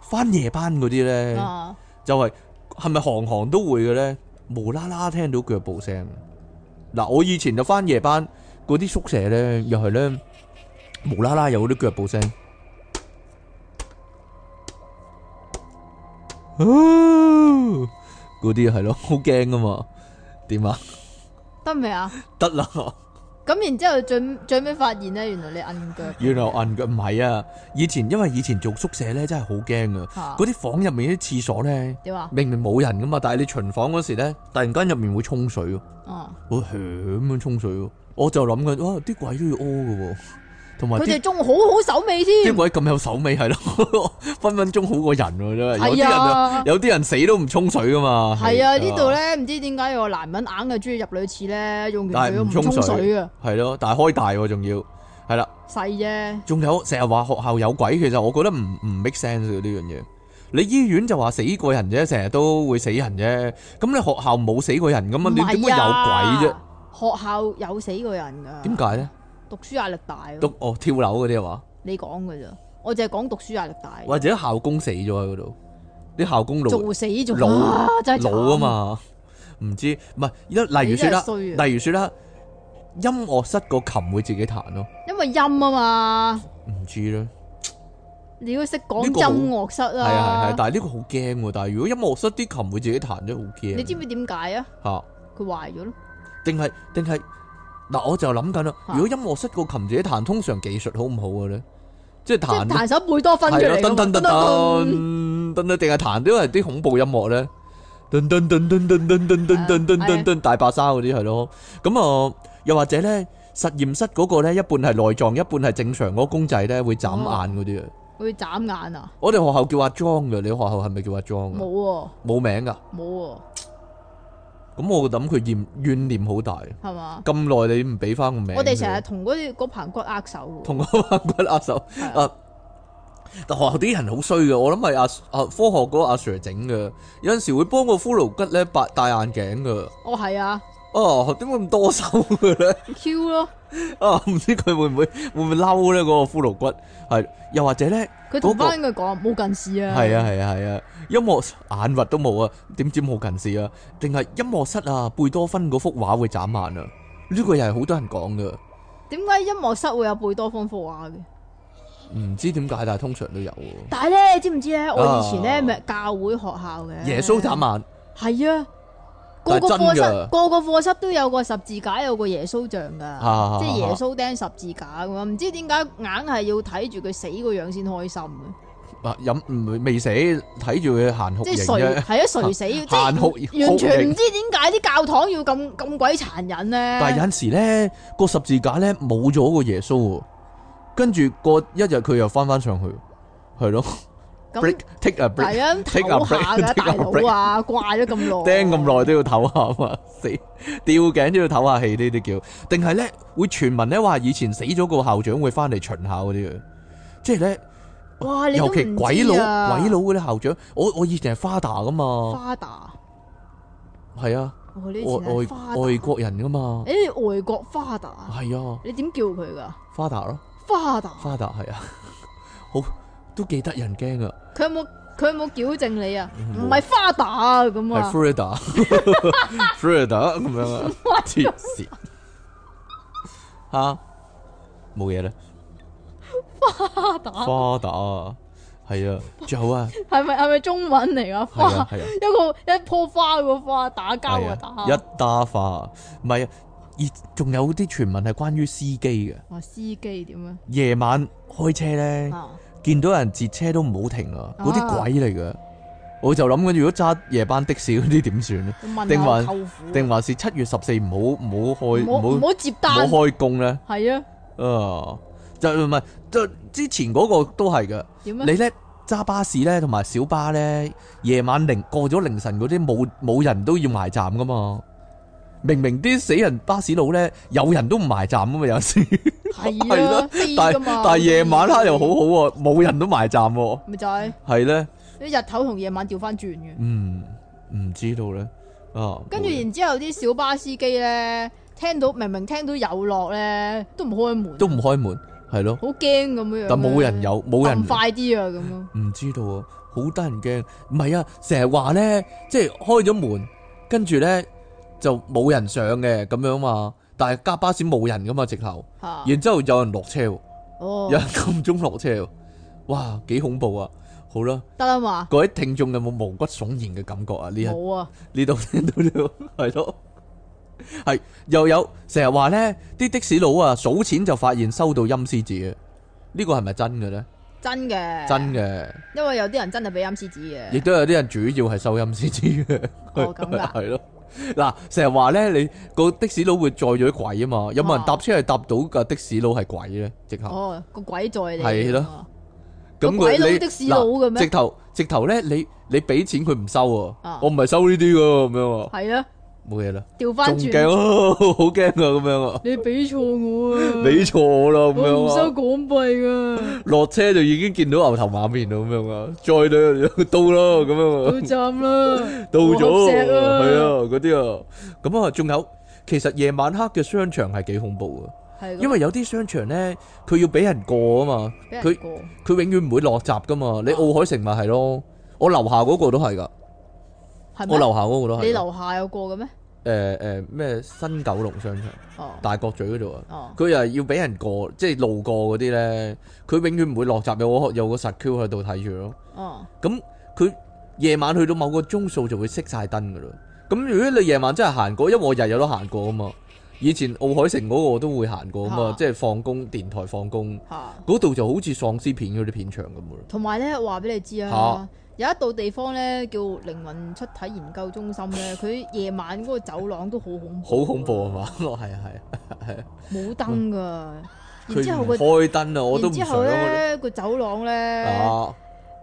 S1: 翻夜班嗰啲咧，
S2: 啊，
S1: 就係係咪行行都會嘅咧？無啦啦聽到腳步聲。嗱，我以前就翻夜班，嗰啲宿舍咧又係咧無啦啦有啲腳步聲。
S3: 哦
S1: 啊嗰啲係咯， 好驚噶嘛？點啊？
S2: 得未啊？
S1: 得啦，
S2: 咁然之後最最尾發現咧，原來你摁腳，
S1: 原來硬腳唔係啊！以前因為以前做宿舍咧，真係好驚啊！
S2: 嚇
S1: 嗰啲房入面啲廁所咧，
S2: 點啊？
S1: 明明冇人噶嘛，但係你巡房嗰時咧，突然間入面會沖水喎，
S2: 啊，
S1: 會響咁樣沖水喎，我就諗緊，哇！啲鬼都要屙噶喎，同埋
S2: 佢
S1: 啲
S2: 哋仲好好手尾添
S1: 啲，鬼咁有手尾係咯， 分分鐘好過人喎，真係有啲
S2: 係
S1: 人啊，
S2: 啊。
S1: 有啲人死都唔沖水噶嘛，
S2: 係啊，呢度，咧唔知點解有個男人硬係中意入女廁咧，用完
S1: 但
S2: 水
S1: 係
S2: 都
S1: 唔
S2: 唔
S1: 沖
S2: 沖
S1: 水
S2: 水啊，
S1: 係咯，但係開大喎，仲要係啦。
S2: 細啫。
S1: 仲有成日話學校有鬼，其實我覺得唔唔 make sense 嘅呢樣嘢。你醫院就話死過人啫，成日都會死人啫。咁你學校冇死過人咁啊？
S2: 唔
S1: 你點會
S2: 係啊
S1: 有鬼啫？？
S2: 學校有死過人㗎。
S1: 點？解咧？
S2: 讀書壓力大咯。
S1: 讀哦跳樓嗰啲係嘛？
S2: 你講㗎咋？我淨係講讀書壓力大。
S1: 或者校工死咗喺嗰度，啲校工老
S2: 做死咗
S1: 老
S2: 啊！真係慘
S1: 老啊！嘛？唔知唔係一例如
S2: 你
S1: 説
S2: 真
S1: 啦
S2: 係，衰啊
S1: 例如説啦，音樂室個琴會自己彈咯，
S2: 因為音啊嘛，
S1: 唔知咧。
S2: 你要識講
S1: 呢個好
S2: 音樂室
S1: 係啊係係
S2: 啊，。
S1: 但係呢個好驚喎。但係如果音樂室啲琴會自己彈真係好驚。
S2: 你知唔知點解啊？
S1: 嚇？
S2: 佢壞咗咯。
S1: 定係定係嗱，我就諗緊啦。
S2: 嚇
S1: 如果音樂室個琴自己彈，通常技術好唔好嘅咧？即係
S2: 即係
S1: 彈啊
S2: 彈首貝多芬出嚟
S1: 係
S2: 㗎
S1: 咯
S2: 嘛，
S1: 噔噔噔噔噔噔，定係彈都係啲恐怖音樂咧？噔噔噔噔噔噔噔噔噔噔噔噔，大白鯊嗰啲係咯。咁啊，又或者咧，實驗室嗰個咧，一半係內臟，一半係正常嗰個公仔咧，會眨眼嗰啲啊。
S2: 會眨眼啊？
S1: 我哋學校叫阿莊嘅，你學校係咪叫阿莊啊？
S2: 冇喎，
S1: 冇名噶。
S2: 冇喎，
S1: 咁我諗佢怨怨念好大。
S2: 係嘛？
S1: 咁耐你唔俾翻個名佢，
S2: 我哋成日同嗰啲嗰棚骨握手喎。
S1: 同我玩骨握手
S2: 係
S1: 啊！但學校啲人好衰嘅，我諗係阿阿啊科學嗰個阿 Sir 整嘅，有陣時會幫個骷髏骨咧白戴眼鏡嘅。
S2: 哦，係啊
S1: 哦，點解咁多手嘅咧？
S2: ，Q 咯，
S1: 啊，唔知佢會唔會會唔會嬲咧？嗰、個骷髏骨係，又或者咧，
S2: 佢同
S1: 嗰個
S2: 翻佢講冇近視啊。
S1: 係啊係啊係啊，音樂眼核都冇啊，點知冇近視啊？定係音樂室啊，貝多芬嗰幅畫會眨眼啊？呢、個又係好多人講嘅，
S2: 點解音樂室會有貝多芬幅畫嘅？
S1: 唔知點解，但係通常都有喎。
S2: 但係咧，知唔知咧？我以前
S1: 啊
S2: 咧咪教會學校嘅
S1: 耶穌眨眼。
S2: 係啊，
S1: 但係
S2: 個個課
S1: 真㗎
S2: 室個個課室都有個十字架，有個耶穌像噶，
S1: 啊
S2: 即係耶穌釘十字架咁啊！唔知點解硬係要睇住佢死個樣先開心嘅，
S1: 啊飲唔未死，睇住佢行酷
S2: 即
S1: 刑
S2: 係垂
S1: 啫。
S2: 係啊垂死，即係
S1: 行酷
S2: 完
S1: 酷
S2: 全唔
S1: 刑，
S2: 知啊點解啲教堂要咁咁鬼殘忍咧。
S1: 但係有陣時咧個十字架咧冇咗個耶穌喎，跟住過一日佢又翻翻上去，係咯
S2: 咁
S1: ，break take a
S2: 係
S1: break，
S2: 啊，
S1: Take a
S2: 唞下
S1: break，
S2: 㗎
S1: take
S2: 大
S1: a break
S2: 佬啊，掛咗咁耐，
S1: 釘咁耐都要唞下嘛， 死吊頸都要唞下氣呢啲叫，定係咧會傳聞咧話以前死咗個校長會翻嚟巡下嗰啲嘅，啊即係咧
S2: 耐。哇！啊你都
S1: 尤
S2: 唔
S1: 其鬼佬
S2: 知啊
S1: 鬼佬嗰啲校長，我我以前係 father 噶嘛，
S2: Father，
S1: 係啊。
S2: 我哦呢
S1: 外
S2: 次係
S1: 外外
S2: Father，
S1: 國人噶嘛，
S2: 誒外國 Father，
S1: 係啊
S2: 你點叫佢㗎
S1: ，father 咯
S2: ？Father，
S1: ，father 係啊， 好都幾得人驚啊，
S2: 佢有冇佢有冇矯正你啊？
S1: 冇
S2: 唔係 Father 啊咁
S1: 嗯係
S2: 啊，
S1: Frida，Frida 咁樣啊，黐線嚇，冇嘢啦，father 啊，係啊，仲有啊，
S2: 係咪係咪中文嚟㗎？
S1: 係
S2: 花
S1: 啊係啊，
S2: 一個一棵花個花打交
S1: 係
S2: 啊
S1: 啊，
S2: 打。
S1: 一打花，唔係啊，而仲有啲傳聞係關於司機嘅，
S2: 話司機點啊？
S1: 夜晚開車咧。
S2: 啊，
S1: 見到人截車都唔好停啊！
S2: 啊
S1: 嗰啲鬼嚟噶，我就諗緊，如果揸夜班的士嗰啲點算咧？
S2: 問
S1: 定還
S2: 下舅父，
S1: 定還是七月十四唔好唔好開
S2: 唔好
S1: 唔
S2: 唔
S1: 好
S2: 好接
S1: 唔好
S2: 單，
S1: 開工咧？
S2: 係啊？
S1: 啊，就唔係就之前嗰個都係噶，
S2: 點
S1: 你
S2: 啊？
S1: 咧揸巴士咧同埋小巴咧，夜晚凌過咗凌晨嗰啲冇冇人都要埋站噶嘛。明明啲死人巴士佬咧，有人都唔埋站噶嘛，有時，係
S2: 係
S1: 咯
S2: 啊，飛
S1: 但
S2: 㗎嘛
S1: 係。但係夜晚黑又好好、喎，冇人都埋站喎、
S2: 咪就係
S1: 係咧。
S2: 你日頭同夜晚調翻轉嘅。
S1: 嗯，唔知道咧啊。
S2: 跟住
S1: 冇嘢
S2: 然之後啲小巴司機咧，聽到明明聽到有落咧，都唔開門，
S1: 都唔開門，係咯，
S2: 好驚咁樣樣。
S1: 但冇人，有，冇人
S2: 撳快啲啊咁樣。
S1: 唔知道啊，好得人驚。唔係啊，成日話咧，即係開咗門，跟住咧就冇人上嘅咁樣嘛。但係架巴士冇人噶嘛，直頭，
S2: 嚇
S1: 然之後有人落車喎，有
S2: 哦
S1: 人，撳鐘落車喎，哇，幾恐怖啊！好啦，
S2: 得啦嘛，
S1: 各位聽眾有冇毛骨悚然嘅感覺啊？呢一
S2: 冇啊，
S1: 呢 度聽到呢度係咯，係又有成日話咧，啲的士佬啊數錢就發現收到陰司紙嘅，呢個係咪真嘅咧？
S2: 真嘅，
S1: 真，嘅，
S2: 因為有啲人真係俾陰司紙
S1: 亦
S2: 嘅，
S1: 都有啲人主要係收陰司紙嘅，
S2: 哦咁 㗎
S1: 係咯。嗱，成日話咧，你個的士佬會載咗啲鬼啊嘛，有冇人
S2: 哦
S1: 搭車係搭到架的士佬係鬼咧？直頭
S2: 哦，個鬼在你，
S1: 係咯
S2: 咯，
S1: 咁
S2: 個鬼佬
S1: 佢你
S2: 的士佬嘅
S1: 嗱
S2: 咩
S1: 直頭直頭咧，你你俾錢佢唔收啊
S2: 啊，
S1: 我唔係收呢啲噶咁樣啊，
S2: 係啊，
S1: 冇嘢啦，
S2: 調
S1: 仲
S2: 翻
S1: 驚
S2: 轉，
S1: 啊，好驚啊咁樣啊。
S2: 你俾錯我啊，
S1: 俾錯我啦咁
S2: 我唔收
S1: 樣啊！
S2: 港 幣噶，
S1: 落車就已經見到牛頭馬面啦咁樣啊！再到到啦咁樣
S2: 到
S1: 啊！
S2: 站啦，
S1: 到咗
S2: 我合石
S1: 喎
S2: 啊
S1: 係啊嗰啲啊，咁啊仲有，其實夜晚黑嘅商場係幾恐怖啊！
S2: 係
S1: 因
S2: 為
S1: 為有啲商場咧，佢要俾人過啊嘛，佢佢永遠唔會落閘噶嘛。你澳海城咪係咯，我樓下嗰個都係噶，
S2: 係
S1: 我
S2: 咩？
S1: 樓下嗰個都
S2: 你
S1: 係㗎。
S2: 樓下有過嘅咩？
S1: 誒誒咩新九龍商場
S2: 哦
S1: 大角咀嗰度啊！
S2: 哦。
S1: 佢又係要俾人過，即係路過嗰啲咧，佢永遠唔會落閘，有個有個實 Q 喺度睇住咯。
S2: 哦，
S1: 咁佢夜晚去到某個鐘數就會熄晒燈噶啦。咁如果你夜晚真係行過，因為我日日都行過啊嘛。以前奧海城嗰個我都會行過啊嘛，
S2: 啊
S1: 即係放工電台放工
S2: 吓，
S1: 嗰度就好似喪屍片嗰啲片場咁噶啦。
S2: 同埋咧，話俾你知啊，有一度地方咧叫靈魂出體研究中心咧， 佢夜晚嗰個走廊都好恐怖，
S1: 好恐怖啊嘛！
S2: 哦
S1: 係啊係啊，
S2: 冇燈噶，然之
S1: 佢
S2: 後
S1: 唔
S2: 個，
S1: 開燈啊，我都
S2: 然
S1: 唔
S2: 之
S1: 想
S2: 後
S1: 啊
S2: 咧個走廊
S1: 嗰
S2: 咧
S1: 度啊，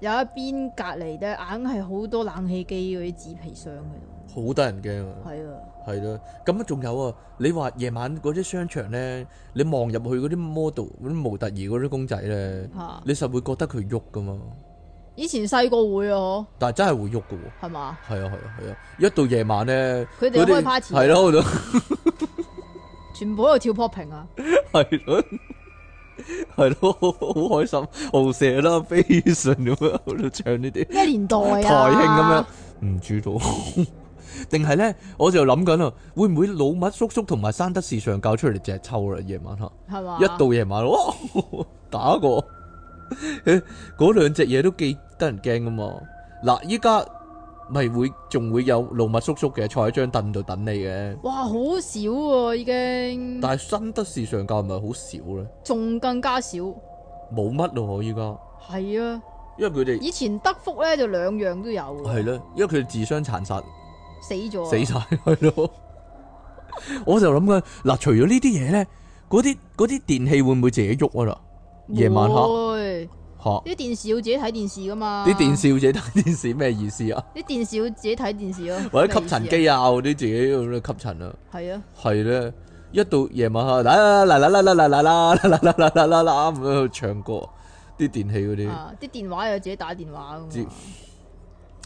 S2: 有一邊隔離咧，硬係好多冷氣機嗰啲紙皮箱喺度，
S1: 好得人驚啊！
S2: 係啊，
S1: 係咯，咁啊仲有啊，你話夜晚嗰啲商場咧，你望入去嗰啲 model 嗰啲模特兒嗰啲公仔咧，
S2: 吓，
S1: 你實會覺得佢喐噶嘛，
S2: 以前細個會啊，嗬
S1: 但係真係會喐噶喎。
S2: 係嘛？
S1: 係啊係啊係啊，一到夜晚咧，
S2: 佢哋
S1: 嗰啲
S2: 開 party 啊
S1: 係咯，我
S2: 全部喺度跳 popping 啊，
S1: 係咯，係咯，好開心，豪射啦，飛信咁樣喺度唱呢啲。
S2: 咩年代啊？
S1: 台慶咁樣，唔知道。定係咧，我就諗緊啊，會唔會老麥叔叔同埋山德士上教出嚟隻抽啦？夜晚黑。
S2: 樣，係嘛？
S1: 一到夜晚，哇， 打過， 嗰兩隻嘢都幾得人驚噶嘛。嗱，依家咪會仲會有老麥叔叔嘅坐喺張凳度等你嘅，
S2: 哇，好少喎已經。
S1: 但係新德士上教咪好少咧，
S2: 仲更加少。
S1: 冇乜咯依家。
S2: 係啊，
S1: 因為佢哋
S2: 以前德福咧就兩樣都有嘅，
S1: 係咯，因為佢哋自相殘殺。
S2: 死咗啊，
S1: 死晒係咯。我就諗緊嗱，除咗呢啲嘢咧，嗰啲嗰啲電器會唔會自己喐啊啦？夜晚
S2: 啊
S1: 黑
S2: 會
S1: 吓，
S2: 啲電視要自己睇電視噶嘛，
S1: 啲電視要自己睇電視咩意思啊？
S2: 啲電視要自己睇電視咯，
S1: 或者吸塵
S2: 咩意
S1: 機啊，嗰啲自己咁樣吸塵啊，
S2: 思啊，係啊，
S1: 係咧。一到夜晚黑，啦啦啦啦啦啦啦啦啦啦啦啦啦啦咁樣唱歌，啲電器嗰啲
S2: 啊啲電話又自己打電話
S1: 接
S2: 咁嘛，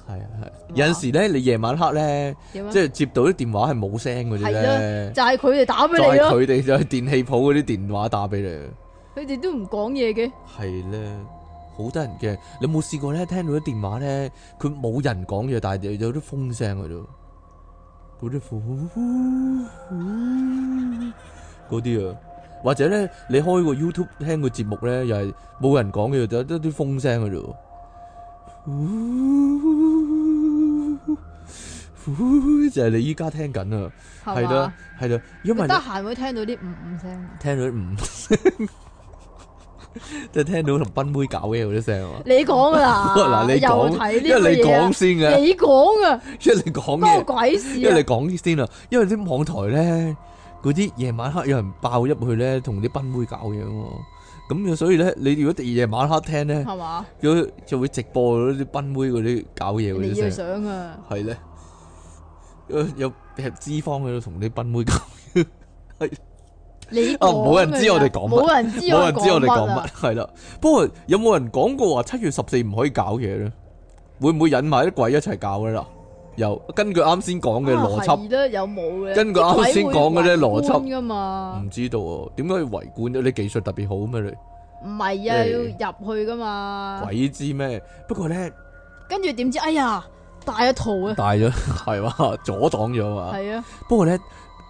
S1: 係啊係。有陣時咧，你夜晚黑咧，
S2: 點啊
S1: 即？係接到啲電話係冇聲嗰啲
S2: 係
S1: 咧
S2: 咯，，就係佢哋打俾
S1: 就
S2: 你
S1: 係
S2: 咯，
S1: 佢哋就係電器鋪嗰啲電話打俾你。
S2: 佢哋都唔講嘢嘅，
S1: 係咧，好得人驚。你有冇試過咧？聽到啲電話咧，佢冇人講嘢，但係有有啲風聲喺度，嗰啲風嗰啲啊，或者咧你開個 YouTube 聽個節目咧，又係冇人講嘢，就得啲風聲喺度。就係你依家聽緊啊，係
S2: 係
S1: 啦
S2: 嘛？，
S1: 係啦，因為
S2: 佢
S1: 你
S2: 得閒會聽到啲五五聲。啊
S1: 聽到啲唔 聲，即係聽到同賓妹搞嘢嗰啲聲啊！
S2: 你講噶啦，
S1: 嗱，你
S2: 又
S1: 講，
S2: 提
S1: 因
S2: 呢個
S1: 為你
S2: 嘢啊
S1: 講，先嘅，
S2: 你講啊，
S1: 因為你講
S2: 多
S1: 嘢，
S2: 鬼事
S1: 因為你
S2: 啊！
S1: 講先啊！因為啲網台咧，嗰啲夜晚黑有人爆入去咧，同啲賓妹搞嘢喎。咁所以咧，你如果第二夜晚黑聽咧，
S2: 係嘛？
S1: 佢就會直播嗰啲賓妹嗰啲搞嘢嗰
S2: 你
S1: 啲
S2: 要
S1: 聲，
S2: 想啊，
S1: 係咧，有有脂肪喺度同啲賓妹搞，
S2: 你講啊
S1: 哦冇人知我哋講乜
S2: 冇人知
S1: 冇人知我哋講
S2: 乜
S1: 乜，
S2: 啊，
S1: 係啦。不過有冇人講過話七月十四唔可以搞嘢咧？會唔會引埋啲鬼一齊搞嘅啦？又根據啱先講嘅邏輯。
S2: 啊係啦，有冇嘅？
S1: 根據啱先講嗰啲邏輯嗯
S2: 噶嘛
S1: 唔，知道喎，點解要圍觀啫？你技術特別好咩？你
S2: 唔係啊，
S1: 誒
S2: 要入去噶嘛，
S1: 鬼知咩？不過咧，
S2: 跟住點知？哎呀，大一套啊，
S1: 大咗 係嘛，阻擋咗嘛。
S2: 係啊，
S1: 不過咧，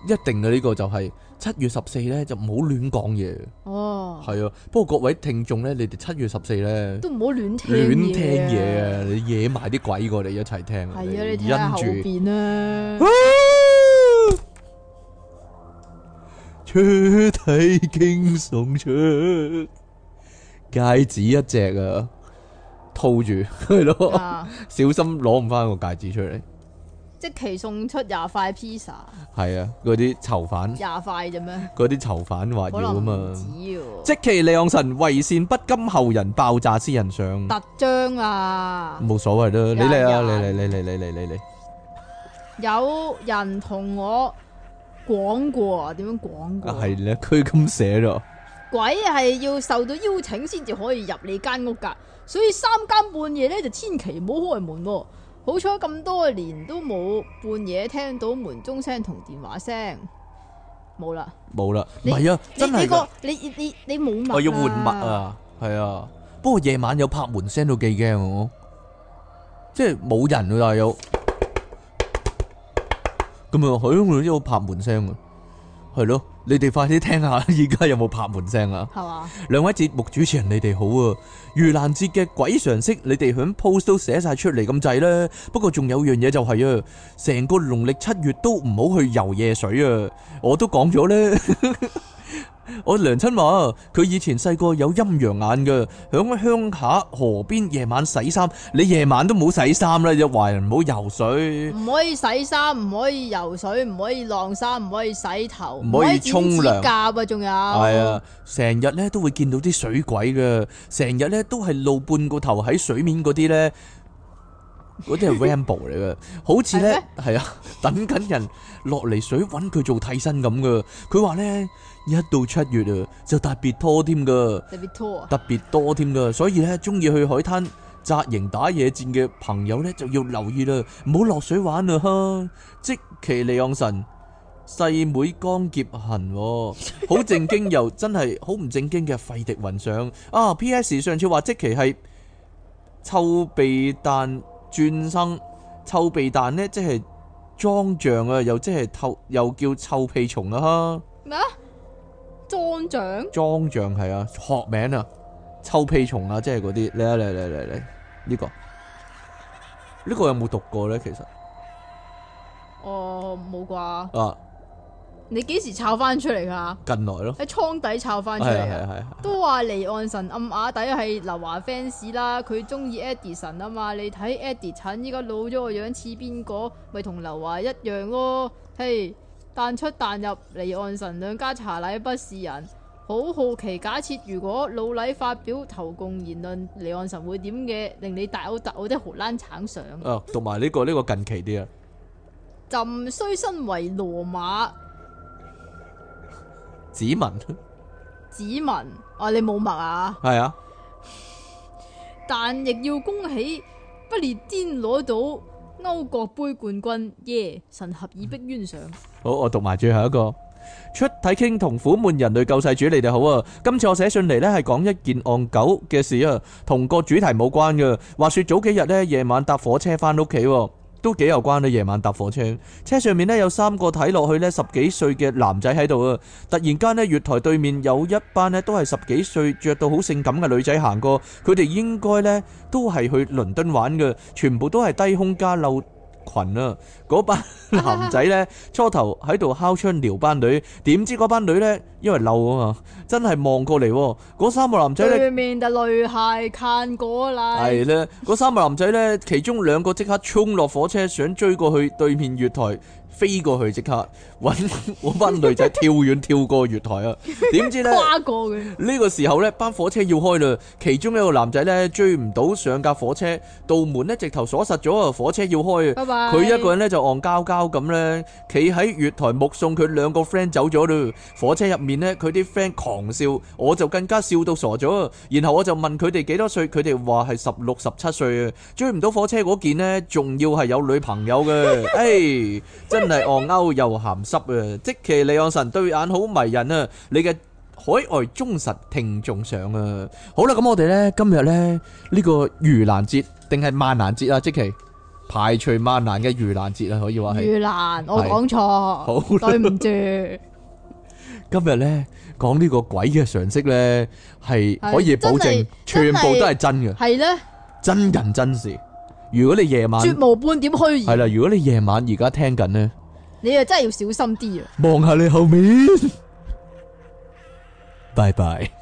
S1: 一定嘅呢個就係七月十四咧，就唔好亂講嘢。
S2: 哦，
S1: 係啊，不過各位聽眾咧，你哋七月十四咧
S2: 都唔好亂聽
S1: 亂聽嘢啊，你惹埋啲鬼過嚟一齊聽。
S2: 係啊，你睇下後
S1: 因住
S2: 邊 啊，
S3: 出體經送出。
S1: 戒指一隻啊，套住 係咯，
S2: 啊
S1: 小心攞唔翻個戒指出嚟。
S2: 即期送出廿塊 pizza，
S1: 係啊，嗰啲囚犯。
S2: 廿塊 啫咩？
S1: 嗰啲囚犯話
S2: 可
S1: 要啊
S2: 能
S1: 嘛
S2: 唔。止喎。
S1: 即其利昂神為善不甘後人爆炸私人相，
S2: 特章啊，
S1: 冇所謂啦。你嚟啊，
S2: 有
S1: 你嚟，
S2: 人
S1: 你嚟，你嚟，你嚟。
S2: 有人同我講過啊，點樣講過
S1: 啊
S2: 啊？
S1: 係咧，佢咁寫咯。
S2: 鬼係要受到邀請先至可以入你間屋㗎，所以三更半夜咧就千祈唔好開門喎、好彩咁多年都冇半夜聽到門鐘聲同電話聲，冇啦。
S1: 冇啦，唔
S2: 你
S1: 係啊，
S2: 你
S1: 真
S2: 你
S1: 係㗎
S2: 個你你你你冇物，
S1: 我要換物！啊，係啊。不過夜晚有拍門聲都幾驚我，即係冇人啊，但係有咁啊，響度有拍門聲啊，係咯。你哋快啲聽下，而家有冇拍門聲啊？
S2: 係嘛？
S1: 兩位節目主持人，你哋好啊！盂蘭節嘅鬼常識，你哋響 post 都寫晒出嚟咁滯啦。不過仲有樣嘢就係啊，成個農曆七月都唔好去游夜水啊！我都講咗呢， 我娘親話佢以前細個有陰陽眼嘅，響鄉下河邊夜晚洗衫，你夜晚都冇洗衫啦，就話人唔好游水，
S2: 唔可以洗衫，唔可以游水，唔可以晾衫，唔可以洗頭，
S1: 唔可以沖涼
S2: 唔可以剪指甲啊，仲有
S1: 係啊，成日呢都會見到啲水鬼嘅，成日呢都係露半個頭喺水面嗰啲呢。嗰啲係 Rambo 嚟嘅，好似咧係啊，等緊人落嚟水揾佢做替身咁嘅。佢話咧，一到七月啊，就特別拖添噶，
S2: 特別拖啊，
S1: 特別多添噶，所以咧，中意去海灘紮營打野戰嘅朋友咧，就要留意啦，唔好落水玩啦哈！即其利昂神細妹江劫痕喎，好正經又真係好唔正經嘅費迪雲上啊！P.S. 上次話即其係臭鼻蛋轉生，臭鼻蛋呢，即係裝象啊，又即係透又叫臭屁蟲啊哈！
S2: 咩啊？裝長。
S1: 裝象係啊，學名啊，臭屁蟲啊，即係嗰啲嚟啊嚟嚟嚟嚟，呢個呢個有冇讀過咧？其實
S2: 哦，冇啩，
S1: 啊，
S2: 你幾時抄翻出嚟噶？
S1: 近來咯，
S2: 喺倉底抄翻
S1: 係啊
S2: 出嚟
S1: 係
S2: 啊！
S1: 啊係啊，
S2: 都話離岸神暗啞底係劉華 fans 啦，佢中意 Edison 啊嘛，你睇 Edison 依家老咗個樣似邊個，咪同劉華一樣咯。嘿，彈出彈入離岸神兩家茶禮不是人，好好奇假設如果老禮發表投共言論，離岸神會點嘅？令你大嘔特嘔的荷蘭橙上。
S1: 啊同埋呢個呢個近期啲啊，
S2: 朕雖身為羅馬
S1: 指紋
S2: 子民，啊你冇墨啊？
S1: 係啊，
S2: 但亦要恭喜不列顛攞到歐國杯冠軍，耶！神合以逼冤上，
S1: 好，我讀埋最後一個。出體傾同苦悶人類救世主，你哋好啊！今次我寫信嚟呢係講一件戇狗嘅事啊，同個主題冇關嘅。話說早幾日呢，夜晚搭火車翻屋企喎，都幾有關啊！夜晚搭火車，車上面呢有三個睇落去呢十幾歲嘅男仔喺度啊！突然間呢，月台對面有一班呢都係十幾歲着到好性感嘅女仔行過，佢哋應該呢都係去倫敦玩嘅，全部都係低胸加露裙啊！嗰班男仔呢。初頭喺度敲窗撩班女，點知嗰班女呢？因為漏啊嘛，真係望過嚟喎，嗰三個男仔呢，
S2: 對面就淚鞋看過啦，
S1: 係咧，嗰三個男仔呢，其中兩個即刻衝落火車，想追過去對面月台，飛過去即刻揾 嗰班女仔跳遠跳過月台啊！點知呢？
S2: 跨過嘅，
S1: 呢個時候呢班火車要開啦，其中一個男仔呢，追唔到上架火車，道門呢直頭鎖實咗啊！火車要開啊！
S2: 拜拜。
S1: 佢一個人咧就戇交交咁咧，企喺月台目送佢兩個 friend 走咗嘞。火車入面咧，佢啲 friend 狂笑，我就更加笑到傻咗。然後我就問佢哋幾多歲，佢哋話係十六、十七歲啊。追唔到火車嗰件呢，仲要係有女朋友嘅。唉，真係戇鳩又鹹濕啊！即其利昂神對眼好迷人啊！你嘅海外忠實聽眾上啊！好啦，咁我哋呢，今日呢，呢、個盂蘭節定係萬難節啊，即其。排除萬難嘅盂蘭節啦，啊可以話係。
S2: 魚蘭，我
S1: 係
S2: 講
S1: 好
S2: 錯，對唔 住，
S1: 今日咧講呢個鬼嘅常識咧，係
S2: 係
S1: 可以保證全
S2: 真係
S1: 部都係真嘅，
S2: 係咧，
S1: 真人真事。如果你夜晚
S2: 絕無半點虛
S1: 係
S2: 言，
S1: 啦，如果你夜晚而家聽緊咧，
S2: 你啊 真係要小心啲啊！
S1: 望下你後面。拜拜。